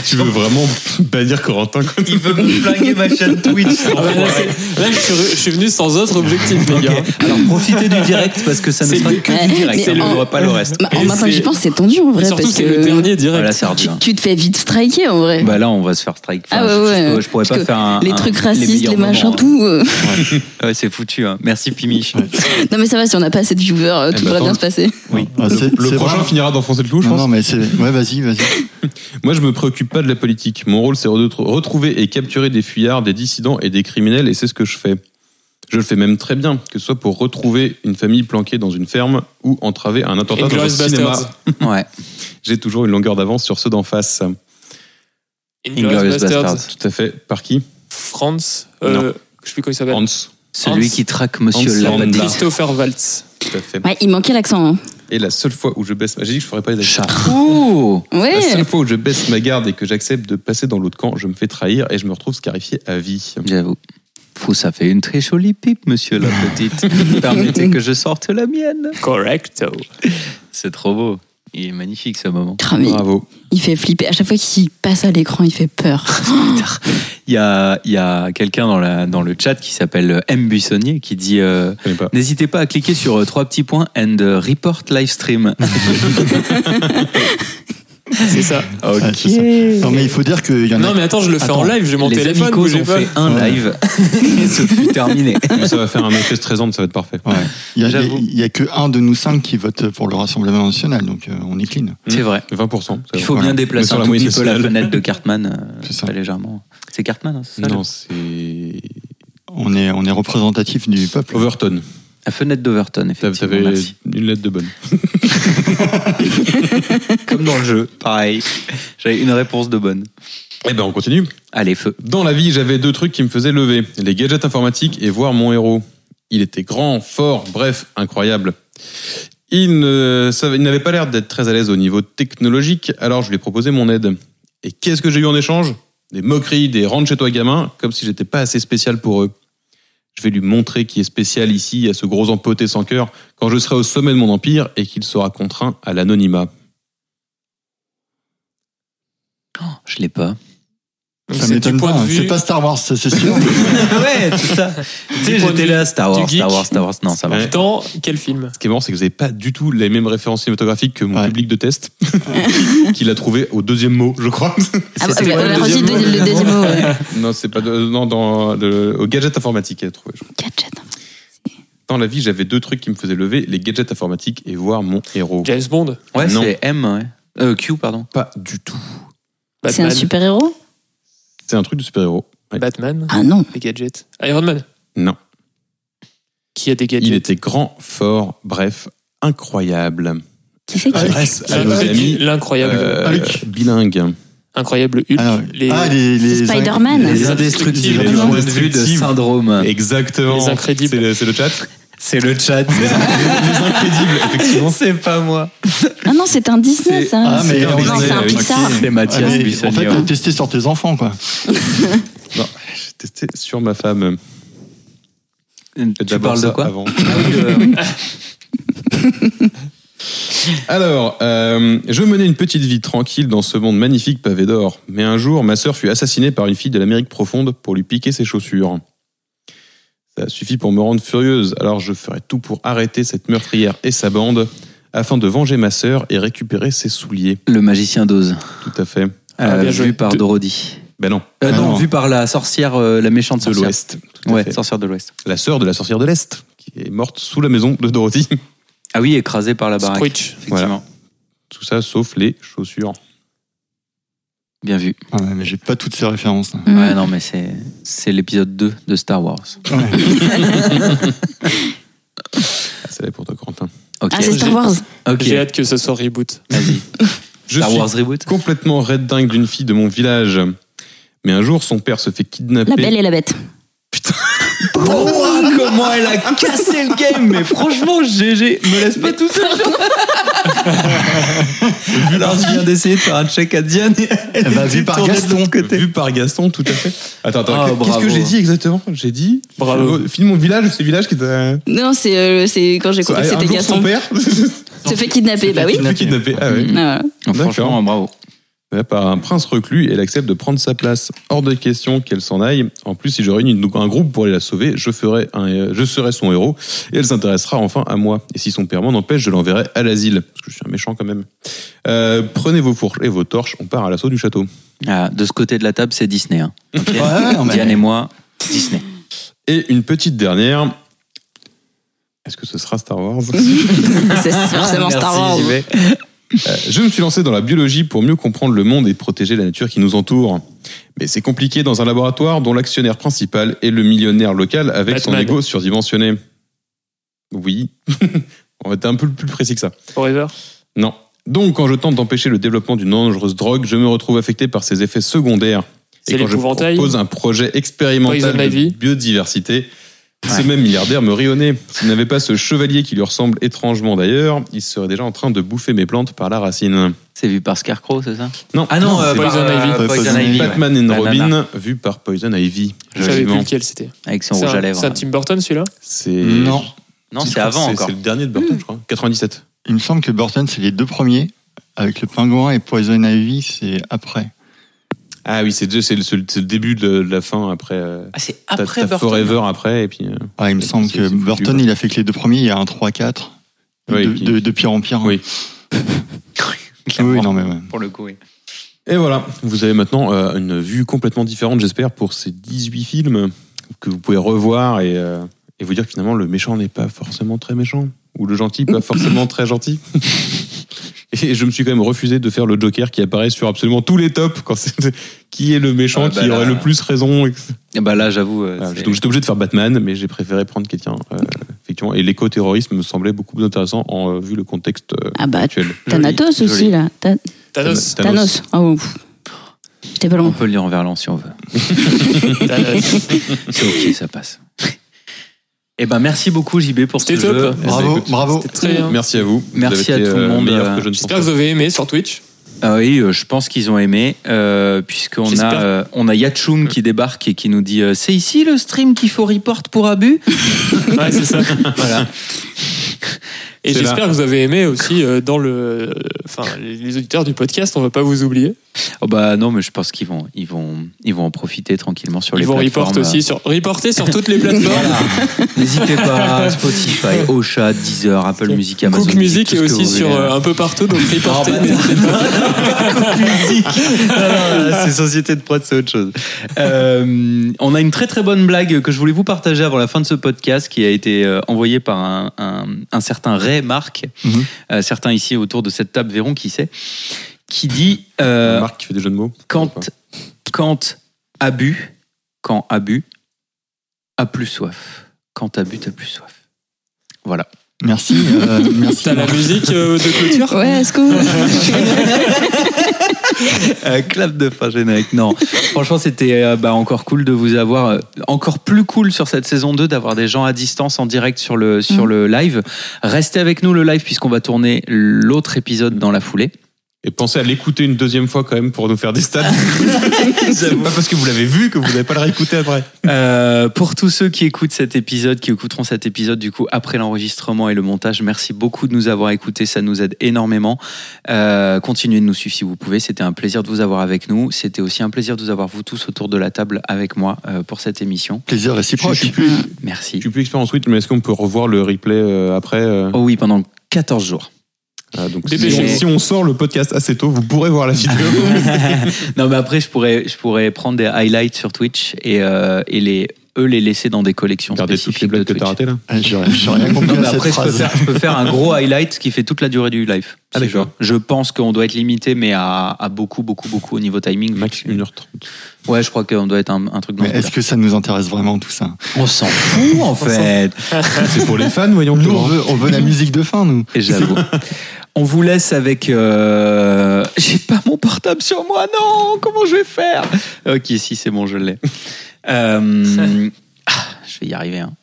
[SPEAKER 2] Tu veux vraiment bannir Corentin quand
[SPEAKER 5] Il veut me flinguer ma chaîne Twitch.
[SPEAKER 1] Ah ouais, là, c'est- là, je suis re- je suis venu sans autre objectif, les gars.
[SPEAKER 5] Alors profitez du direct parce que ça ne
[SPEAKER 1] C'est
[SPEAKER 5] sera
[SPEAKER 1] le-
[SPEAKER 5] que
[SPEAKER 6] Ouais,
[SPEAKER 5] du direct.
[SPEAKER 6] mais
[SPEAKER 5] Ça ne
[SPEAKER 6] en-
[SPEAKER 5] voit pas le reste.
[SPEAKER 6] Bah, En
[SPEAKER 1] Et
[SPEAKER 6] maintenant que
[SPEAKER 1] c'est-
[SPEAKER 6] j'y pense, c'est tendu en vrai.
[SPEAKER 1] Surtout,
[SPEAKER 6] parce
[SPEAKER 1] c'est
[SPEAKER 6] que
[SPEAKER 1] le dernier direct.
[SPEAKER 5] Voilà, c'est ardu.
[SPEAKER 6] Tu,
[SPEAKER 5] hein.
[SPEAKER 6] tu te fais vite striker en vrai.
[SPEAKER 5] Bah là, on va se faire strike. Enfin,
[SPEAKER 6] Ah ouais,
[SPEAKER 5] je- je,
[SPEAKER 6] ouais.
[SPEAKER 5] peux- je pourrais
[SPEAKER 6] Parce
[SPEAKER 5] pas
[SPEAKER 6] que
[SPEAKER 5] faire un.
[SPEAKER 6] les
[SPEAKER 5] un-
[SPEAKER 6] trucs racistes, les,
[SPEAKER 5] meilleurs
[SPEAKER 6] machins,
[SPEAKER 5] moments, hein.
[SPEAKER 6] tout. euh.
[SPEAKER 5] Ouais, c'est foutu. hein. Merci Pimi.
[SPEAKER 6] Non, mais ça va, si on n'a pas assez de viewers, euh,
[SPEAKER 2] Eh
[SPEAKER 6] tout
[SPEAKER 2] bah,
[SPEAKER 6] va bien
[SPEAKER 2] attends.
[SPEAKER 6] se passer.
[SPEAKER 5] Oui.
[SPEAKER 3] Ah, c'est-
[SPEAKER 2] Le
[SPEAKER 3] c'est
[SPEAKER 2] prochain
[SPEAKER 3] vrai.
[SPEAKER 2] finira d'enfoncer le clou, je
[SPEAKER 3] Non,
[SPEAKER 2] pense.
[SPEAKER 3] non, mais c'est. Ouais, vas-y, vas-y.
[SPEAKER 2] Moi, je me préoccupe pas de la politique. Mon rôle, c'est de tr- retrouver et capturer des fuyards, des dissidents et des criminels, et c'est ce que je fais. Je le fais même très bien, que ce soit pour retrouver une famille planquée dans une ferme ou entraver un attentat
[SPEAKER 1] Et
[SPEAKER 2] dans un
[SPEAKER 1] Glorious
[SPEAKER 2] cinéma.
[SPEAKER 1] Bastards.
[SPEAKER 5] Ouais.
[SPEAKER 2] J'ai toujours une longueur d'avance sur ceux d'en face.
[SPEAKER 5] Inglourious
[SPEAKER 1] Inglourious Basterds.
[SPEAKER 5] Basterds.
[SPEAKER 2] Tout à fait. Par qui
[SPEAKER 1] France. euh, Je sais plus comment il s'appelle.
[SPEAKER 2] Hans.
[SPEAKER 5] Celui
[SPEAKER 1] Hans-
[SPEAKER 5] qui traque Monsieur
[SPEAKER 2] Hans
[SPEAKER 5] Lambda.
[SPEAKER 2] Lambda.
[SPEAKER 1] Christopher Waltz.
[SPEAKER 2] Tout à fait.
[SPEAKER 6] Ouais, il manquait l'accent. hein.
[SPEAKER 2] Et la seule fois où je baisse, j'ai dit que je ferais pas les actions.
[SPEAKER 5] Oh
[SPEAKER 1] Eh.
[SPEAKER 2] La
[SPEAKER 6] Ouais.
[SPEAKER 2] seule fois où je baisse ma garde et que j'accepte de passer dans l'autre camp, je me fais trahir et je me retrouve scarifié à vie.
[SPEAKER 5] J'avoue. Fou, ça fait une très jolie pipe, monsieur la
[SPEAKER 6] <laughs>
[SPEAKER 5] petite. Permettez que je sorte la mienne.
[SPEAKER 1] Correcto.
[SPEAKER 5] C'est trop beau. Il est magnifique ce moment.
[SPEAKER 6] Ah, mais
[SPEAKER 2] Bravo.
[SPEAKER 6] Il fait flipper. À chaque fois qu'il passe à l'écran, il fait peur.
[SPEAKER 5] Il y a, il y a quelqu'un dans, la- dans le chat qui s'appelle euh, M. Buissonnier qui dit euh,
[SPEAKER 2] Je connais pas.
[SPEAKER 5] N'hésitez pas à cliquer sur euh, trois petits points and euh, report live stream.
[SPEAKER 1] C'est ça.
[SPEAKER 5] Ah,
[SPEAKER 3] Ouais, c'est ça. Non, mais il faut dire qu'il y en a.
[SPEAKER 1] Non, mais attends, je le fais en
[SPEAKER 5] Attends,
[SPEAKER 1] live, j'ai mon
[SPEAKER 5] Les
[SPEAKER 1] téléphone,
[SPEAKER 5] amicaux
[SPEAKER 1] bougez
[SPEAKER 5] ont
[SPEAKER 1] pas.
[SPEAKER 5] fait un
[SPEAKER 3] Ouais.
[SPEAKER 5] live <laughs> et ce fut terminé.
[SPEAKER 2] Mais ça va faire un effet 13 ans, ça va être parfait.
[SPEAKER 3] Ouais. Il y a-
[SPEAKER 5] J'avoue.
[SPEAKER 3] il y a que un de nous cinq qui vote pour le Rassemblement National, donc euh, on est clean.
[SPEAKER 5] C'est vrai.
[SPEAKER 2] 20%.
[SPEAKER 5] Il faut
[SPEAKER 3] Voilà.
[SPEAKER 5] bien
[SPEAKER 2] Mais
[SPEAKER 5] déplacer
[SPEAKER 2] sur
[SPEAKER 5] un
[SPEAKER 2] la
[SPEAKER 5] tout
[SPEAKER 2] moyenne
[SPEAKER 5] petit peu la
[SPEAKER 2] sociale.
[SPEAKER 5] fenêtre de Cartman.
[SPEAKER 3] C'est
[SPEAKER 5] C'est
[SPEAKER 3] ça.
[SPEAKER 5] ça. légèrement. C'est Cartman, hein, c'est ça
[SPEAKER 2] Non,
[SPEAKER 5] le-
[SPEAKER 2] c'est.
[SPEAKER 3] On est, on est représentatif du peuple.
[SPEAKER 2] Overton.
[SPEAKER 5] La fenêtre d'Overton,
[SPEAKER 2] T'avais
[SPEAKER 5] effectivement.
[SPEAKER 2] t'avais <laughs>
[SPEAKER 5] merci.
[SPEAKER 2] une lettre de bonne.
[SPEAKER 5] Comme dans le jeu, pareil. J'avais une réponse de bonne.
[SPEAKER 2] Eh ben, on continue.
[SPEAKER 5] Allez, feu.
[SPEAKER 2] Dans la vie, j'avais deux trucs qui me faisaient lever les gadgets informatiques et voir mon héros. Il était grand, fort, bref, incroyable. Il ne savait- il n'avait pas l'air d'être très à l'aise au niveau technologique, alors je lui ai proposé mon aide. Et qu'est-ce que j'ai eu en échange Des moqueries, des rentre chez toi gamin, comme si j'étais pas assez spécial pour eux. Je vais lui montrer qui est spécial ici à ce gros empoté sans cœur quand je serai au sommet de mon empire et qu'il sera contraint à l'anonymat.
[SPEAKER 5] je l'ai pas.
[SPEAKER 1] Donc,
[SPEAKER 3] Ça
[SPEAKER 1] c'est
[SPEAKER 3] m'étonne
[SPEAKER 1] du point
[SPEAKER 3] pas.
[SPEAKER 1] de
[SPEAKER 3] hein.
[SPEAKER 1] vue-
[SPEAKER 3] C'est pas Star Wars, ça,
[SPEAKER 1] <laughs>
[SPEAKER 3] c'est sûr.
[SPEAKER 5] ouais, c'est <laughs> ça. Tu sais,
[SPEAKER 1] Du point de
[SPEAKER 5] j'étais
[SPEAKER 1] vue
[SPEAKER 5] là, Star Wars,
[SPEAKER 1] du
[SPEAKER 5] Star
[SPEAKER 1] geek.
[SPEAKER 5] Wars, Star Wars. Non, ça marche.
[SPEAKER 2] Ouais.
[SPEAKER 1] Dans quel film
[SPEAKER 2] Ce qui est marrant, c'est que vous n'avez pas du tout les mêmes références cinématographiques que mon
[SPEAKER 3] Ouais.
[SPEAKER 2] public de <laughs> test, qui l'a trouvé au deuxième mot, je crois.
[SPEAKER 6] Ah, bah,
[SPEAKER 5] C'était quoi le
[SPEAKER 6] alors, vas-y,
[SPEAKER 5] deuxième mot
[SPEAKER 6] deuxi- le deuxième mot. ouais.
[SPEAKER 2] <laughs> non, c'est pas de- non, dans le- au gadget informatique qu'elle a trouvé. je crois.
[SPEAKER 6] Gadget.
[SPEAKER 2] Dans la vie, j'avais deux trucs qui me faisaient lever les gadgets informatiques et voir mon héros.
[SPEAKER 1] James Bond
[SPEAKER 5] Ouais,
[SPEAKER 2] Non.
[SPEAKER 5] c'est M, ouais. Euh, Q, pardon.
[SPEAKER 2] Pas du tout.
[SPEAKER 6] C'est un
[SPEAKER 1] Batman
[SPEAKER 6] super héros
[SPEAKER 2] C'est un truc de super-héros. Ouais.
[SPEAKER 1] Batman
[SPEAKER 6] Ah non.
[SPEAKER 1] Les gadgets Iron Man
[SPEAKER 2] Non.
[SPEAKER 1] Qui a des gadgets
[SPEAKER 2] Il était grand, fort, bref, incroyable.
[SPEAKER 6] Qui c'est qui
[SPEAKER 2] Grâce
[SPEAKER 1] Qui
[SPEAKER 2] à
[SPEAKER 1] a
[SPEAKER 2] nos
[SPEAKER 1] des-
[SPEAKER 2] amis
[SPEAKER 1] L'incroyable
[SPEAKER 2] euh,
[SPEAKER 3] Hulk.
[SPEAKER 2] bilingues.
[SPEAKER 1] incroyable Hulk.
[SPEAKER 3] Ah, ouais.
[SPEAKER 1] les,
[SPEAKER 3] Ah, les, les-
[SPEAKER 6] Spider-Man.
[SPEAKER 3] les- Ah,
[SPEAKER 1] Les indestructibles.
[SPEAKER 2] Les
[SPEAKER 5] Point de vue de
[SPEAKER 2] indestructibles.
[SPEAKER 5] syndrome.
[SPEAKER 2] Exactement.
[SPEAKER 1] Les incrédibles.
[SPEAKER 2] C'est le, c'est le chat.
[SPEAKER 5] C'est le chat.
[SPEAKER 2] Les incrédibles, effectivement.
[SPEAKER 5] c'est pas moi.
[SPEAKER 6] Ah non, c'est un Disney, ça.
[SPEAKER 3] Ah, mais
[SPEAKER 2] un
[SPEAKER 3] on-
[SPEAKER 6] non, c'est un
[SPEAKER 2] Disney,
[SPEAKER 6] Pixar.
[SPEAKER 5] C'est
[SPEAKER 3] Ah, mais
[SPEAKER 5] Mathias
[SPEAKER 3] en fait,
[SPEAKER 5] Bissonnier.
[SPEAKER 3] t'as testé sur tes enfants, quoi.
[SPEAKER 2] Non, j'ai testé sur ma femme.
[SPEAKER 5] Tu
[SPEAKER 2] D'abord
[SPEAKER 5] parles de
[SPEAKER 2] ça,
[SPEAKER 5] quoi
[SPEAKER 2] avant.
[SPEAKER 6] <laughs>
[SPEAKER 5] Euh,
[SPEAKER 6] Ah
[SPEAKER 2] Alors, euh, je menais une petite vie tranquille dans ce monde magnifique pavé d'or. Mais un jour, ma sœur fut assassinée par une fille de l'Amérique profonde pour lui piquer ses chaussures. Ça suffit pour me rendre furieuse, alors je ferai tout pour arrêter cette meurtrière et sa bande afin de venger ma sœur et récupérer ses souliers.
[SPEAKER 5] Le magicien d'Oz.
[SPEAKER 2] Tout à fait.
[SPEAKER 1] Ah,
[SPEAKER 5] Euh,
[SPEAKER 1] bien joué.
[SPEAKER 5] vu par Dorothy.
[SPEAKER 2] Ben non,
[SPEAKER 5] Euh,
[SPEAKER 3] Ah,
[SPEAKER 5] non,
[SPEAKER 3] non.
[SPEAKER 5] vu par la sorcière, euh, la méchante
[SPEAKER 2] de
[SPEAKER 5] sorcière.
[SPEAKER 2] l'Ouest. Tout à
[SPEAKER 5] Ouais,
[SPEAKER 2] fait.
[SPEAKER 5] sorcière de l'Ouest.
[SPEAKER 2] La sœur de la sorcière de l'Est, qui est morte sous la maison de Dorothy. <laughs>
[SPEAKER 5] Ah oui, écrasée par la baraque.
[SPEAKER 1] Screech.
[SPEAKER 5] Effectivement.
[SPEAKER 2] Tout ça sauf les chaussures.
[SPEAKER 5] Bien vu.
[SPEAKER 3] Ah, mais j'ai pas toutes ces références. là.
[SPEAKER 6] Mm.
[SPEAKER 5] Ouais, non, mais c'est c'est l'épisode 2 de Star Wars.
[SPEAKER 2] Ah, C'est là pour toi, Corentin.
[SPEAKER 5] Ok.
[SPEAKER 6] Ah, c'est Star
[SPEAKER 1] J'ai-
[SPEAKER 6] Wars.
[SPEAKER 5] Ok.
[SPEAKER 1] J'ai hâte que ça soit reboot.
[SPEAKER 5] Vas-y.
[SPEAKER 2] Je
[SPEAKER 5] Star
[SPEAKER 2] suis
[SPEAKER 5] Wars Reboot <laughs>
[SPEAKER 2] complètement red dingue d'une fille de mon village. Mais un jour, son père se fait kidnapper.
[SPEAKER 6] La Belle et la Bête.
[SPEAKER 5] Comment elle a cassé le game Mais franchement, GG, me laisse pas tout
[SPEAKER 2] <laughs>
[SPEAKER 5] seul. Alors, je viens d'essayer de faire un check à Diane.
[SPEAKER 3] Elle va Eh ben, vu par Gaston.
[SPEAKER 2] Vu par Gaston, tout à fait. Attends, attends.
[SPEAKER 5] Ah,
[SPEAKER 2] qu'est- Qu'est-ce que
[SPEAKER 5] bravo.
[SPEAKER 2] j'ai dit exactement J'ai dit.
[SPEAKER 1] Bravo.
[SPEAKER 2] Fille de mon village, c'est village qui était. Un
[SPEAKER 6] Non, c'est euh, c'est quand j'ai compris que
[SPEAKER 2] jour,
[SPEAKER 6] c'était
[SPEAKER 2] Son
[SPEAKER 6] Gaston.
[SPEAKER 2] père
[SPEAKER 6] Se fait
[SPEAKER 2] <laughs>
[SPEAKER 6] kidnapper, bah oui.
[SPEAKER 2] se fait kidnapper. Ah ouais.
[SPEAKER 6] Ah, voilà.
[SPEAKER 5] Franchement, bravo.
[SPEAKER 2] Ouais, Par un prince reclus, elle accepte de prendre sa place. Hors de question qu'elle s'en aille. En plus, si je réunis une- un groupe pour aller la sauver, je, ferai un, euh, je serai son héros et elle s'intéressera enfin à moi. Et si son père m'en empêche, je l'enverrai à l'asile. Parce que je suis un méchant quand même. Euh, prenez vos fourches et vos torches, on part à l'assaut du château.
[SPEAKER 5] Ah, de ce côté de la table, c'est Disney. <laughs> hein. Ok
[SPEAKER 3] Ouais, ouais, non, mais-
[SPEAKER 5] Diane et moi, Disney.
[SPEAKER 2] Et une petite dernière. Est-ce que ce sera Star Wars
[SPEAKER 6] <laughs> C'est forcément Star Wars.
[SPEAKER 2] Euh, Je me suis lancé dans la biologie pour mieux comprendre le monde et protéger la nature qui nous entoure. Mais c'est compliqué dans un laboratoire dont l'actionnaire principal est le millionnaire local avec son
[SPEAKER 1] Batman.
[SPEAKER 2] ego surdimensionné. Oui. <laughs> On va être un peu plus précis que ça.
[SPEAKER 1] Forever.
[SPEAKER 2] Non. Donc, quand je tente d'empêcher le développement d'une dangereuse drogue, je me retrouve affecté par ses effets secondaires. Et
[SPEAKER 1] C'est
[SPEAKER 2] quand je
[SPEAKER 1] l'épouvantail.
[SPEAKER 2] propose un projet expérimental
[SPEAKER 1] Poison
[SPEAKER 2] de
[SPEAKER 1] Ivy.
[SPEAKER 2] biodiversité, ce même milliardaire me rionnait. S'il n'avait pas ce chevalier qui lui ressemble étrangement d'ailleurs, il serait déjà en train de bouffer mes plantes par la racine.
[SPEAKER 5] C'est vu par Scarecrow, c'est ça
[SPEAKER 2] Non,
[SPEAKER 5] Ah non, euh,
[SPEAKER 2] c'est
[SPEAKER 5] par,
[SPEAKER 1] Poison
[SPEAKER 5] euh,
[SPEAKER 1] Ivy.
[SPEAKER 5] Poison
[SPEAKER 3] Poison
[SPEAKER 5] Ivy, ouais.
[SPEAKER 2] Batman and
[SPEAKER 5] Banana.
[SPEAKER 2] Robin, vu par Poison Ivy.
[SPEAKER 1] Je savais plus
[SPEAKER 2] Effectivement.
[SPEAKER 1] lequel c'était.
[SPEAKER 5] Avec son
[SPEAKER 1] C'est
[SPEAKER 5] rouge à
[SPEAKER 1] un,
[SPEAKER 5] lèvres.
[SPEAKER 1] c'est un Tim Burton celui-là
[SPEAKER 2] C'est
[SPEAKER 3] Non.
[SPEAKER 5] Non,
[SPEAKER 2] Je
[SPEAKER 5] c'est
[SPEAKER 2] crois que
[SPEAKER 5] avant encore.
[SPEAKER 2] C'est Hmm. le dernier de Burton, je crois. 97.
[SPEAKER 3] Il me semble que Burton, c'est les deux premiers. Avec le pingouin et Poison Ivy, c'est après.
[SPEAKER 2] Ah oui, c'est c'est le, c'est le- c'est le début de la fin après. euh,
[SPEAKER 5] Ah, c'est
[SPEAKER 2] t'as-
[SPEAKER 5] après
[SPEAKER 2] t'as
[SPEAKER 5] Burton.
[SPEAKER 2] Forever après et puis. euh,
[SPEAKER 3] Ah, il me
[SPEAKER 2] C'est-
[SPEAKER 3] semble
[SPEAKER 2] c'est-
[SPEAKER 3] que
[SPEAKER 2] c'est foutu,
[SPEAKER 3] Burton,
[SPEAKER 2] ouais.
[SPEAKER 3] il a fait que les deux premiers. Il y a un 3-4.
[SPEAKER 2] Oui,
[SPEAKER 3] de,
[SPEAKER 2] qui-
[SPEAKER 3] de- de pire en pire. hein.
[SPEAKER 2] Oui.
[SPEAKER 3] <laughs> Oui, non, mais ouais.
[SPEAKER 5] Pour le coup, oui.
[SPEAKER 2] Et voilà, vous avez maintenant euh, une vue complètement différente, j'espère, pour ces 18 films que vous pouvez revoir et, euh, et vous dire que finalement le méchant n'est pas forcément très méchant, ou le gentil pas forcément très
[SPEAKER 5] <laughs>
[SPEAKER 2] gentil. Et je me suis quand même refusé de faire le Joker qui apparaît sur absolument tous les tops, quand c'est- <laughs> qui est le méchant
[SPEAKER 5] Ah bah
[SPEAKER 2] qui
[SPEAKER 5] là-
[SPEAKER 2] aurait le plus raison. et que-
[SPEAKER 5] Et bah là, j'avoue. euh,
[SPEAKER 2] Voilà,
[SPEAKER 5] c'est-
[SPEAKER 2] donc j'étais obligé de faire Batman, mais j'ai préféré prendre quelqu'un, euh, effectivement. Et l'éco-terrorisme me semblait beaucoup plus intéressant en, euh, vu le contexte euh,
[SPEAKER 6] Ah bah,
[SPEAKER 2] actuel.
[SPEAKER 6] Thanatos
[SPEAKER 5] Joli.
[SPEAKER 6] aussi, là. Ta-
[SPEAKER 1] Thanos.
[SPEAKER 6] Thanos. Oh, pff. J'étais pas
[SPEAKER 5] on
[SPEAKER 6] loin.
[SPEAKER 5] peut le lire en verlan si on veut.
[SPEAKER 1] Thanos.
[SPEAKER 5] C'est ok, ça passe. Et ben merci beaucoup JB pour ce
[SPEAKER 1] C'était top.
[SPEAKER 5] jeu.
[SPEAKER 2] Eh ben,
[SPEAKER 3] Bravo,
[SPEAKER 2] écoute,
[SPEAKER 3] bravo.
[SPEAKER 1] Très bien.
[SPEAKER 2] Merci à vous. Vous
[SPEAKER 5] Merci
[SPEAKER 2] avez
[SPEAKER 5] à
[SPEAKER 2] été,
[SPEAKER 5] tout le
[SPEAKER 2] euh,
[SPEAKER 5] monde,
[SPEAKER 2] meilleur
[SPEAKER 5] euh,
[SPEAKER 2] que je ne
[SPEAKER 1] J'espère que vous avez aimé sur Twitch.
[SPEAKER 5] Ah oui, euh, je pense qu'ils ont aimé, euh, puisqu'on
[SPEAKER 13] J'espère.
[SPEAKER 5] a, euh, on a Yatchoum qui débarque et qui nous dit euh, C'est ici le stream qu'il faut report pour abus
[SPEAKER 1] Ouais, c'est ça. <laughs>
[SPEAKER 5] Voilà.
[SPEAKER 1] Et
[SPEAKER 5] C'est
[SPEAKER 1] j'espère
[SPEAKER 5] là.
[SPEAKER 1] que vous avez aimé aussi euh, dans le. Enfin, les auditeurs du podcast, on va pas vous oublier.
[SPEAKER 5] Oh bah non, mais je pense qu'ils vont, ils vont, ils vont en profiter tranquillement sur
[SPEAKER 1] Ils
[SPEAKER 5] les
[SPEAKER 1] vont
[SPEAKER 5] plateformes. euh.
[SPEAKER 1] report aussi sur, reporter sur toutes les plateformes.
[SPEAKER 5] <laughs> N'hésitez pas, hein, Spotify, Ocha, Deezer, Apple Music, Amazon
[SPEAKER 1] Cook Music
[SPEAKER 5] tout
[SPEAKER 1] est
[SPEAKER 5] ce que
[SPEAKER 1] aussi
[SPEAKER 5] vous
[SPEAKER 1] sur
[SPEAKER 5] <laughs> voulez. hein.
[SPEAKER 1] euh, un peu partout, donc reporter.
[SPEAKER 5] c'est Société de Prod, c'est autre chose. Euh, on a une très très bonne blague que je voulais vous partager avant la fin de ce podcast qui a été euh, envoyée par un, un- un certain Ray Marc, Euh, certains ici autour de cette table verront qui c'est, qui dit euh,
[SPEAKER 2] Marc qui fait des jeux de mots.
[SPEAKER 5] quand, quand abus, quand abus, a plus soif. Quand abus, t'as plus <laughs> soif. Voilà.
[SPEAKER 3] Merci. euh,
[SPEAKER 1] <laughs>
[SPEAKER 3] merci.
[SPEAKER 1] T'as la musique euh, de clôture
[SPEAKER 14] Ouais, est-ce que
[SPEAKER 6] <laughs>
[SPEAKER 5] Euh, clap de fin générique. Non, <laughs> franchement, c'était euh, bah, encore cool de vous avoir. euh, encore plus cool sur cette saison 2 d'avoir des gens à distance en direct sur le, sur le live. Restez avec nous le live puisqu'on va tourner l'autre épisode dans la foulée.
[SPEAKER 2] Et pensez à l'écouter une deuxième fois quand même pour nous faire des <laughs> stats. C'est pas parce que vous l'avez vu que vous n'allez pas le réécouter après.
[SPEAKER 5] Euh, pour tous ceux qui écoutent cet épisode, qui écouteront cet épisode du coup après l'enregistrement et le montage, merci beaucoup de nous avoir écoutés, ça nous aide énormément. Euh, continuez de nous suivre si vous pouvez, c'était un plaisir de vous avoir avec nous. C'était aussi un plaisir de vous avoir vous tous autour de la table avec moi euh, pour cette émission.
[SPEAKER 3] Plaisir réciproque.
[SPEAKER 5] Je suis plus- Merci.
[SPEAKER 2] Je suis plus expert en suite, mais est-ce qu'on peut revoir le replay euh, après euh
[SPEAKER 5] Oh oui, pendant 14 jours.
[SPEAKER 2] Ah, donc si,
[SPEAKER 1] Dépêchez-vous.
[SPEAKER 2] on, si on sort le podcast assez tôt, vous pourrez <laughs> voir la vidéo.
[SPEAKER 5] non, mais après, je pourrais, je pourrais prendre des highlights sur Twitch et, euh, et les, eux les laisser dans des collections
[SPEAKER 2] Regardez toutes les
[SPEAKER 5] spécifiques de
[SPEAKER 2] blagues que
[SPEAKER 5] Twitch.
[SPEAKER 2] t'as ratées là.
[SPEAKER 3] Ah, J'aurais j'aurais rien compris
[SPEAKER 5] Non, mais
[SPEAKER 3] à cette
[SPEAKER 5] après, je peux,
[SPEAKER 3] phrase.
[SPEAKER 5] faire, je peux faire un gros highlight qui fait toute la durée du live.
[SPEAKER 2] Ah, d'accord.
[SPEAKER 5] C'est- Je pense qu'on doit être limité, mais à, à beaucoup, beaucoup, beaucoup au niveau timing.
[SPEAKER 2] Max 1h30.
[SPEAKER 5] Ouais, je crois qu'on doit être un, un truc dans
[SPEAKER 3] Mais
[SPEAKER 5] ce
[SPEAKER 3] est-ce que ça nous intéresse vraiment tout ça
[SPEAKER 5] goût-là. On s'en fout, en fait.
[SPEAKER 2] Ah, C'est pour les fans, voyons
[SPEAKER 3] Nous, on veut, on veut la musique de fin, nous.
[SPEAKER 5] Et j'avoue. <laughs> On vous laisse avec. euh, J'ai pas mon portable sur moi, non Comment je vais faire Ok, si, c'est bon, je <laughs> l'ai. Euh, ah, je vais y arriver. hein.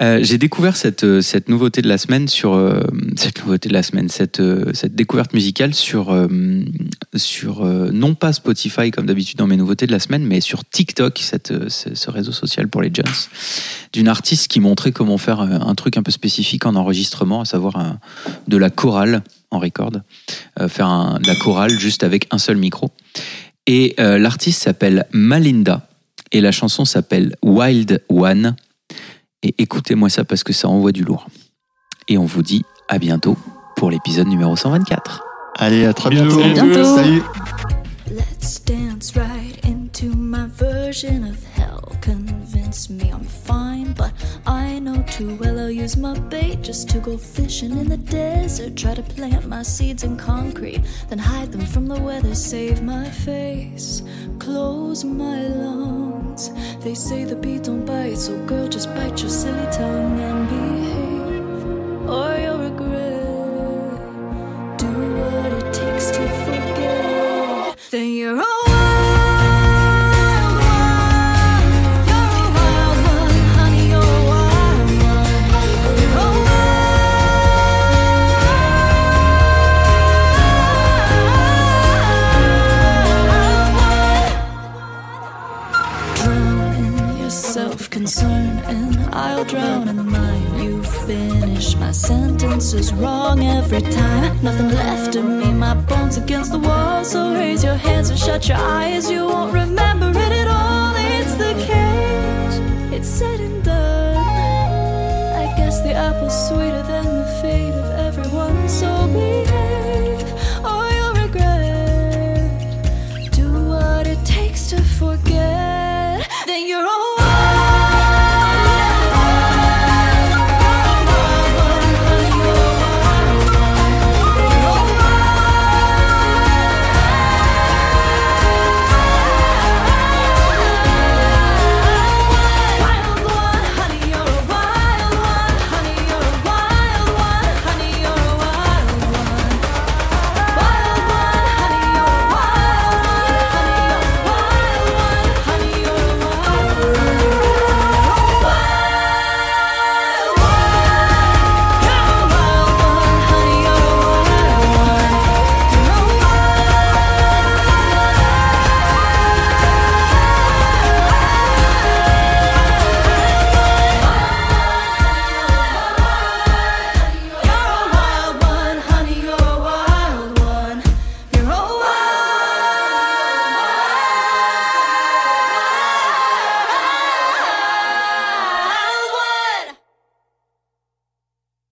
[SPEAKER 5] Euh, J'ai découvert cette, euh, cette nouveauté de la semaine sur. euh, cette nouveauté de la semaine, cette, euh, cette découverte musicale sur. euh, sur euh, non pas Spotify comme d'habitude dans mes nouveautés de la semaine, mais sur TikTok, cette, euh, ce, ce réseau social pour les jeunes, d'une artiste qui montrait comment faire euh, un truc un peu spécifique en enregistrement, à savoir un- de la chorale en record, Euh, faire un- de la chorale juste avec un seul micro. Et euh, l'artiste s'appelle Malinda et la chanson s'appelle Wild One. Et écoutez-moi ça parce que ça envoie du lourd. Et on vous dit à bientôt pour l'épisode numéro 124.
[SPEAKER 3] Allez, à très
[SPEAKER 2] Bisous.
[SPEAKER 3] bientôt.
[SPEAKER 1] À bientôt.
[SPEAKER 3] Salut.
[SPEAKER 6] Let's dance right into my version of hell. Convince me I'm fine, but I know too well I'll use my bait just to go fishing in the desert. Try to plant my seeds in concrete, then hide them from the weather. Save my face, close my lungs. They say the bee don't bite, so girl, just bite your silly tongue and behave, or you'll regret. Do what it takes to forget. Then you're a wild one. You're a wild one, honey. You're a wild one. You're a wild one. Drown in your self-concern, and I'll drown in mine. You finish my sentences wrong every time. Nothing left of me, my bones against the wall. So raise your hands and shut your eyes. You won't remember it at all. It's the cage. It's said and done. I guess the apple's sweeter than.